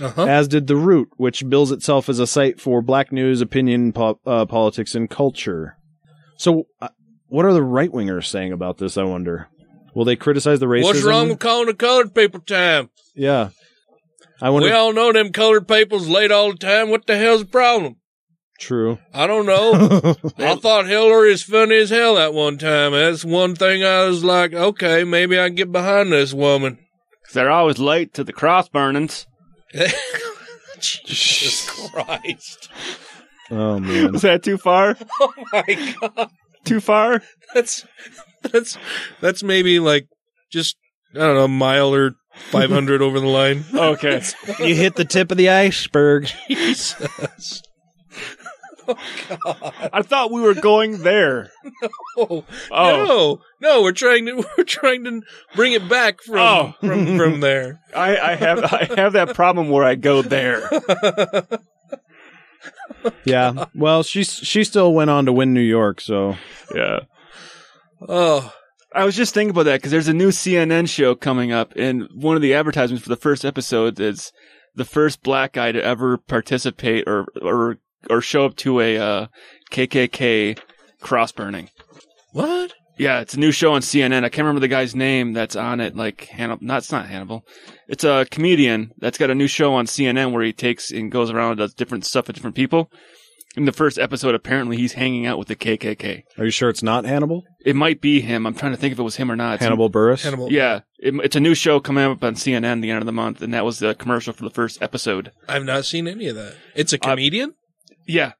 Uh-huh. As did The Root, which bills itself as a site for black news, opinion, po- uh, politics, and culture. So, uh, what are the right wingers saying about this? I wonder. Will they criticize the racism? What's wrong with calling the colored people time? Yeah. I wonder. we all know them colored people's late all the time. What the hell's the problem? true. I don't know. I thought Hillary is funny as hell at one time. That's one thing I was like, okay, maybe I can get behind this woman. They're always late to the cross burnings. Jesus Christ. Oh man, was that too far? Oh my god. Too far? That's that's that's maybe like just I don't know, a mile or five hundred over the line. Okay. you hit the tip of the iceberg. Jesus. I thought we were going there. Oh, Oh. no, no, we're trying to we're trying to bring it back from Oh. from, from there. I, I have I have that problem where I go there. Yeah. Well, she's she still went on to win New York, so yeah. Oh, I was just thinking about that because there's a new CNN show coming up, and one of the advertisements for the first episode is the first black guy to ever participate or or or show up to a uh, KKK cross burning. What? Yeah, it's a new show on CNN. I can't remember the guy's name that's on it. Like Hannibal, not it's not Hannibal. It's a comedian that's got a new show on CNN where he takes and goes around and does different stuff with different people. In the first episode, apparently he's hanging out with the KKK. Are you sure it's not Hannibal? It might be him. I'm trying to think if it was him or not. It's- Hannibal Buress? Hannibal. Yeah, It- it's a new show coming up on CNN the end of the month, and that was the commercial for the first episode. I've not seen any of that. It's a comedian. Uh, yeah.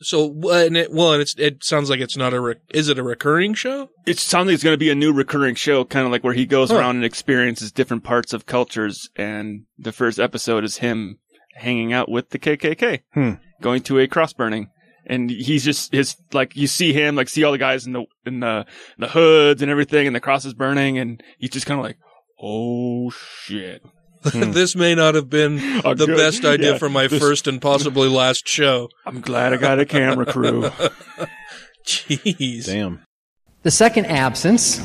So uh, and it, well, and it's it sounds like it's not a rec- is it a recurring show? It sounds like it's going to be a new recurring show, kind of like where he goes Huh. around and experiences different parts of cultures. And the first episode is him hanging out with the KKK, Hmm. going to a cross burning, and he's just his like you see him like see all the guys in the in the the hoods and everything, and the crosses burning, and he's just kind of like, oh shit. Hmm. this may not have been A the good- best idea yeah, for my this- first and possibly last show. I'm glad I got a camera crew. Jeez. Damn. The second absence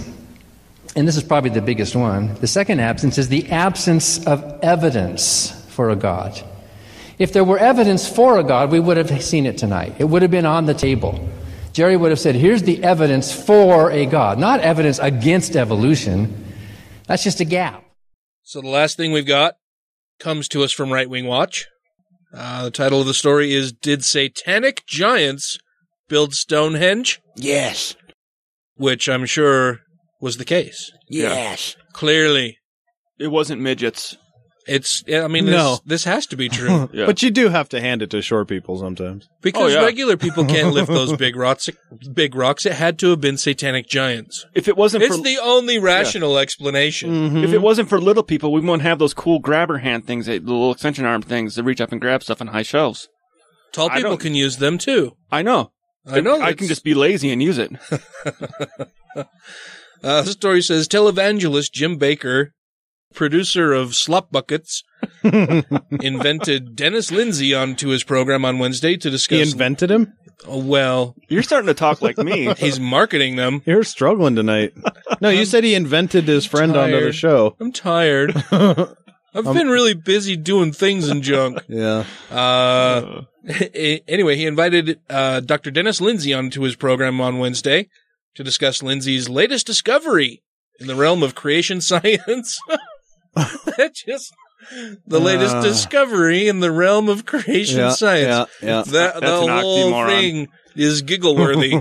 and this is probably the biggest one, the second absence is the absence of evidence for a God. If there were evidence for a God, we would have seen it tonight. It would have been on the table. Jerry would have said, Here's the evidence for a God, not evidence against evolution. That's just a gap. So the last thing we've got comes to us from Right Wing Watch. Uh, the title of the story is "Did Satanic Giants Build Stonehenge?" Yes, which I'm sure was the case. Yes. clearly, it wasn't midgets. It's. yeah, I mean, this, No. this has to be true. But you do have to hand it to short people sometimes. Oh, because regular people can't lift those big rocks, big rocks, it had to have been satanic giants. If it wasn't it's for- the only rational explanation. If it wasn't for little people, we wouldn't have those cool grabber hand things, the little extension arm things that reach up and grab stuff on high shelves. Tall I people don't- can use them too. I know. I know. I can just be lazy and use it. Uh, the story says televangelist Jim Baker, producer of Slop Buckets, invented Dennis Lindsay onto his program on Wednesday to discuss. He invented him? Oh, well, you're starting to talk like me. He's marketing them. You're struggling tonight. No, you said he invented his friend onto the tired. show. I'm tired. I've I'm- been really busy doing things and junk. Yeah. Uh, anyway, he invited uh, Dr. Dennis Lindsay onto his program on Wednesday to discuss Lindsay's latest discovery in the realm of creation science. that just the latest Uh. discovery in the realm of creation Yeah, science. yeah, yeah. That, the That's an whole oxymoron. thing is giggle worthy.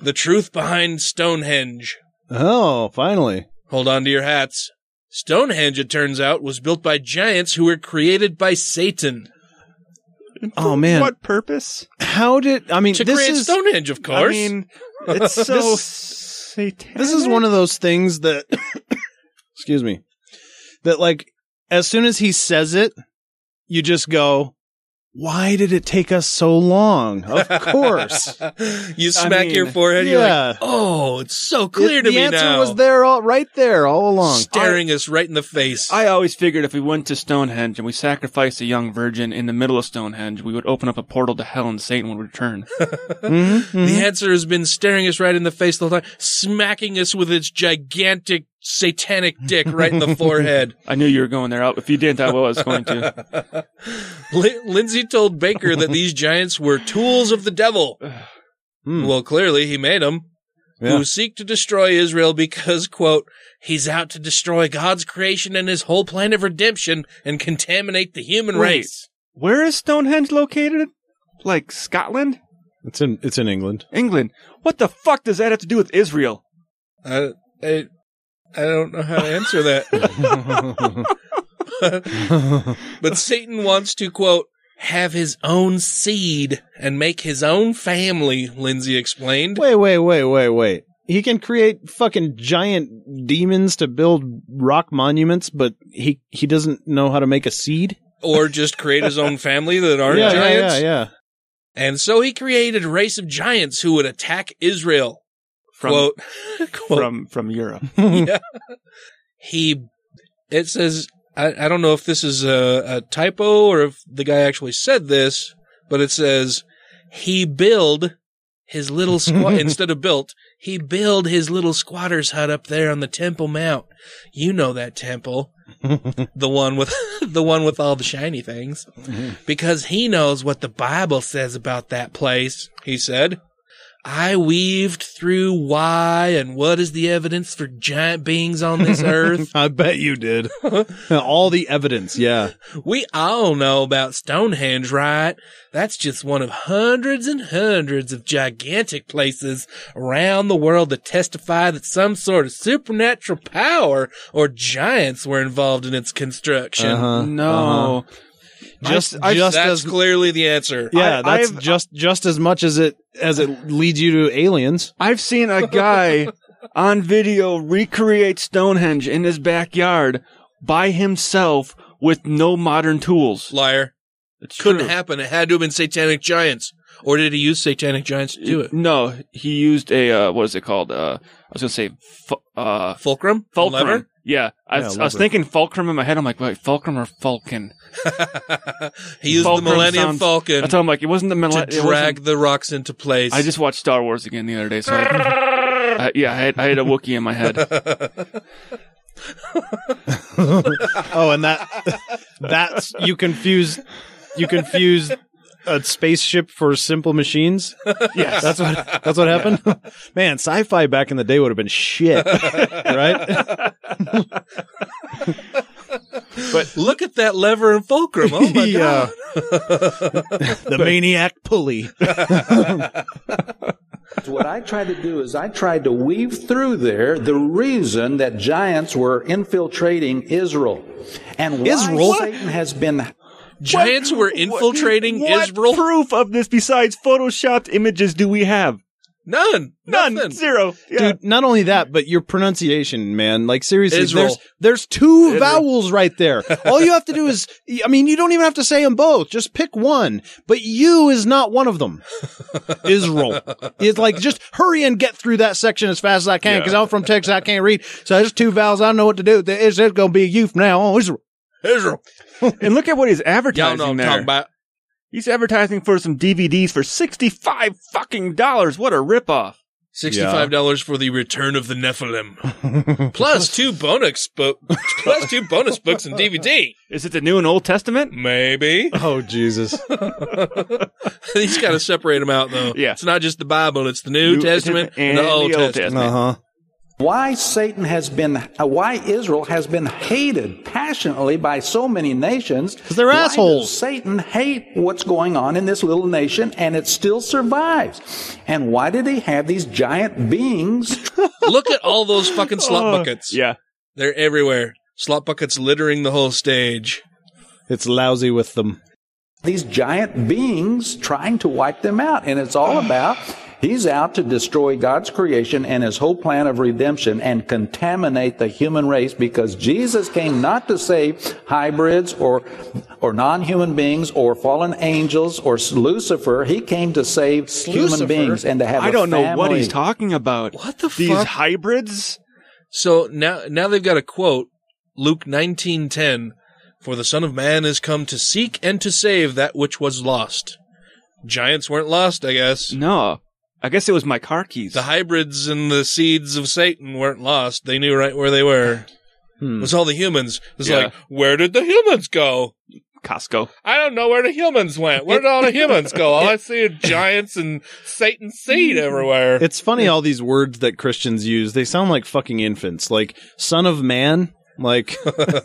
the truth behind Stonehenge. Oh, finally. Hold on to your hats. Stonehenge, it turns out, was built by giants who were created by Satan. Oh man. what purpose? How did I mean To this create is Stonehenge, of course. I mean it's so this, this is one of those things that excuse me. That like as soon as he says it, you just go, Why did it take us so long? Of course. you I smack mean, your forehead. You're yeah. like, oh, it's so clear It- to the me answer now. was there all right there all along. staring us right in the face. I always figured if we went to Stonehenge and we sacrificed a young virgin in the middle of Stonehenge, we would open up a portal to hell and Satan would return. Mm-hmm, The answer has been staring us right in the face the whole time, smacking us with its gigantic satanic dick right in the forehead. I knew you were going there. If you didn't, I was going to. Lin- Lindsay told Baker that these giants were tools of the devil. Hmm. Well, clearly he made them. Yeah. Who seek to destroy Israel because, quote, he's out to destroy God's creation and his whole plan of redemption and contaminate the human Wait, race. Where is Stonehenge located? Like Scotland? It's in it's in England. England. What the fuck does that have to do with Israel? I, I, I don't know how to answer that. but Satan wants to, quote, have his own seed and make his own family, Lindsay explained. Wait, wait, wait, wait, wait. He can create fucking giant demons to build rock monuments, but he he doesn't know how to make a seed. Or just create his own family that aren't yeah, giants. yeah, yeah, And so he created a race of giants who would attack Israel. From- Quote, From from Europe. yeah. He, it says, I, I don't know if this is a, a typo or if the guy actually said this, but it says, he build his little squat, instead of built, he build his little squatter's hut up there on the Temple Mount. You know that temple. the one with the one with all the shiny things because he knows what the Bible says about that place, he said. I weaved through why and what is the evidence for giant beings on this earth. I bet you did. All the evidence, yeah. We all know about Stonehenge, right? That's just one of hundreds and hundreds of gigantic places around the world that testify that some sort of supernatural power or giants were involved in its construction. Uh-huh, No. uh-huh. Just- just that's as- clearly the answer. Yeah, that's just just as much as it as it leads you to aliens. I've seen a guy on video recreate Stonehenge in his backyard by himself with no modern tools. Liar. It's couldn't true. happen. It had to have been satanic giants, or did he use satanic giants to do it? No, he used a uh, what is it called? Uh, I was gonna say fu- uh, fulcrum. Fulcrum. Lever? Yeah, I, Yeah, was, I was lever. thinking fulcrum in my head. I'm like, wait, fulcrum or falcon? He used Fulcrum the Millennium sounds- Falcon. That's what I'm like. It wasn't the Millennium. to drag the rocks into place. I just watched Star Wars again the other day, so I, Uh, yeah, I had, I had a Wookiee in my head. oh, and that that's you confuse you confuse a spaceship for simple machines. Yes. that's what that's what happened. Man, sci-fi back in the day would have been shit, right? But look at that lever and fulcrum. Oh my Yeah. god. the maniac pulley. what I tried to do is I tried to weave through there the reason that giants were infiltrating Israel and why Israel? Satan has been Giants were infiltrating what Israel. proof of this besides photoshopped images do we have? None. None. Zero. Yeah. Dude, not only that, but your pronunciation, man. Like seriously, Israel. there's there's two vowels right there. All you have to do is, I mean, you don't even have to say them both. Just pick one. But you is not one of them. Israel. It's like just hurry and get through that section as fast as I can because I'm from Texas. I can't read. So there's two vowels. I don't know what to do. There's, there's going to be a you from now on. Israel. Israel. and look at what he's advertising what I'm there. talking about. He's advertising for some DVDs for sixty-five fucking dollars. What a ripoff! Sixty-five dollars for the Return of the Nephilim, plus two bonus bo- plus two bonus books and DVD. Is it the New and Old Testament? Maybe. Oh Jesus! He's got to separate them out though. Yeah, it's not just the Bible; it's the New, New Testament and, the Old Testament. Uh-huh. Why Satan has been, uh, why Israel has been hated passionately by so many nations. Because they're assholes. Satan hate what's going on in this little nation and it still survives. And why did he have these giant beings? Look at all those fucking slot Oh, buckets. Yeah, they're everywhere. Slot buckets littering the whole stage. It's lousy with them. These giant beings trying to wipe them out. And it's all about he's out to destroy God's creation and his whole plan of redemption and contaminate the human race because Jesus came not to save hybrids or, or non-human beings or fallen angels or Lucifer. He came to save Lucifer? human beings and to have I a don't know what family. he's talking about. What the These fuck? hybrids. So now, now they've got a quote, Luke nineteen ten, for the Son of Man is come to seek and to save that which was lost. Giants weren't lost, I guess. No, I guess it was my car keys. The hybrids and the seeds of Satan weren't lost. They knew right where they were. Hmm. It was all the humans. It was Yeah. like, where did the humans go? Costco. I don't know where the humans went. Where did all the humans go? All I see are giants and Satan's seed everywhere. It's funny all these words that Christians use. They sound like fucking infants. Like son of man. Like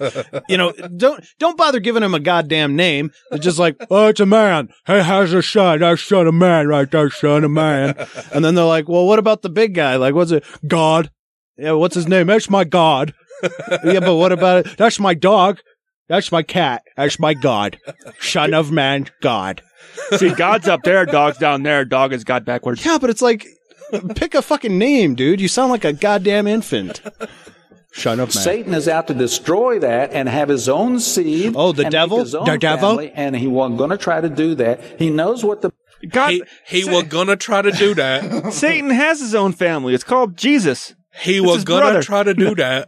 you know, don't don't bother giving him a goddamn name. They're just like, oh, it's a man. He has a son. That's son of man, right? That's son of man. And then they're like, well, what about the big guy? Like, what's it? God. Yeah, what's his name? That's my God. yeah, but what about it? That's my dog. That's my cat. That's my God. Son of man, God. See, God's up there, dog's down there. Dog is God backwards. Yeah, but it's like, pick a fucking name, dude. You sound like a goddamn infant. Shut up, man. Satan is out to destroy that and have his own seed. Oh, the devil, his own The devil? family, and he was going to try to do that. He knows what the God, he, he was gonna try to do that. Satan has his own family. It's called Jesus. He It's was his gonna brother. try to do that.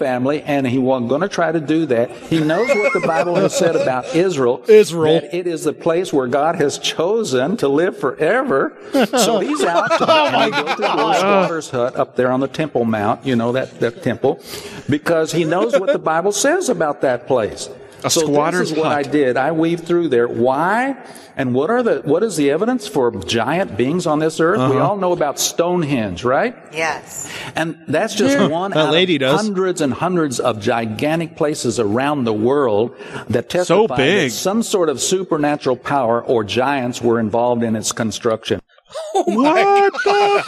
family, and he wasn't going to try to do that. He knows what the Bible has said about Israel. Israel. That it is the place where God has chosen to live forever. So he's out to Oh my and he built his little God. squatter's hut up there on the Temple Mount, you know, that, that temple, because he knows what the Bible says about that place. A so squatter's this is what I did. I weaved through there. Why? And what are the what is the evidence for giant beings on this earth? We Uh-huh. all know about Stonehenge, right? Yes. And that's just Yeah. one That out lady of does. hundreds and hundreds of gigantic places around the world that testify big. that some sort of supernatural power or giants were involved in its construction. what the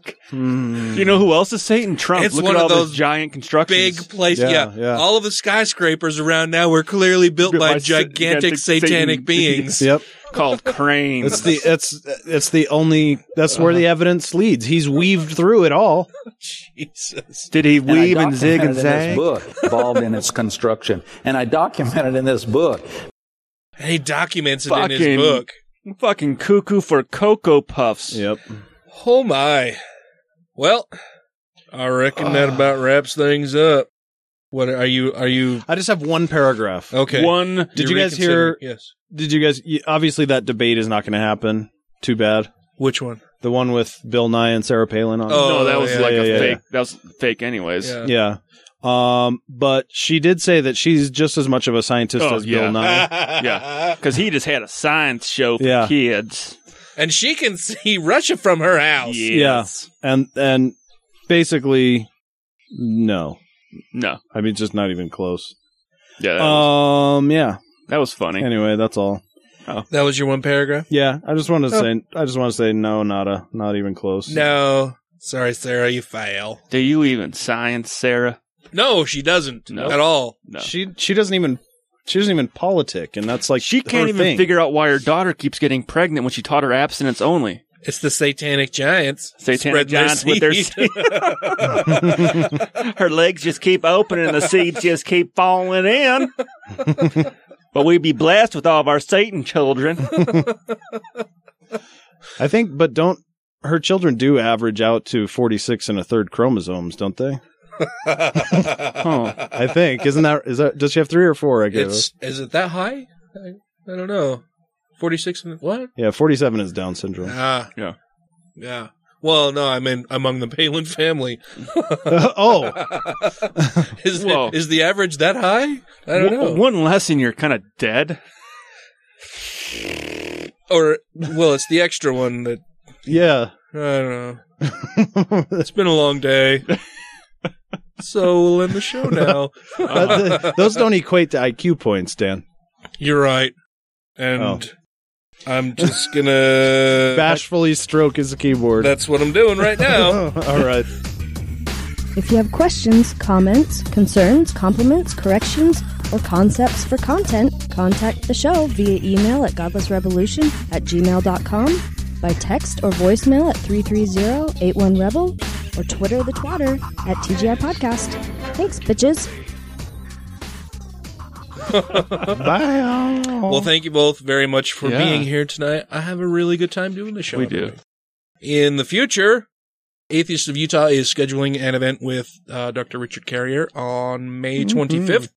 fuck? Hmm. You know who else is Satan? Trump. It's Look one at of all those this giant constructions. Big place, yeah, All of the skyscrapers around now were clearly built Built by by sa- gigantic gigantic satanic Satan. beings. Yep. Called cranes. It's the it's it's the only that's where Uh-huh. the evidence leads. He's weaved through it all. Jesus. Did he I documented in this book involved in its construction, and I documented in this book. And he documents it in fucking his book. Fucking cuckoo for cocoa puffs. Yep. Oh my. Well, I reckon that Ah. about wraps things up. What are you? Are you? I just have one paragraph. Okay. One. Did You're you guys hear? reconsidering- Yes. Did you guys? y- Obviously, that debate is not going to happen. Too bad. Which one? The one with Bill Nye and Sarah Palin on. it. no, that was Oh, Yeah, like yeah, a yeah, fake. That was fake, anyways. Yeah. Yeah. Um, but she did say that she's just as much of a scientist Oh, as yeah. Bill Nye. yeah, because he just had a science show for Yeah. kids. And she can see Russia from her house. Yeah. And and basically no. No. I mean just not even close. Yeah. Um yeah. That was funny. Anyway, that's all. Oh. That was your one paragraph? Yeah, I just want to Oh. say I just want to say no, nada, not even close. No. Sorry, Sarah, you fail. Do you even science, Sarah? No, she doesn't at all. No. She she doesn't even she doesn't even politic and that's like She can't even figure out why her daughter keeps getting pregnant when she taught her abstinence only. It's the satanic giants. Satanic spreading their giants with their seed. her legs just keep opening and the seeds just keep falling in. but we'd be blessed with all of our Satan children. I think but don't her children do average out to 46 and a third chromosomes, don't they? I think isn't that is that does she have 3 or 4 I guess. It's is it that high? I, I don't know. Forty six and what? Yeah, 47 is Down syndrome. Ah, yeah, yeah. Well, no, I mean among the Palin family. oh, is the, is the average that high? I don't know. W- One lesson, you're kind of dead. Or well, it's the extra one that. Yeah. I don't know. it's been a long day. So we'll end the show now. Uh, th- Those don't equate to IQ points, Dan. You're right, and Oh. I'm just gonna Bashfully stroke his keyboard. That's what I'm doing right now. All right. If you have questions, comments, concerns, compliments, corrections, or concepts for content, contact the show via email at godlessrevolution at gmail.com, by text or voicemail at 330-81-REBEL, or Twitter the twatter at TGI Podcast. Thanks, bitches. Bye. Well, thank you both very much for Yeah. being here tonight. I have a really good time doing the show. We do. In the future, Atheists of Utah is scheduling an event with uh, Dr. Richard Carrier on May Mhm. Mm-hmm. 25th.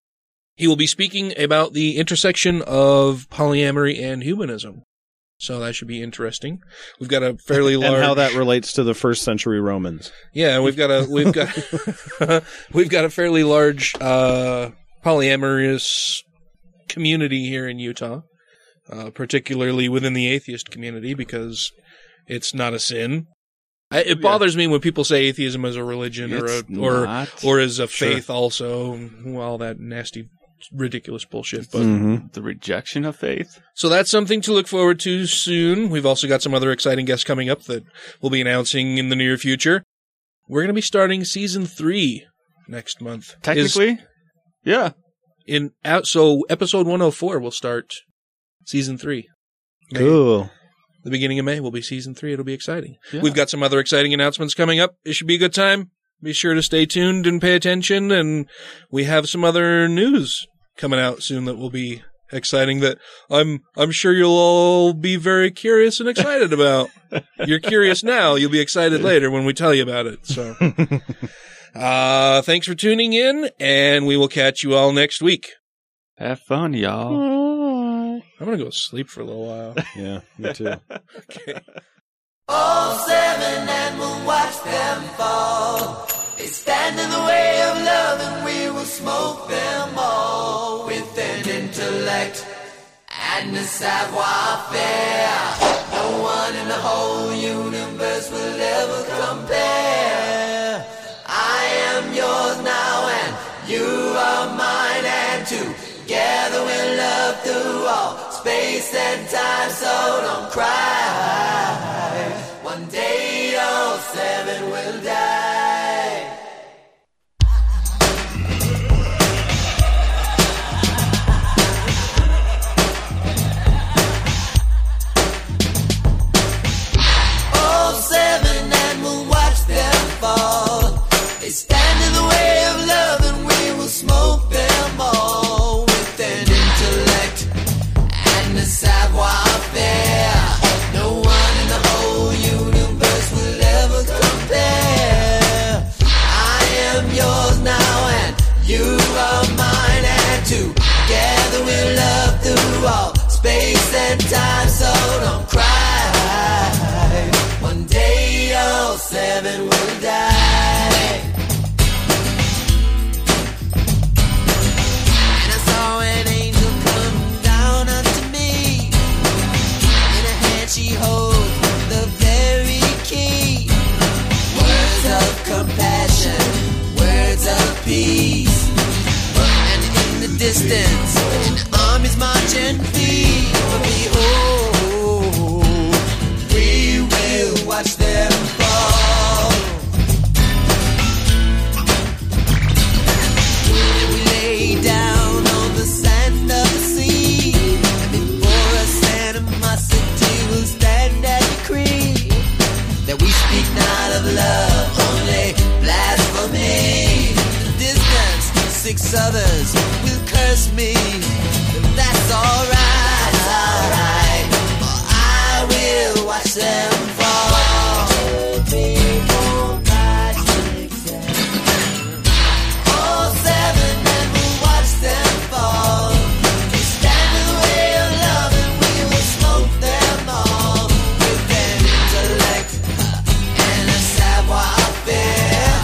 He will be speaking about the intersection of polyamory and humanism. So that should be interesting. We've got a fairly large And how that relates to the first century Romans. Yeah, we've got a we've got we've got a fairly large uh, polyamorous community here in Utah, uh, particularly within the atheist community because it's not a sin. I, it bothers me when people say atheism is a religion or a, It's or not. or is a Sure. faith also all that nasty ridiculous bullshit. But Mm-hmm. the rejection of faith. so that's something to look forward to soon. We've also got some other exciting guests coming up that we'll be announcing in the near future. We're going to be starting season three next month. Technically, yeah. In out, so episode one hundred four will start season three. May- Cool. The beginning of May will be season three. It'll be exciting. Yeah. We've got some other exciting announcements coming up. It should be a good time. Be sure to stay tuned and pay attention. And we have some other news coming out soon that will be exciting that I'm I'm sure you'll all be very curious and excited about. You're curious now, you'll be excited later when we tell you about it. So uh thanks for tuning in and we will catch you all next week. Have fun, y'all. I'm gonna go sleep for a little while. Yeah, me too. okay. All seven and we'll watch them fall. They stand in the way of love and we will smoke them all with an intellect and a savoir faire. No one in the whole universe will ever compare. I am yours now and you are mine and together we'll love through all space and time. So don't cry. One day all seven will die. All seven and we'll watch them fall. They stand in the way of love and we will smoke them all with an intellect and a savoir faire. No one in the whole universe will ever compare. I am yours now and you are mine and together we'll love through all space and time. So don't cry. women will die. And I saw an angel come down unto me. In her hand she holds the very key. Words of compassion, words of peace. And in the distance, an army's marching feet. For behold, we will watch them fall. And we lay down on the sand of the sea. Before us, animosity will stand and decree that we speak not of love, only blasphemy. The distance, six others will curse me. But that's alright, alright. For I will watch them fall. All seven and we'll watch them fall. We stand in the way of love and we will smoke them all with an intellect and a savoir faire.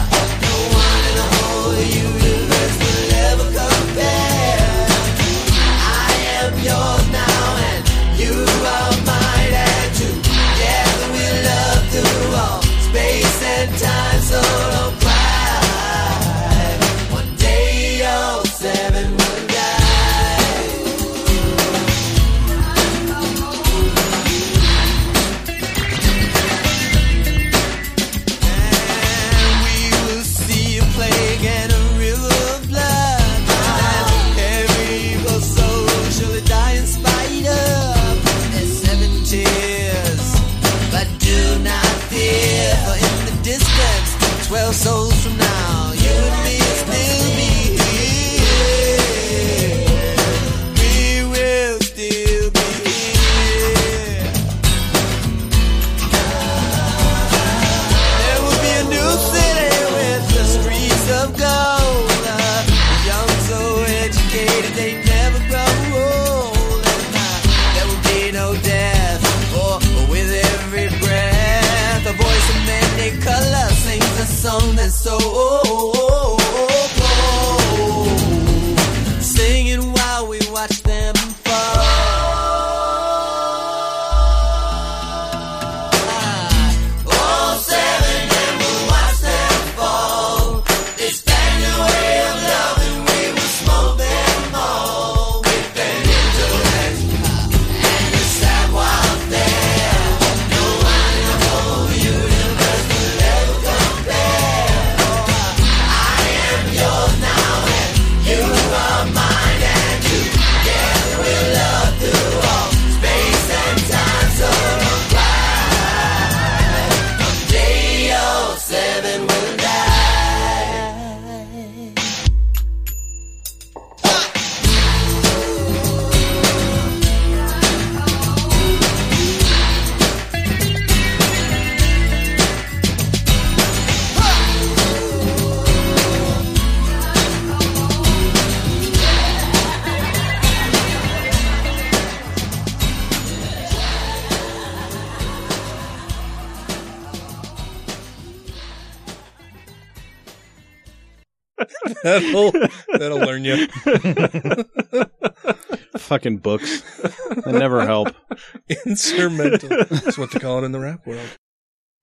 No one in the whole universe will ever compare. I am yours now and you are mine, and together we love through all space and time. So don't cry. One day all seven will die. we will see a plague and a river of blood. And every evil soul shall die in spite of their seven tears. But do not fear, for in the distance, twelve souls from now, you and me will still be here. We will still be here. There will be a new city with the streets of gold. Uh, young, so educated, they never grow old. And uh, there will be no death, for with every breath, the voice of many colors sings a song that's so old. Singing while we watch them fall. All seven and we'll watch them fall. They stand in the way of love and we will smoke them all with an intellect and a savoir faire. No one in the whole universe will ever compare. I am yours now and you are mine and together we'll love through all space and time. So don't cry. Day all seven will die. that'll that'll learn you. Fucking books. They never help. Instrumental. That's what they call it in the rap world.